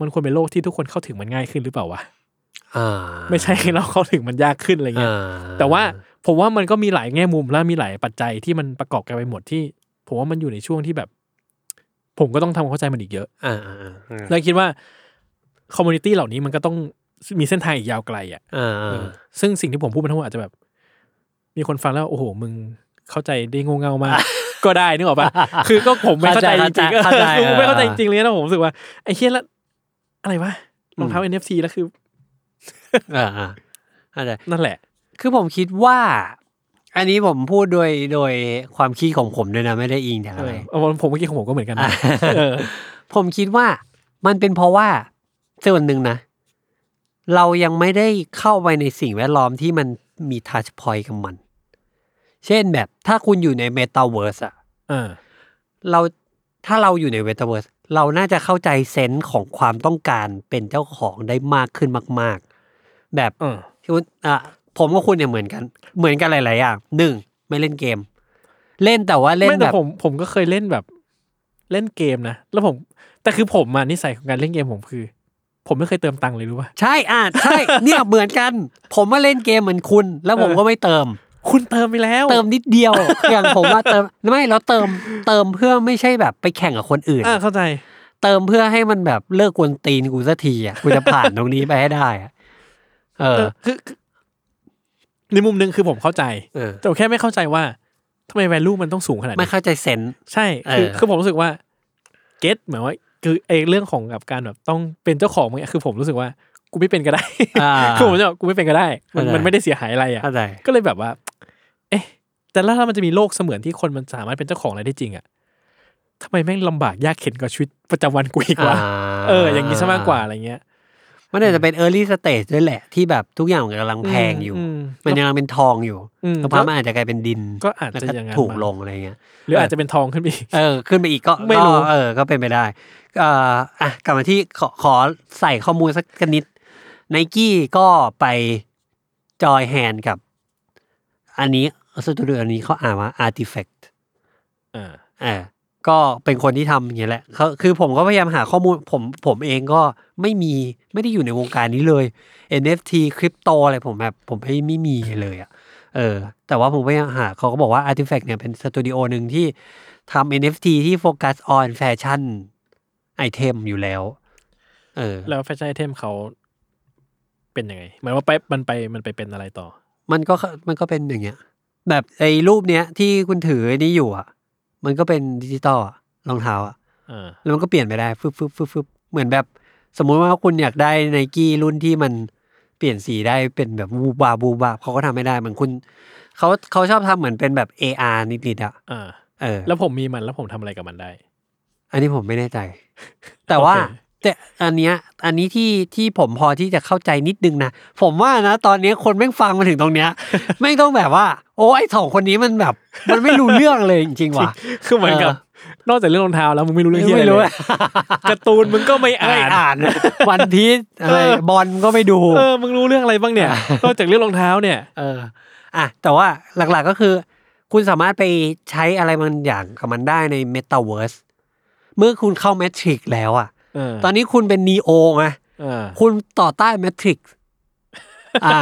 Speaker 2: มันควรเป็นโลกที่ทุกคนเข้าถึงมันง่ายขึ้นหรือเปล่าวะ
Speaker 1: อ่า
Speaker 2: ไม่ใช่ให้เราเข้าถึงมันยากขึ้นอะไรเงี้ย
Speaker 1: อ่า
Speaker 2: แต่ว่าผมว่ามันก็มีหลายแง่มุมและมีหลายปัจจัยที่มันประกอบกันไปหมดที่ ผมว่ามันอยู่ในช่วงที่แบบ ผมก็ต้องทำความเข้าใจมันอีกเยอะ
Speaker 1: อ่าอ่าอ่า
Speaker 2: แล้วคิดว่าคอมมูนิตี้เหล่านี้มันก็ต้องมีเส้นทางอีกยาวไกลอ่ะ
Speaker 1: อ่า
Speaker 2: เอ
Speaker 1: อ่า
Speaker 2: อซึ่งสิ่งที่ผมพูดมันทั้งหมดอาจจะแบบ มีคนฟังแล้ว โอ้โห มึงเข้าใจได้โงงเง่ามาก ก็ได้นึกออกปะ คือก็ผมไม่เข้าใจจริงๆ
Speaker 1: เข้าใจเข้าใจ
Speaker 2: เออคือผมไม่เข้าใจ
Speaker 1: เออ
Speaker 2: จริงๆเลยนะผมรู้สึกว่าไอ้เฮียแล้วอะไรวะรองเท้า
Speaker 1: อืม
Speaker 2: NFT แล้วคือ
Speaker 1: อ่าอ่าเข้าใจ
Speaker 2: นั่นแหละ
Speaker 1: คือผมคิดว่า อันนี้ผมพูดโดยโดยความคิดของผมด้วยนะไม่ได้อิงจาก
Speaker 2: เอ
Speaker 1: อะไร
Speaker 2: อเอาผมเมื่อกี้ของผมก็เหมือนกันนะ
Speaker 1: อ่ะ
Speaker 2: เออ
Speaker 1: ผมคิดว่ามันเป็นเพราะว่าส่วนหนึ่งนะ เรายังไม่ได้เข้าไปในสิ่งแวดล้อมที่มันมีทัชพอยกับมัน เช่นแบบถ้าคุณอยู่ในเมตาเวิร์สอะ
Speaker 2: เออ
Speaker 1: เราถ้าเราอยู่ในเมตาเวิร์สเราน่าจะเข้าใจเซนส์ของความต้องการเป็นเจ้าของได้มากขึ้นมาก ๆ แบบ
Speaker 2: เออ
Speaker 1: ที่คุณอ่ะผมกับคุณเนี่ยเหมือนกัน เหมือนกันหลายๆอย่างหนึ่งไม่เล่นเกม เล่นแต่ว่าเล่น
Speaker 2: ไม่
Speaker 1: แบ
Speaker 2: แต่
Speaker 1: บ
Speaker 2: ผมผมก็เคยเล่นแบบ เล่นเกมนะ แล้วผม แต่คือผมอ่ะนิสัยของการเล่นเกมผมคือ ผมไม่เคยเติมตังค์เลยรู้ป่ะ
Speaker 1: ใช่อ่ะใช่ เนี่ยเหมือนกัน ผมมาเล่นเกมเหมือนคุณ แล้วผม
Speaker 2: เออ
Speaker 1: ก็ไม่เติม
Speaker 2: คุณเติมไปแล้ว
Speaker 1: เติมนิดเดียว อย่างผมว่าเติมไม่แล้วเติมเติมเพื่อไม่ใช่แบบไปแข่งกับคนอื่น
Speaker 2: อ่าเข้าใจ
Speaker 1: เติมเพื่อให้มันแบบเลิกกวนตีนกูสักทีอ่ะกูจะผ่านตรงนี้ไปให้ได้อ่ะเออ
Speaker 2: เออคือคือในมุมหนึ่งคือผมเข้าใจ
Speaker 1: เออ
Speaker 2: แต่ผมแค่ไม่เข้าใจว่าทำไม value มันต้องสูงขนาด
Speaker 1: ไม่
Speaker 2: นี้
Speaker 1: เข้าใจเซนส์
Speaker 2: ใช่คือ
Speaker 1: เออ
Speaker 2: คือผมรู้สึกว่าเก็ตหมายว่า คือไอ้เรื่องของกับการแบบต้องเป็นเจ้าของมันคือผมรู้สึกว่า กูไม่เป็นก็ได้
Speaker 1: อ่า
Speaker 2: คือ ผมจะบอกกูไม่เป็นก็ได้ มัน
Speaker 1: เข้าใจ
Speaker 2: มันไม่ได้เสียหายอะไรอ่ะ
Speaker 1: เข้าใจ
Speaker 2: ก็เลยแบบว่า เอ๊ะ แต่แล้วถ้ามันจะมีโลกเสมือนที่คนมันสามารถเป็นเจ้าของอะไรได้จริงอะทำไมแม่งลำบากยากเข็นกับชีวิตประจำวันกูอีกวะ เออ อย่างนี้ซะมากกว่าอะไรเงี้ย
Speaker 1: มันอาจจะเป็น early stage ด้วยแหละ ที่แบบทุกอย่างมันกำลังแพงอยู่
Speaker 2: อืม
Speaker 1: มันยังเป็นทองอยู่
Speaker 2: อืม
Speaker 1: สักพักมันอาจจะกลายเป็นดิน
Speaker 2: ก็อาจจะ
Speaker 1: แล้ว
Speaker 2: อย่างนั้น
Speaker 1: ถูกลงอะไรเงี้ย
Speaker 2: หรืออาจจะเป็นทองขึ้นไปอีก
Speaker 1: เออ ขึ้นไปอีกก็
Speaker 2: ไม่รู้
Speaker 1: ก็เออ ก็เป็นไปได้เอ่ออ่ะกลับมาที่ขอขอใส่ข้อมูลสักนิดไนกี้ก็ไปจอยแฮนกับ อันนี้สตูดิโออันนี้เขาอ่านว่า artifact
Speaker 2: อ่า
Speaker 1: อ่าก็เป็นคนที่ทำอย่างเงี้ยแหละเขาคือผมก็พยายามหาข้อมูลผมผมเองก็ไม่มีไม่ได้อยู่ในวงการนี้เลย NFT คริปโตอะไรผมแบบผมไม่ไม่มีเลยอะ่ะเออ แต่ว่าผมพยายามหาเขาก็บอกว่า Artifact เนี่ยเป็นสตูดิโอหนึ่งที่ทำ NFT ที่โฟกัสออนแฟชั่นไอเทมอยู่แล้ว เออ
Speaker 2: แล้วแฟชั่นไอเทมเขาเป็นยังไง หมายว่าไปมันไปมันไปเป็นอะไรต่อ
Speaker 1: มันก็มันก็เป็นอย่างเงี้ย แบบไอ้รูปเนี้ยที่คุณถือไอ้นี่อยู่อะ่ะ มันก็เป็นดิจิตอลอะรองเท้าอ่ะ
Speaker 2: อ่า
Speaker 1: แล้วมันก็เปลี่ยนไปได้ฟึบฟึบฟึบฟึบเหมือนแบบ สมมุติว่าคุณอยากได้ไนกี้รุ่นที่มันเปลี่ยนสีได้เป็นแบบบูบาบูบาเขาก็ทำไม่ได้เหมือนคุณเขาเขาชอบทำเหมือนเป็นแบบ AR นิดๆอ่ะ
Speaker 2: อ่า
Speaker 1: เออ
Speaker 2: แล้วผมมีมันแล้วผมทำอะไรกับมันได้
Speaker 1: อันนี้ผมไม่แน่ใจ แต่ว่า
Speaker 2: โอเค
Speaker 1: แต่อันเนี้ยอันนี้ที่ที่ผมพอที่จะเข้าใจนิดนึงนะ ผมว่านะ ตอนนี้คนแม่งฟังมาถึงตรงเนี้ย แม่งต้องแบบว่า โอ้ยสองคนนี้มันแบบ มันไม่รู้เรื่องเลยจริงๆว่ะ
Speaker 2: คือเหมือนกับ
Speaker 1: เอ
Speaker 2: นอกจากเรื่องรองเท้าแล้วมึงไม่รู้เรื่องที่อะไร
Speaker 1: ไม่
Speaker 2: เล
Speaker 1: รู้
Speaker 2: ย การ์ตูนมึงก็ไม่อ่า
Speaker 1: ไม่
Speaker 2: น
Speaker 1: อ่านวันพีชอะไร
Speaker 2: เออ
Speaker 1: บอลก็ไม่ดู
Speaker 2: เออ มึงรู้เรื่องอะไรบ้างเนี่ย นอกจากเรื่องรองเท้าเนี่ย
Speaker 1: เอออ่ะแต่ว่าหลักๆก็คือ คุณสามารถไปใช้อะไรบางอย่างกับมันได้ในเมตาเวิร์สเมื่อคุณเข้าแมทริกแล้วอ่ะ
Speaker 2: เออ
Speaker 1: ตอนนี้คุณเป็นนีโอไง
Speaker 2: อ่า
Speaker 1: คุณต่อต้านแมทริกอ่า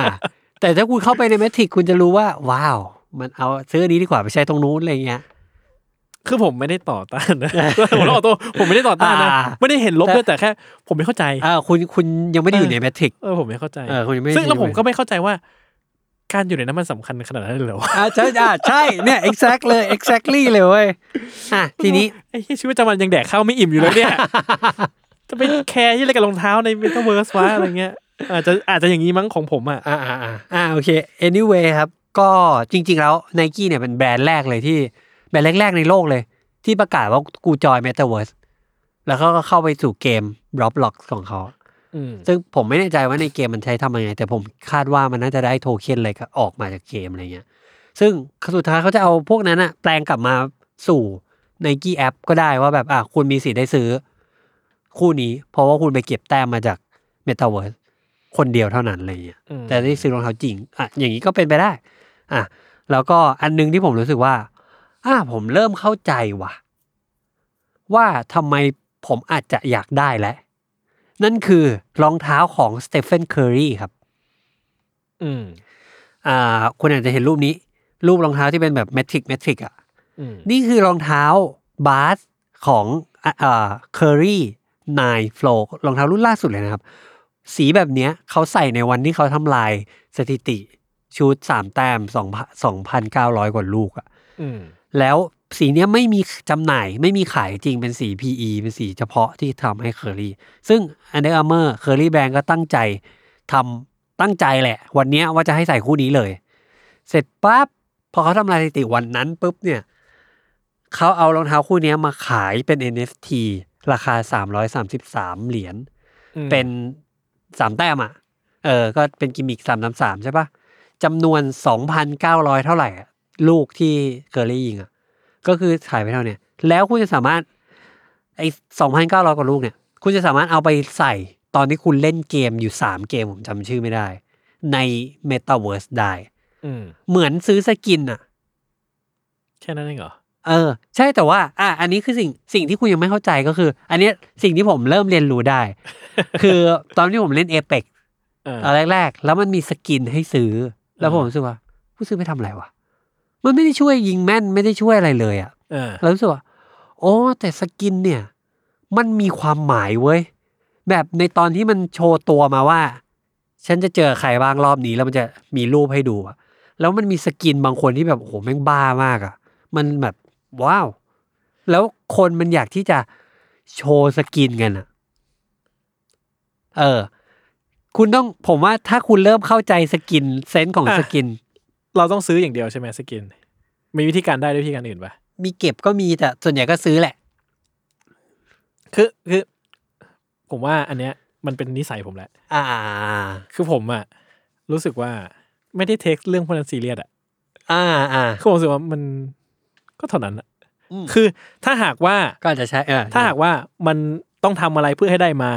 Speaker 1: แต่ถ้าคุณเข้าไปในแมทริกคุณจะรู้ว่า ว้าว มันเอาซื้ออนนี้ดีกว่าไปใช้ตรงนู้นอะไรเงี้ย
Speaker 2: คือผมไม่ได้ต่อต้านนะ ผมเล่าตัวผมไม่ได้ต่อต้านนะ
Speaker 1: อ่า
Speaker 2: ไม่ได้เห็นลบด้วย
Speaker 1: แต่
Speaker 2: แต่แค่ ผมไม่เข้าใจ
Speaker 1: อ่าคุณคุณยังไม่ได้อยู่ในแมทริก
Speaker 2: เออผมไม่เข้าใจ
Speaker 1: เออคุณยังไม่ได้
Speaker 2: ซึ่งแล้ว
Speaker 1: ดู
Speaker 2: ผม
Speaker 1: เลย
Speaker 2: ก็ไม่เข้าใจว่า การอยู่ในนั้นมันสำคัญขนาดนั้นเลยเหรอวะ
Speaker 1: อ่าใช่อ่าใช่เนี่ย exact เลย exactly เลยเว้ยอ่ะทีนี้
Speaker 2: ไอ้เหี้ยชีวิตประจำวันยังแดกข้าวไม่อิ่มอยู่ เลยเนี่ย จะไปแคร์ยี่อะไรกับรองเท้าในเมตาเวิร์สวะอะไรเงี้ย อาจจะอาจจะอย่างนี้มั้งของผมอ่ะ
Speaker 1: อ่าอ่าอ่าอ่าโอเค anyway ครับ ก็จริง ๆ แล้ว Nike เนี่ยเป็นแบรนด์แรกเลยที่ แบรนด์แรก ๆ ในโลกเลย ที่ประกาศว่ากูจอย Metaverse แล้วเขาก็เข้าไปสู่เกม Roblox ของเขา
Speaker 2: อืม
Speaker 1: ซึ่งผมไม่แน่ใจว่าในเกมมันใช้ทำยังไง แต่ผมคาดว่ามันน่าจะได้โทเค็นอะไรก็ออกมาจากเกมอะไรเงี้ย ซึ่งสุดท้ายเขาจะเอาพวกนั้นอะแปลงกลับมาสู่ Nike แอปก็ได้ว่าแบบอ่ะคุณมีสิทธิ์ได้ซื้อ คู่นี้ เพราะว่าคุณไปเก็บแต้มมาจาก Metaverse คนเดียวเท่านั้นอะไรเงี้ย
Speaker 2: อืม
Speaker 1: แต่ได้ซื้อรองเท้าจริง อ่ะ อย่างนี้ก็เป็นไปได้ อ่ะ แล้วก็อันหนึงที่ผมรู้สึกว่า อ่า ผมเริ่มเข้าใจว่ะ ว่าทำไมผมอาจจะอยากได้แล้ว นั่นคือรองเท้าของสเตฟานเคอรีครับ
Speaker 2: อืม
Speaker 1: อ่า คุณอาจจะเห็นรูปนี้ รูปรองเท้าที่เป็นแบบแมทริกแมทริกอ่ะ
Speaker 2: อืม
Speaker 1: นี่คือรองเท้าบาสของอ่าอ่าเคอรี่นายโฟลรองเท้ารุ่นล่าสุดเลยนะครับ สีแบบเนี้ยเขาใส่ในวันที่เขาทำลายสถิติ ชุดสามแต้มสองพันเก้าร้อยกว่าลูกอะ
Speaker 2: อืม
Speaker 1: แล้ว สีเนี้ยไม่มีจำหน่าย ไม่มีขายจริงเป็นสี PE เป็นสีเฉพาะที่ทำให้เคอรี่ ซึ่ง Under Armour เคอรี่แบรนด์ก็ตั้งใจทำตั้งใจแหละ วันเนี้ยว่าจะให้ใส่คู่นี้เลย เสร็จปั๊บพอเขาทำลายสถิติวันนั้นปุ๊บเนี่ยเขาเอารองเท้าคู่เนี้ยมาขายเป็น NFT ราคา 333 เหรียญ
Speaker 2: อืม
Speaker 1: เป็นสามแต้มอ่ะ เออ ก็เป็นกิมมิกสามสามสามใช่ปะจำนวนสองพันเก้าร้อยเท่าไหร่อะลูกที่เกอร์ลี่ยิงอ่ะ ก็คือขายไปเท่าเนี้ยแล้วคุณจะสามารถไอ้สองพันเก้าร้อยกว่าลูกเนี่ย คุณจะสามารถเอาไปใส่ตอนที่คุณเล่นเกมอยู่สามเกมผมจำชื่อไม่ได้ ใน Metaverse ได้
Speaker 2: อืม
Speaker 1: เหมือนซื้อสกินอ่ะ
Speaker 2: แค่นั้นเองเหรอ
Speaker 1: เออ ใช่แต่ว่า อ่ะอันนี้คือสิ่งสิ่งที่คุณยังไม่เข้าใจก็คือ อันเนี้ยสิ่งที่ผมเริ่มเรียนรู้ได้ คือตอนที่ผมเล่นเอเปก
Speaker 2: เออ
Speaker 1: ตอนแรกๆ แล้วมันมีสกินให้ซื้อ แล้ว
Speaker 2: อ่า
Speaker 1: ผมรู้สึกว่าผู้ซื้อไม่ทำอะไรวะ มันไม่ได้ช่วยยิงแม่นไม่ได้ช่วยอะไรเลยอะ
Speaker 2: เออ
Speaker 1: แล้วรู้สึกว่า โอ้ แต่สกินเนี่ย มันมีความหมายเว้ย แบบในตอนที่มันโชว์ตัวมาว่า ฉันจะเจอใครบ้างรอบนี้แล้วมันจะมีรูปให้ดูอะแล้วมันมีสกินบางคนที่แบบโอ้โหแม่งบ้ามากอะมันแบบว้าว แล้วคนมันอยากที่จะโชว์สกินกันอะเออ คุณต้องผมว่าถ้าคุณเริ่มเข้าใจสกินเซนส์ของ
Speaker 2: อ่ะ
Speaker 1: สกิน
Speaker 2: เราต้องซื้ออย่างเดียวใช่ไหมสกิน มีวิธีการได้ด้วยวิธีการอื่นปะ
Speaker 1: มีเก็บก็มีแต่ส่วนใหญ่ก็ซื้อแหละ
Speaker 2: คือคือ ผมว่าอันเนี้ยมันเป็นนิสัยผมแหละ
Speaker 1: อ่า
Speaker 2: คือผมอะรู้สึกว่าไม่ได้เทคเรื่องพวกนั้นซีเรียสอะ
Speaker 1: อ่าอ่า
Speaker 2: คือผมรู้สึกว่ามันก็เท่านั้นอะ
Speaker 1: อืม
Speaker 2: คือถ้าหากว่า
Speaker 1: ก็อาจจะใช้เออ
Speaker 2: ถ้าหากว่ามันต้องทำอะไรเพื่อให้ได้มา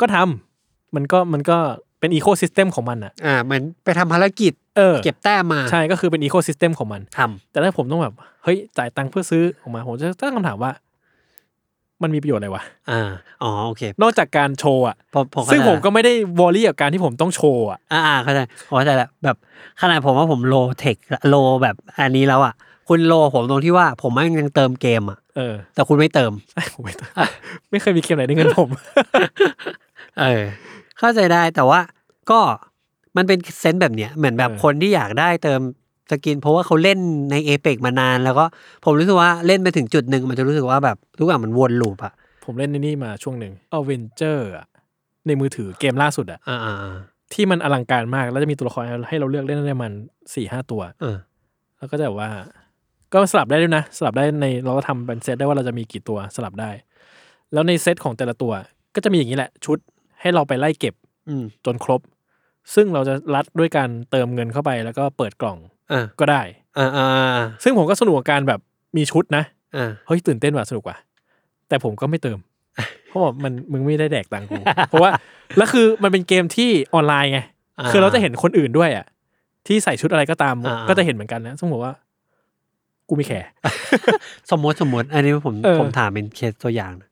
Speaker 2: ก็ทำมันก็มันก็เป็นอีโคซิสเต็มของมันอะ
Speaker 1: อ่าเหมือนไปทำภารกิจ
Speaker 2: เออ
Speaker 1: เก็บแต้มมา
Speaker 2: ใช่ก็คือเป็นอีโคซิสเต็มของมัน
Speaker 1: ทำ
Speaker 2: แต่ถ้าผมต้องแบบ เฮ้ย จ่ายตังค์เพื่อซื้อออกมา ผมจะตั้งคำถามว่า มันมีประโยชน์อะไรวะ
Speaker 1: อ่าอ๋อโอเคน
Speaker 2: อกจากการโชว์อะ
Speaker 1: ผมผมเข้าใจ
Speaker 2: ซึ่งผมก็
Speaker 1: ละ
Speaker 2: ไม่ได้วอรี่กับการที่ผมต้องโชว์อะ
Speaker 1: อ่าอ่าเข้าใจผมเข้าใจละแบบขนาดผมว่าผมโลเทคโลแบบอันนี้แล้วอ่ะ คุณโลผมตรงที่ว่าผมไม่งยังเติมเกมอ่ะ
Speaker 2: เออ
Speaker 1: แต่คุณไม่เติ ม
Speaker 2: ผมไม่ไม่เคยมีเกมไหนได้เงินผม
Speaker 1: เออ เข้าใจได้แต่ว่าก็มันเป็นเซนส์แบบเนี้ยเหมือนแบบ
Speaker 2: เออ
Speaker 1: คนที่อยากได้เติมสกิน เพราะว่าเขาเล่นในเอเปกมานาน แล้วก็ผมรู้สึกว่าเล่นไปถึงจุดหนึ่งมันจะรู้สึกว่าแบบทุกอย่างมันวนลูปอะ
Speaker 2: ผมเล่นในนี่มาช่วงหนึ่งอเวนเจอร์ในมือถือเกมล่าสุดอะ
Speaker 1: อ่าอ่าอ่า
Speaker 2: ที่มันอลังการมาก แล้วจะมีตัวละครให้เราเลือกเล่นได้ประมันสี่ห้าตัว
Speaker 1: เออ
Speaker 2: แล้วก็จะแบบว่า ก็สลับได้ด้วยนะ สลับได้ในเราก็ทำเป็นเซตได้ว่าเราจะมีกี่ตัวสลับได้ แล้วในเซตของแต่ละตัว ก็จะมีอย่างนี้แหละ ชุดให้เราไปไล่เก็บ
Speaker 1: อืม
Speaker 2: จนครบ ซึ่งเราจะรัดด้วยการเติมเงินเข้าไปแล้วก็เปิดกล่อง
Speaker 1: อ่า
Speaker 2: ก็ได้
Speaker 1: อ่าอ่า
Speaker 2: ซึ่งผมก็สนุกกับการแบบมีชุดนะ
Speaker 1: อ่า
Speaker 2: เฮ้ยตื่นเต้นว่ะสนุกว่ะแต่ผมก็ไม่เติม เพราะว่ามันมึงไม่ได้แดกตังค์กู เพราะว่าแล้วคือมันเป็นเกมที่ออนไลน์ไง
Speaker 1: อ่า
Speaker 2: คือเราจะเห็นคนอื่นด้วยอ่ะที่ใส่ชุดอะไรก็ตาม
Speaker 1: อ่าๆ
Speaker 2: ก็จะเห็นเหมือนกันนะซึ่งผมว่า กูไม่แคร์
Speaker 1: สมมติสมมติ อันนี้ผม
Speaker 2: เออ
Speaker 1: ผมถามเป็นเคสตัวอย่างนะ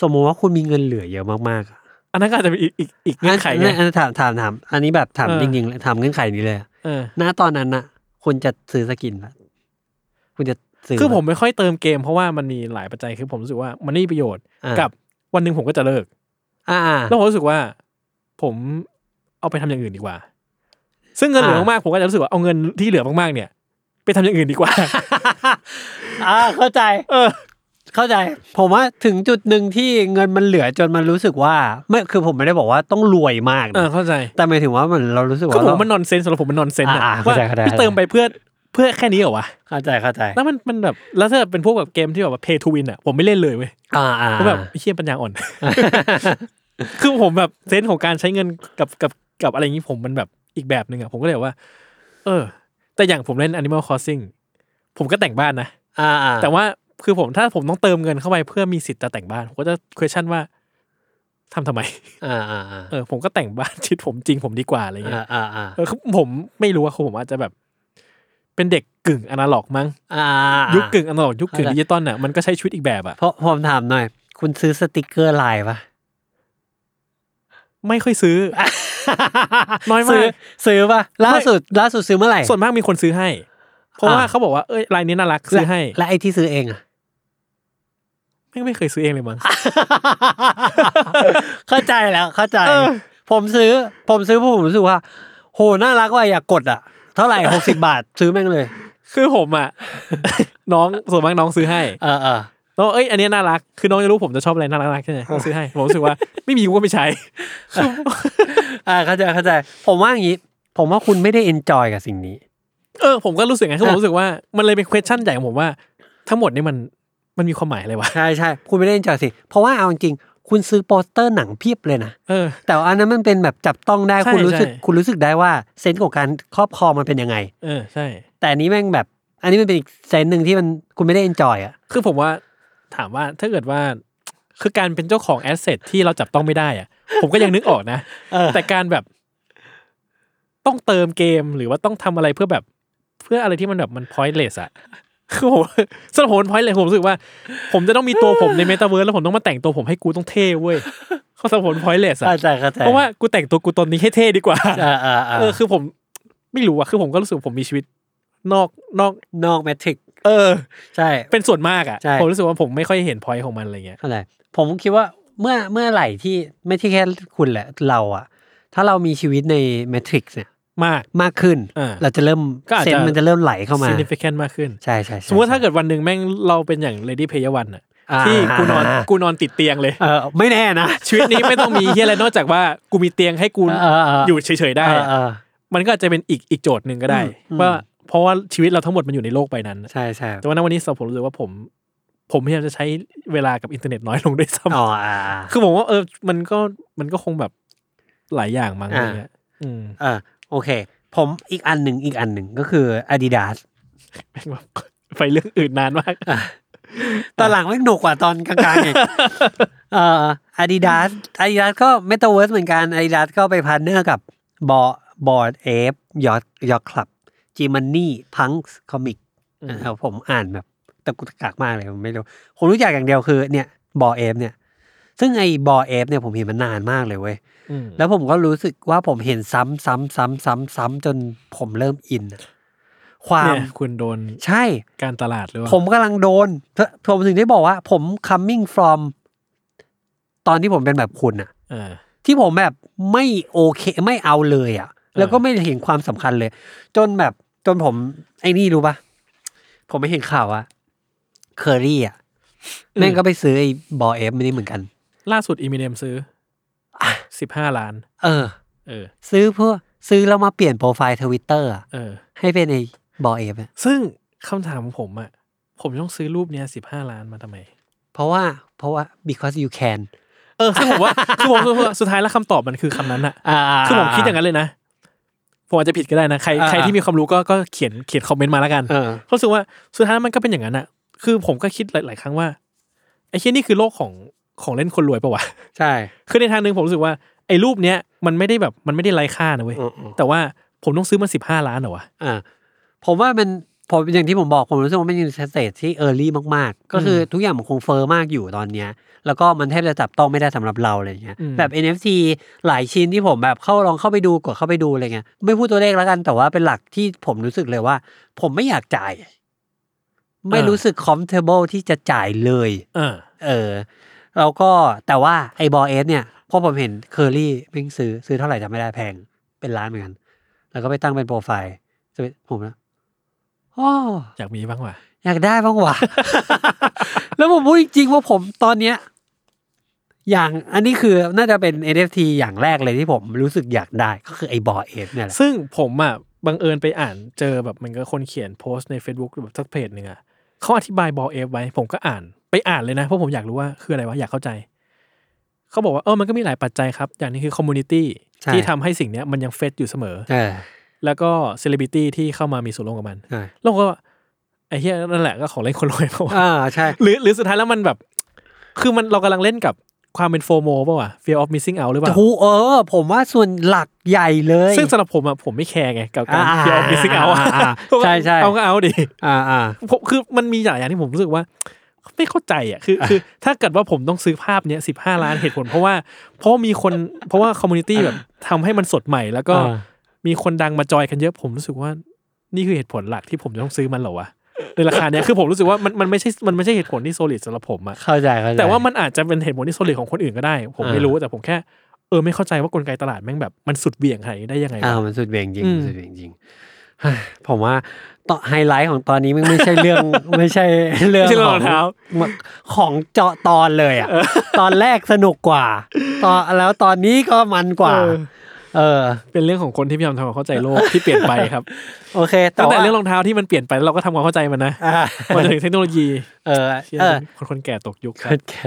Speaker 1: สมมติว่าคุณมีเงินเหลือเยอะมากๆอะ
Speaker 2: อันนั้นก็อาจจะเป็นอีกอีกอีกเงื่อนไขไง
Speaker 1: อัอัถามถามถาม อันนี้แบบถาม
Speaker 2: เออ
Speaker 1: จริงๆเลยถามเงื่อนไขนี้เลยอะ
Speaker 2: เออ
Speaker 1: ณตอนนั้นอะคุณจะซื้อสกินปะคุณจะซื้อ
Speaker 2: คือผม
Speaker 1: ปะ
Speaker 2: ไม่ค่อยเติมเกม เพราะว่ามันมีหลายปัจจัยคือผมรู้สึกว่ามันไม่มีประโยชน์
Speaker 1: อ่ะ
Speaker 2: กับวันหนึ่งผมก็จะเลิก
Speaker 1: อ่าอ่า
Speaker 2: แล้วผมรู้สึกว่า ผมเอาไปทำอย่างอื่นดีกว่า ซึ่งเงินเหลือ
Speaker 1: อ่าม
Speaker 2: มากๆผมก็จะรู้สึกว่าเอาเงินที่เหลือมากๆเนี่ย ไปทำอย่างอื่นดีกว่า
Speaker 1: อ่าเข้าใจ
Speaker 2: เออ
Speaker 1: เข้าใจ ผมว่าถึงจุดหนึ่งที่เงินมันเหลือจนมันรู้สึกว่าไม่คือผมไม่ได้บอกว่าต้องรวยมาก
Speaker 2: เออ
Speaker 1: นะ
Speaker 2: เข้าใจ
Speaker 1: แต่หมายถึงว่าเหมือนเรารู้สึก
Speaker 2: ก็
Speaker 1: ว่า
Speaker 2: ผม
Speaker 1: เรา
Speaker 2: ว่ามันนอนเซนสำหรับผมมันนอนเซน
Speaker 1: อ่าอ่าเข้า
Speaker 2: ว่า
Speaker 1: ใจเข้าใจ
Speaker 2: พี่เติมไปเพื่อเพื่อแค่นี้เหรอวะ
Speaker 1: เข้าใจเข้าใจ
Speaker 2: แล้วมันมันแบบแล้วถ้าเป็นพวกแบบเกมที่แบบว่า pay to win อ่ะผมไม่เล่นเลยเว้ย
Speaker 1: อ่าอ่า
Speaker 2: เพราะแบบไอ้เฮี้ยปัญญาอ่อน คือผมแบบเซนส์ของการใช้เงินกับกับกับอะไรอย่างนี้ผมมันแบบอีกแบบหนึ่งอ่ะผมก็เลยแบบว่า เออ แต่อย่างผมเล่น Animal Crossing ผมก็แต่งบ้านนะ
Speaker 1: อ่าอ่า
Speaker 2: แต่ว่าคือผมถ้าผมต้องเติมเงินเข้าไปเพื่อมีสิทธิ์จะแต่งบ้าน ผมก็จะ question ว่าทำทำไม
Speaker 1: อ่าอ่าอ่า
Speaker 2: เออผมก็แต่งบ้าน ชิดผมจริงผมดีกว่าอะไรเงี้ย
Speaker 1: อ่าอ่าอ่า
Speaker 2: เออคือผมไม่รู้ว่าผมอาจจะแบบ เป็นเด็กกึ่งอนาล็อกมั้ง
Speaker 1: อ่า
Speaker 2: ยุ
Speaker 1: ยุ
Speaker 2: คกึ่งอนาล็อกยุคกึ่ง
Speaker 1: เข้าใจ
Speaker 2: ดิจิตอลน่ะมันก็ใช้ชีวิตอีกแบบอ่ะ
Speaker 1: เพราะผมถามหน่อย คุณซื้อสติกเกอร์ลายปะ
Speaker 2: ไม่ค่อยซื้อ น้อยมาก
Speaker 1: ซื้ซื้อปะล่าสุดล่าสุดซื้อเมื่อไหร่
Speaker 2: ส่วนมากมีคนซื้อให้ เพราะว่า
Speaker 1: อ่า
Speaker 2: เขาบอกว่าเอ้ยลายนี้น่ารักซื้อให้
Speaker 1: และและไอที่ซื้อเองอะ
Speaker 2: ไม่ไม่เคยซื้อเองเลยมั้ง
Speaker 1: เข้าใจแล้วเข้าใจ
Speaker 2: เออ
Speaker 1: ผมซื้อ ผมซื้อเพราะผมรู้สึกว่า โหน่ารักว่าอยากกดอ่ะ เท่าไหร่หกสิบาท ซื้อแม่งเลย
Speaker 2: คือผมอ่ะ น้องส่วนมากน้องซื้อให้
Speaker 1: เออเออ
Speaker 2: น้องเอ้ยอันเนี้ยน่ารัก คือน้องจะรู้ผมจะชอบอะไรน่ารักๆใช่ไหมน้องซื้อให้ ผมรู้สึกว่าไม่มีกูก็ไม่ใช้
Speaker 1: อ่าเข้าใจเข้าใจ ผมว่าอย่างนี้ ผมว่าคุณไม่ได้เอนจอยกับสิ่งนี้
Speaker 2: เออผมก็รู้สึกไงคือผมรู้สึกว่ามันเลยเป็น question ใหญ่ของผมว่า ทั้งหมดนี่มันมันมีความหมายอะไรวะ
Speaker 1: ใช่ใช่คุณไม่ได้เอนจอยสิ เพราะว่าเอาจริงๆคุณซื้อโปสเตอร์หนังเพียบเลยนะ
Speaker 2: เออ
Speaker 1: แต่ว่าอันนั้นมันเป็นแบบจับต้องได้
Speaker 2: ใช่
Speaker 1: คุณรู้สึก
Speaker 2: ใช่
Speaker 1: คุณรู้สึกได้ว่าเซนส์ของการครอบครองมันเป็นยังไง
Speaker 2: เออใช่
Speaker 1: แต่อันนี้แม่งแบบ อันนี้มันเป็นอีกเซนส์หนึ่งที่มันคุณไม่ได้เอนจอยอ่ะ
Speaker 2: คือผมว่าถามว่าถ้าเกิดว่า คือการเป็นเจ้าของแอสเซทที่เราจับต้องไม่ได้อะผมก็ยังนึกออกนะ
Speaker 1: เออ
Speaker 2: แต่การแบบ ต้องเติมเกมหรือว่าต้องทำอะไรเพื่อแบบ เพื่ออะไรที่มันแบบมัน pointless อะคือผมสำหรับผมมัน pointless ผมรู้สึกว่า ผมจะต้องมีตัวผมในเมตาเวิร์แล้วผมต้องมาแต่งตัวผมให้กูต้องเท่เว้ย เขาสำหรับผม pointless อะ
Speaker 1: เข้าใจเข้าใจ
Speaker 2: เพราะว่ากูแต่งตัวกูตนนี้ให้เท่ดีกว่า
Speaker 1: เออเออ
Speaker 2: เอ
Speaker 1: เอ
Speaker 2: อ
Speaker 1: อ
Speaker 2: คือผมไม่รู้อะคือผมก็รู้สึกผมมีชีวิต นอกนอก
Speaker 1: นอกแมทริก
Speaker 2: เออ
Speaker 1: ใช่
Speaker 2: เป็นส่วนมากอะ
Speaker 1: ใช่
Speaker 2: ผมรู้สึกว่าผมไม่ค่อยเห็น point ของมันอะไรเงี้ย
Speaker 1: เท่าไหร่ผมคิดว่าเมื่อเมื่อไหร่ที่ไม่ใช่แค่คุณแหละเราอะถ้าเรามีชีวิตในแมทริกซ์เนี่ย
Speaker 2: มาก
Speaker 1: มากขึ้น
Speaker 2: อ่า
Speaker 1: เราจะเริ่ม
Speaker 2: ก็อาจ
Speaker 1: เซ
Speaker 2: จะ
Speaker 1: นส์มันจะเริ่มไหลเข้ามา
Speaker 2: significant มากขึ้น
Speaker 1: ใช่ใช่ใช่
Speaker 2: สมมติถ้าเกิดวันหนึ่งแม่งเราเป็นอย่าง Lady Player One อะ
Speaker 1: อ่า
Speaker 2: ที่กูนอนกูนอนติดเตียงเลย
Speaker 1: เออไม่แน่นะ
Speaker 2: ชีวิตนี้ไม่ต้องมีเฮียอะไรนอกจากว่ากูมีเตียงให้กู
Speaker 1: เออเอออ
Speaker 2: อยู่เฉยๆได้
Speaker 1: เออ
Speaker 2: อะ
Speaker 1: เออ
Speaker 2: มันก็อาจจะเป็นอีกอีกโจทย์หนึ่งก็ได้
Speaker 1: อืม
Speaker 2: ว่าเพราะว่าชีวิตเราทั้งหมดมันอยู่ในโลกใบนั้นอะ
Speaker 1: ใช่ใช่
Speaker 2: แต่ว่าณวันนี้สำหรับผมรู้สึกว่าผม ผมพยายามจะใช้เวลากับอินเทอร์เน็ตน้อยลงด้วยซ้
Speaker 1: อ๋ออ่า
Speaker 2: ำคือผมว่าเออมันก็มันก็คงแบบหลายอย่างมั้งอะไรเงี้ยอืม
Speaker 1: เออโอเค ผมอีกอันหนึ่งอีกอันหนึ่งก็คือ Adidas
Speaker 2: แม่งแบบไปเรื่องอื่นนานมาก
Speaker 1: ตอนหลังไม่หนุกกว่าตอนกลางๆอีกเอ่อ Adidas Adidas ก็ Metaverse เหมือนกัน Adidas ก็ไปพันเนอร์กับบอ บอร์ดเอฟยอร์ยอร์คลับจีมันนี่พังส์คอมิก
Speaker 2: อืม
Speaker 1: นะครับผมอ่านแบบตะกุกตะกักมากเลยผมไม่รู้ผมรู้จักอย่างเดียวคือเนี่ยบอเอฟเนี่ย ซึ่งไอ้บอเอฟเนี่ยผมเห็นมันนานมากเลยเว้ย
Speaker 2: อืม
Speaker 1: แล้วผมก็รู้สึกว่าผมเห็นซ้ำซ้ำซ้ำซ้ำซ้ำจนผมเริ่มอินอะความ
Speaker 2: เนี่ยคุณโดน
Speaker 1: ใช่
Speaker 2: การตลาดหรือเปล่า
Speaker 1: ผมกำลังโดนเธอผมถึงได้บอกว่า ผม coming from ตอนที่ผมเป็นแบบคุณอะ
Speaker 2: เออ
Speaker 1: ที่ผมแบบไม่โอเคไม่เอาเลยอะแล้วก็
Speaker 2: เออ
Speaker 1: ไม่เห็นความสำคัญเลย จนแบบจนผมไอ้นี่รู้ปะผมไม่เห็นข่าวอะเคอรี่อะแม่งก็ไปซื้อไอ้บอเอฟไม่ได้เหมือนกัน
Speaker 2: ล่าสุดอีมิเนมซื้ออสิบห้าล้าน
Speaker 1: เออ
Speaker 2: เออ
Speaker 1: ซื้อเพื่อซื้อแล้วมาเปลี่ยนโปรไฟล์ทวิตเตอร์อะ
Speaker 2: เออ
Speaker 1: ให้เป็นไอ้บอเอฟอะ
Speaker 2: ซึ่งคำถามของผมอะผมต้องซื้อรูปเนี้ยสิบห้าล้านมาทำไม
Speaker 1: เพราะว่าเพราะว่า because you can
Speaker 2: เออ ซึ่งผมว่า คือผมคือผมสุดท้ายแล้วคำตอบมันคือคำนั้นอะคือผมคิดอย่างนั้นเลยนะ ผมอาจจะผิดก็ได้นะ ใคร
Speaker 1: อ่า
Speaker 2: ใครที่มีความรู้ก็ก็เขียนเขียนคอมเมนต์มาแล้วกัน
Speaker 1: เออ
Speaker 2: เพราะรู้สึกว่าสุดท้ายมันก็เป็นอย่างนั้นอะคือผมก็คิดหลาย ๆ ครั้งว่าไอ้เช่นนี่คือโลกของของเล่นคนรวยปะวะ
Speaker 1: ใช่
Speaker 2: คือในทางหนึ่งผมรู้สึกว่าไอ้รูปเนี้ยมันไม่ได้แบบมันไม่ได้ไร้ค่านะเว้ย
Speaker 1: อืม
Speaker 2: แต่ว่าผมต้องซื้อมันสิบห้าล้านเหรอวะ
Speaker 1: อ่าผมว่ามันผมอย่างที่ผมบอกผมรู้สึกว่ามันอยู่ในสเตจที่เออร์ลี่มาก ๆ ก็คือทุกอย่างมันคงเฟอร์มากอยู่ตอนเนี้ย แล้วก็มันแทบจะจับต้องไม่ได้สำหรับเราอะไรเงี้ย
Speaker 2: อืม
Speaker 1: แบบ NFT หลายชิ้นที่ผมแบบเข้าลองเข้าไปดูกดเข้าไปดูอะไรเงี้ยไม่พูดตัวเลขแล้วกันแต่ว่าเป็นหลักที่ผมรู้สึกเลยว่า ผมไม่อยากจ่าย ไม่รู้สึก comfortable ที่จะจ่ายเลย
Speaker 2: เออ
Speaker 1: เออแล้วก็แต่ว่าไอ้บอเอสเนี่ยพอผมเห็นเคอรี่แม่งซื้อซื้อเท่าไหร่จำไม่ได้แพงเป็นล้านเหมือนกัน แล้วก็ไปตั้งเป็นโปรไฟล์จะเป็นผมนะอ้อ
Speaker 2: อยากมีบ้างว่ะ
Speaker 1: อยากได้บ้างวะ แล้วผมพูดจริงๆว่าผมตอนเนี้ย อย่างอันนี้คือน่าจะเป็น NFT อย่างแรกเลยที่ผมรู้สึกอยากได้ก็คือไอ้บอเอสเนี่ยแหละ
Speaker 2: ซึ่งผมอ่ะบังเอิญไปอ่านเจอแบบมันก็คนเขียนโพสต์ใน Facebook แบบสักเพจหนึ่งอ่ะเขาอธิบายบอลเอฟไว้ ผมก็อ่านไปอ่านเลยนะ เพราะผมอยากรู้ว่าคืออะไรวะ อยากเข้าใจ เขาบอกว่าเออมันก็มีหลายปัจจัยครับ อย่างนี้คือคอมมูนิตี้ที่ทำให้สิ่งเนี้ยมันยังเฟซอยู่เสมอ
Speaker 1: เออ
Speaker 2: แล้วก็เซเลบริตี้ที่เข้ามามีส่วนร่วมกับมัน
Speaker 1: ใช่
Speaker 2: แล้วก็ไอ้เหี้ยนั่นแหละก็ของเล่นคนรวย เพราะว่า
Speaker 1: อ่าใช่
Speaker 2: หรือหรือสุดท้ายแล้วมันแบบ คือมันเรากำลังเล่นกับความเป็นโฟโมป่าวะ fear of missing out หรือเปล่า
Speaker 1: ถูกเออ ผมว่าส่วนหลักใหญ่เลย
Speaker 2: ซึ่งสำหรับผมอะผมไม่แคร์ไงกับการ
Speaker 1: อ่า
Speaker 2: ที่เอามิสซิ่งเอา
Speaker 1: อ่าใช่ใช่
Speaker 2: เอาก็เอาดิ
Speaker 1: อ่าอ่า
Speaker 2: ผมคือมันมีหลายอย่างที่ผมรู้สึกว่า ไม่เข้าใจอะคือคือ ถ้าเกิดว่าผมต้องซื้อภาพเนี้ยสิบห้าล้านเหตุผล เพราะว่าเพราะว่ามีคนเพราะว่าคอมมูนิตี้แบบทำให้มันสดใหม่ แล้วก็
Speaker 1: อ่า
Speaker 2: มีคนดังมาจอยกันเยอะผมรู้สึกว่า นี่คือเหตุผลหลักที่ผมจะต้องซื้อมันเหรอวะในราคาเนี้ยคือผมรู้สึกว่ามันมันไม่ใช่มันไม่ใช่เหตุผลที่โซลิดสำหรับผมอะ
Speaker 1: เข้าใจเข้าใจ
Speaker 2: แต่ว่ามันอาจจะเป็นเหตุผลที่โซลิดของคนอื่นก็ได้ ผมไม่
Speaker 1: อ่า
Speaker 2: รู้แต่ผมแค่ เออไม่เข้าใจว่ากลไกตลาดแม่งแบบมันสุดเบี่ยงขนาดนี้ได้ยังไงวะ
Speaker 1: อ่ามันสุดเบี่ยงจริง
Speaker 2: อืม
Speaker 1: สุดเบี่ยงจริง ผมว่าต่อไฮไลท์ของตอนนี้มันไม่ใช่เรื่อง ไม่ใช่เรื่อง
Speaker 2: ไม่ใช่
Speaker 1: ข
Speaker 2: เรื่อง
Speaker 1: อง
Speaker 2: รองเท้า
Speaker 1: ของเจาะตอนเลยอ่ะ ตอนแรกสนุกกว่า ตอนแล้วตอนนี้ก็มันกว่า
Speaker 2: เออ
Speaker 1: เออ
Speaker 2: เป็นเรื่องของคนที่พยายามทำความเข้าใจโล กที่เปลี่ยนไปครับ
Speaker 1: โอเค
Speaker 2: ตั้งแต่
Speaker 1: ว่า
Speaker 2: เรื่องรองเท้าที่มันเปลี่ยนไปแล้วเราก็ทำความเข้าใจมันนะ
Speaker 1: อ่า
Speaker 2: มาจนถึงเทคโนโลยี
Speaker 1: เออ
Speaker 2: เชี่ย
Speaker 1: เออ
Speaker 2: คนคนแก่ตกยุคค
Speaker 1: เกิ
Speaker 2: รับ
Speaker 1: ดแก่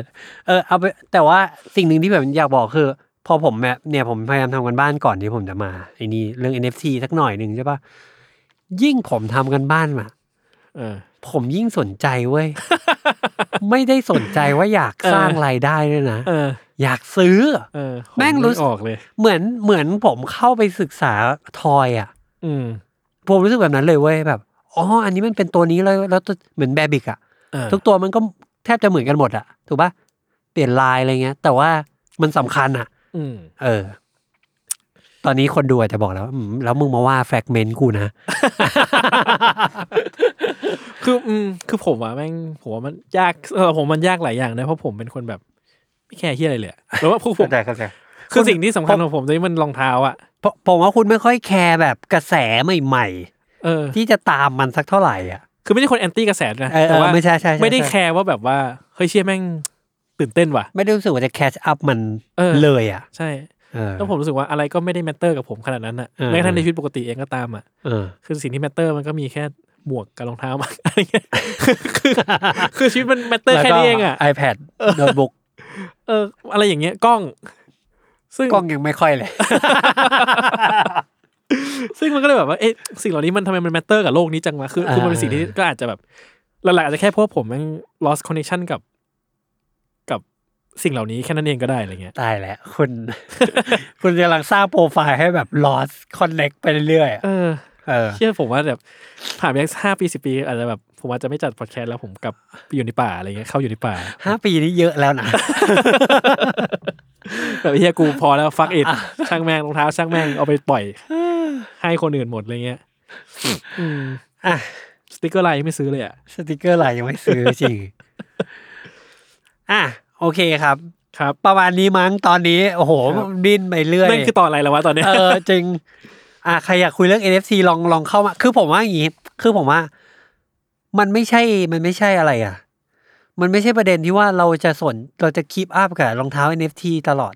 Speaker 1: เออเอาไปแต่ว่าสิ่งหนึ่งที่แบบอยากบอกคือ พอผมแบบเนี่ยผมพยายามทำกันบ้านก่อนที่ผมจะมาไอ้นี่เรื่อง NFT สักหน่อยหนึ่งใช่ปะยิ่งผมทำกันบ้านมา
Speaker 2: เออ
Speaker 1: ผมยิ่งสนใจเว้ ย ไม่ได้สนใจว่าอยาก
Speaker 2: เออ
Speaker 1: สร้างรายได้ด้วยนะ
Speaker 2: เออ
Speaker 1: อยากซื้อ
Speaker 2: เออผ
Speaker 1: แม่งรู้สึก
Speaker 2: ไออกเลย
Speaker 1: เหมือนเหมือนผมเข้าไปศึกษาทอยอ่ะ
Speaker 2: อืม
Speaker 1: ผมรู้สึกแบบนั้นเลยเว้ยแบบอ๋ออันนี้มันเป็นตัวนี้เลยแล้วตัวเหมือนแบบิกอ่ะ
Speaker 2: เออ
Speaker 1: ทุกตัวมันก็แทบจะเหมือนกันหมดอะถูกปะเปลี่ยนลายอะไรเงี้ย แต่ว่ามันสำคัญอะ
Speaker 2: อืม
Speaker 1: เออ ตอนนี้คนดูอาจจะบอกแล้วอืมแล้วมึงมาว่าแฟกเมนต์กูนะ
Speaker 2: คืออืมคือผมอะแม่งผมว่ามันยากเออผมมันยากหลายอย่างนะเพราะผมเป็นคนแบบ ไม่แคร์เฮียอะไรเลยอะแล้วว่าพวกผมคือสิ่งที่สำคัญของผมตอนนี้มันรองเท้าอะ
Speaker 1: ผมผมว่าคุณไม่ค่อยแคร์แบบกระแสใหม่
Speaker 2: เออ
Speaker 1: ๆ ที่จะตามมันสักเท่าไหร่อ่ะ
Speaker 2: คือไม่ใช่คนแอนตี้กระแสนะ
Speaker 1: เออเออ
Speaker 2: แต่ว่า
Speaker 1: ไม่ใช่ใช่ใช่
Speaker 2: ไม่ได้
Speaker 1: ใช่
Speaker 2: แคร์ว่าแบบว่าเฮ้ยเชี่ยแม่งตื่นเต้นว่ะ
Speaker 1: ไม่ได้รู้สึกว่าจะแคชอัพมัน
Speaker 2: เออ
Speaker 1: เลยอ่ะ
Speaker 2: ใช่
Speaker 1: เออ
Speaker 2: แล้วผมรู้สึกว่าอะไรก็ไม่ได้แมตเตอร์กับผมขนาดนั้นอะ
Speaker 1: เออ
Speaker 2: แม้กระทั่งในชีวิตปกติเองก็ตามอะ
Speaker 1: เออ
Speaker 2: คือสิ่งที่แมตเตอร์มันก็มีแค่หมวกกับรองเท้ามา อะไรเงี้ยคือคือคือชีวิตมันแมตเตอร์
Speaker 1: ล้ว
Speaker 2: แค่
Speaker 1: ก็
Speaker 2: นี้เองอะ
Speaker 1: iPad โน้ตบุ๊ก
Speaker 2: เอออะไรอย่างเงี้ยกล้อง ซึ่ง
Speaker 1: กล้องยังไม่ค่อยเลย
Speaker 2: ซึ่งมันก็เลยแบบว่าเอ๊ะสิ่งเหล่านี้มันทำไมมันแมตเตอร์กับโลกนี้จังวะคือคือมันเป็นสิ่งที่ก็อาจจะแบบหลักๆอาจจะแค่เพราะว่าผมแม่ง lost connection กับ กับสิ่งเหล่านี้แค่นั้นเองก็ได้อะไรเงี้ย
Speaker 1: ตายแล้วคุณ คุณกำลังสร้างโปรไฟล์ให้แบบ lost connect ไปเรื่อยๆอะ
Speaker 2: เออ
Speaker 1: เออ
Speaker 2: เชื่อผมว่าแบบผ่านไปห้าปีสิปีอาจจะแบบผมอาจจะไม่จัดพอดแคสต์แล้วผมกลับไปอยู่ในป่าอะไรเงี้ยเข้าอยู่ในป่า
Speaker 1: ห้าปีนี้เยอะแล้ว นะ
Speaker 2: แบบเฮียกูพอแล้วฟักอิดช่างแม่งรองเท้าช่างแม่งเอาไปป ล่อย ให้คนอื่นหมดอะไรเงี้ยอืม
Speaker 1: อ่ะ
Speaker 2: สติกเกอร์ไลน์ยังไม่ซื้อเลยอ่ะ
Speaker 1: สติกเกอร์ลายยังไม่ซื้อจริง อ่ะ โอเคครับ
Speaker 2: ครับ
Speaker 1: ประมาณนี้มั้งตอนนี้ โอ้โหดิ้นไปเรื่อย
Speaker 2: นั่นคือตอนอะไรแล้ววะตอนเนี้ย
Speaker 1: เออจริง อ่ะ ใครอยากคุยเรื่อง NFC ลองลองเข้ามา คือผมว่าอย่างงี้ คือผมว่า มันไม่ใช่ มันไม่ใช่อะไรอ่ะ มันไม่ใช่ประเด็นที่ว่าเราจะสนเราจะคีปอัพกับรองเท้า NFT ตลอด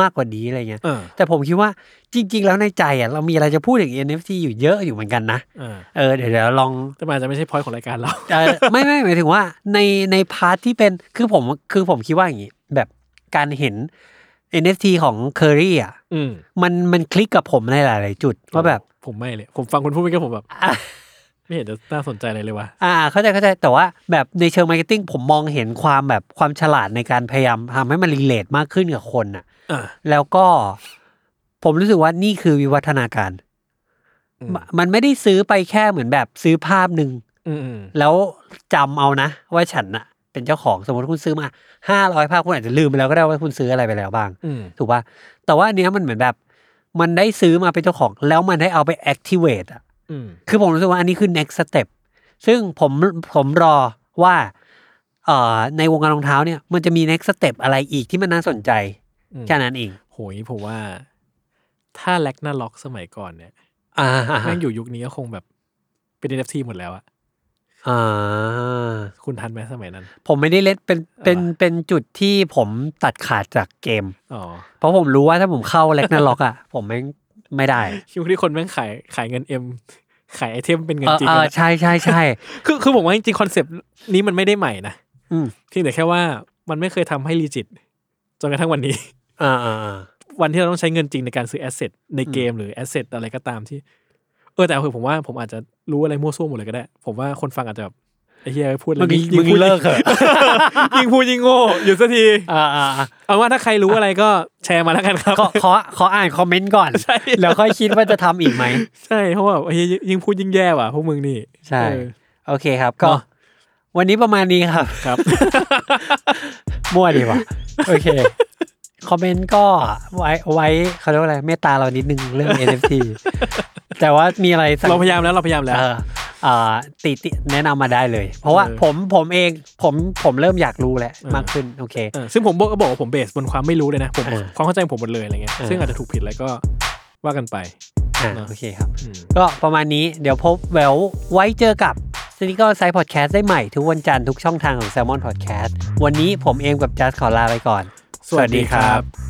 Speaker 1: มากกว่านี้อะไรเงี้ย
Speaker 2: เออ
Speaker 1: แต่ผมคิดว่าจริง ๆ แล้วในใจอ่ะเรามีอะไรจะพูดถึง NFT อยู่เยอะอยู่เหมือนกันนะ
Speaker 2: เออ
Speaker 1: เออเดี๋ยวเดี๋ยวลอง
Speaker 2: แต่มันอาจจะไม่ใช่พอยของรายการเรา
Speaker 1: เอ่อ ไม่ไม่หมายถึงว่าในในพาร์ทที่เป็นคือผมคือผมคิดว่าอย่างนี้แบบการเห็น NFT ของเคอรี่อ่ะ
Speaker 2: อืม
Speaker 1: มันมันคลิกกับผมในหลาย ๆ จุดว่าแบบ
Speaker 2: ผมไม่เลย ผมฟังคนพูดไปก็ผมแบบ
Speaker 1: อ่ะ
Speaker 2: ไม่เห็นจะน่าสนใจอะไรเลยวะ
Speaker 1: อ่าเข้าใจเข้าใจแต่ว่าแบบในเชิงมาร์เก็ตติ้งผมมองเห็นความแบบความฉลาดในการพยายามทำให้มันรีเลทมากขึ้นกับคนอ่ะ
Speaker 2: อ่ะ
Speaker 1: แล้วก็ผมรู้สึกว่านี่คือวิวัฒนาการ
Speaker 2: อืม
Speaker 1: มันไม่ได้ซื้อไปแค่เหมือนแบบซื้อภาพหนึ่ง
Speaker 2: อืมอืม
Speaker 1: แล้วจำเอานะ ว่าฉันน่ะ เป็นเจ้าของสมมติคุณซื้อมาห้าร้อยภาพคุณอาจจะลืมไปแล้วก็ได้ว่าคุณซื้ออะไรไปแล้วบ้าง
Speaker 2: อืม
Speaker 1: ถูกป่ะแต่ว่าอันเนี้ยมันเหมือนแบบ มันได้ซื้อมาเป็นเจ้าของ แล้วมันได้เอาไป activate อ่ะ
Speaker 2: อืม
Speaker 1: คือผมรู้สึกว่าอันนี้คือ next step ซึ่งผมผมรอว่าเอ่อในวงการรองเท้าเนี่ย มันจะมี next step อะไรอีกที่มันน่าสนใจ
Speaker 2: อืม
Speaker 1: แค่นั้นเอง
Speaker 2: โหยผมว่า ถ้าแลกหน้าล็อกสมัยก่อนเนี่ย
Speaker 1: อ่า
Speaker 2: แม่งอยู่ยุคนี้ก็คงแบบเป็น NFT หมดแล้วอะ
Speaker 1: อ่า
Speaker 2: คุณทันไหมสมัยนั้น
Speaker 1: ผมไม่ได้เล่นเป็นเป็น
Speaker 2: เอาวะ
Speaker 1: เป็นจุดที่ผมตัดขาดจากเกม
Speaker 2: อ๋อ
Speaker 1: เพราะผมรู้ว่าถ้าผมเข้าแล็กนาล็อกอ่ะ ผมแม่งไม่ได้
Speaker 2: ยุคที่คนแม่งขายขายเงินเอ็มขายไอเทมเป็นเงิ
Speaker 1: เอน อ
Speaker 2: จริง
Speaker 1: เอ
Speaker 2: กั
Speaker 1: อน
Speaker 2: อะ
Speaker 1: ใช่ใช่ใช่
Speaker 2: คือคือผมว่าจริงๆคอนเซปต์นี้มันไม่ได้ใหม่นะ
Speaker 1: อืม
Speaker 2: เพียงแต่แค่ว่ามันไม่เคยทำให้รีจิตจนกระทั่งวันนี้
Speaker 1: อ่าอ่าอ่า
Speaker 2: วันที่เราต้องใช้เงินจริงในการซื้อแอสเซทในเกมหรือแอสเซทอะไรก็ตามที่ เออแต่คือผมว่าผมอาจจะรู้อะไรมั่วซั่วหมดเลยก็ได้ ผมว่าคนฟังอาจจะแบบไอ้เฮียพูดอะไร
Speaker 1: มึง
Speaker 2: ยิ่
Speaker 1: มึง
Speaker 2: พูด
Speaker 1: เลิกเถอะ
Speaker 2: ยิ่งพูดยิ่งโง่หยุดสัก ที
Speaker 1: อ่าอ่าอ่า
Speaker 2: เอาว่าถ้าใครรู้อะไรก็แชร์มาแล้วกันครับ
Speaker 1: ขอขอขออ่านคอมเมนต์ก่อน
Speaker 2: ใช่
Speaker 1: แล้วค่อยคิดว่าจะทำอีกไหม
Speaker 2: ใช่เพราะว่าเฮ้ยยิ่งพูดยิ่งแย่ว่ะพวกมึงนี่
Speaker 1: ใช่
Speaker 2: เออ
Speaker 1: โอเคครับ ก็
Speaker 2: เนอะ
Speaker 1: วันนี้ประมาณนี้ ครับ
Speaker 2: ครับ
Speaker 1: มั่วดีว่ะ โอเค คอมเมนต์ก็ไว้ไว้เขาเรียกว่าอะไรเมตตาเรานิดนึงเรื่อง NFT แต่ว่ามีอะไรสัก
Speaker 2: เราพยายามแล้วเราพยายามแล้ว
Speaker 1: เออเอ่อติติแนะนำมาได้เลย เพราะว่า
Speaker 2: เออ
Speaker 1: ผมผมเองผมผมเริ่มอยากรู้แล้ว
Speaker 2: เออ
Speaker 1: มากขึ้น โอเค
Speaker 2: เออซึ่งผมบอกก็บอกว่าผมเบสบนความไม่รู้เลยนะผม
Speaker 1: เออ
Speaker 2: ความเข้าใจผมหมดเลยอะไรเงี้ย
Speaker 1: เออ
Speaker 2: ซึ่งอาจจะถูกผิดอะไรก็ว่ากันไป
Speaker 1: อ่า
Speaker 2: เนอะ
Speaker 1: โอเคครับ
Speaker 2: อืม
Speaker 1: ก็ประมาณนี้เดี๋ยวพบแววไว้เจอกับสนิก e r ไซ d ์พอดแคสต์ได้ใหม่ทุกวันจันทร์ทุกช่องทางของ s ซ l m o n Podcast วันนี้ผมเองกับจัสขอลาไปก่อน
Speaker 2: สวัสดีครับ
Speaker 1: บ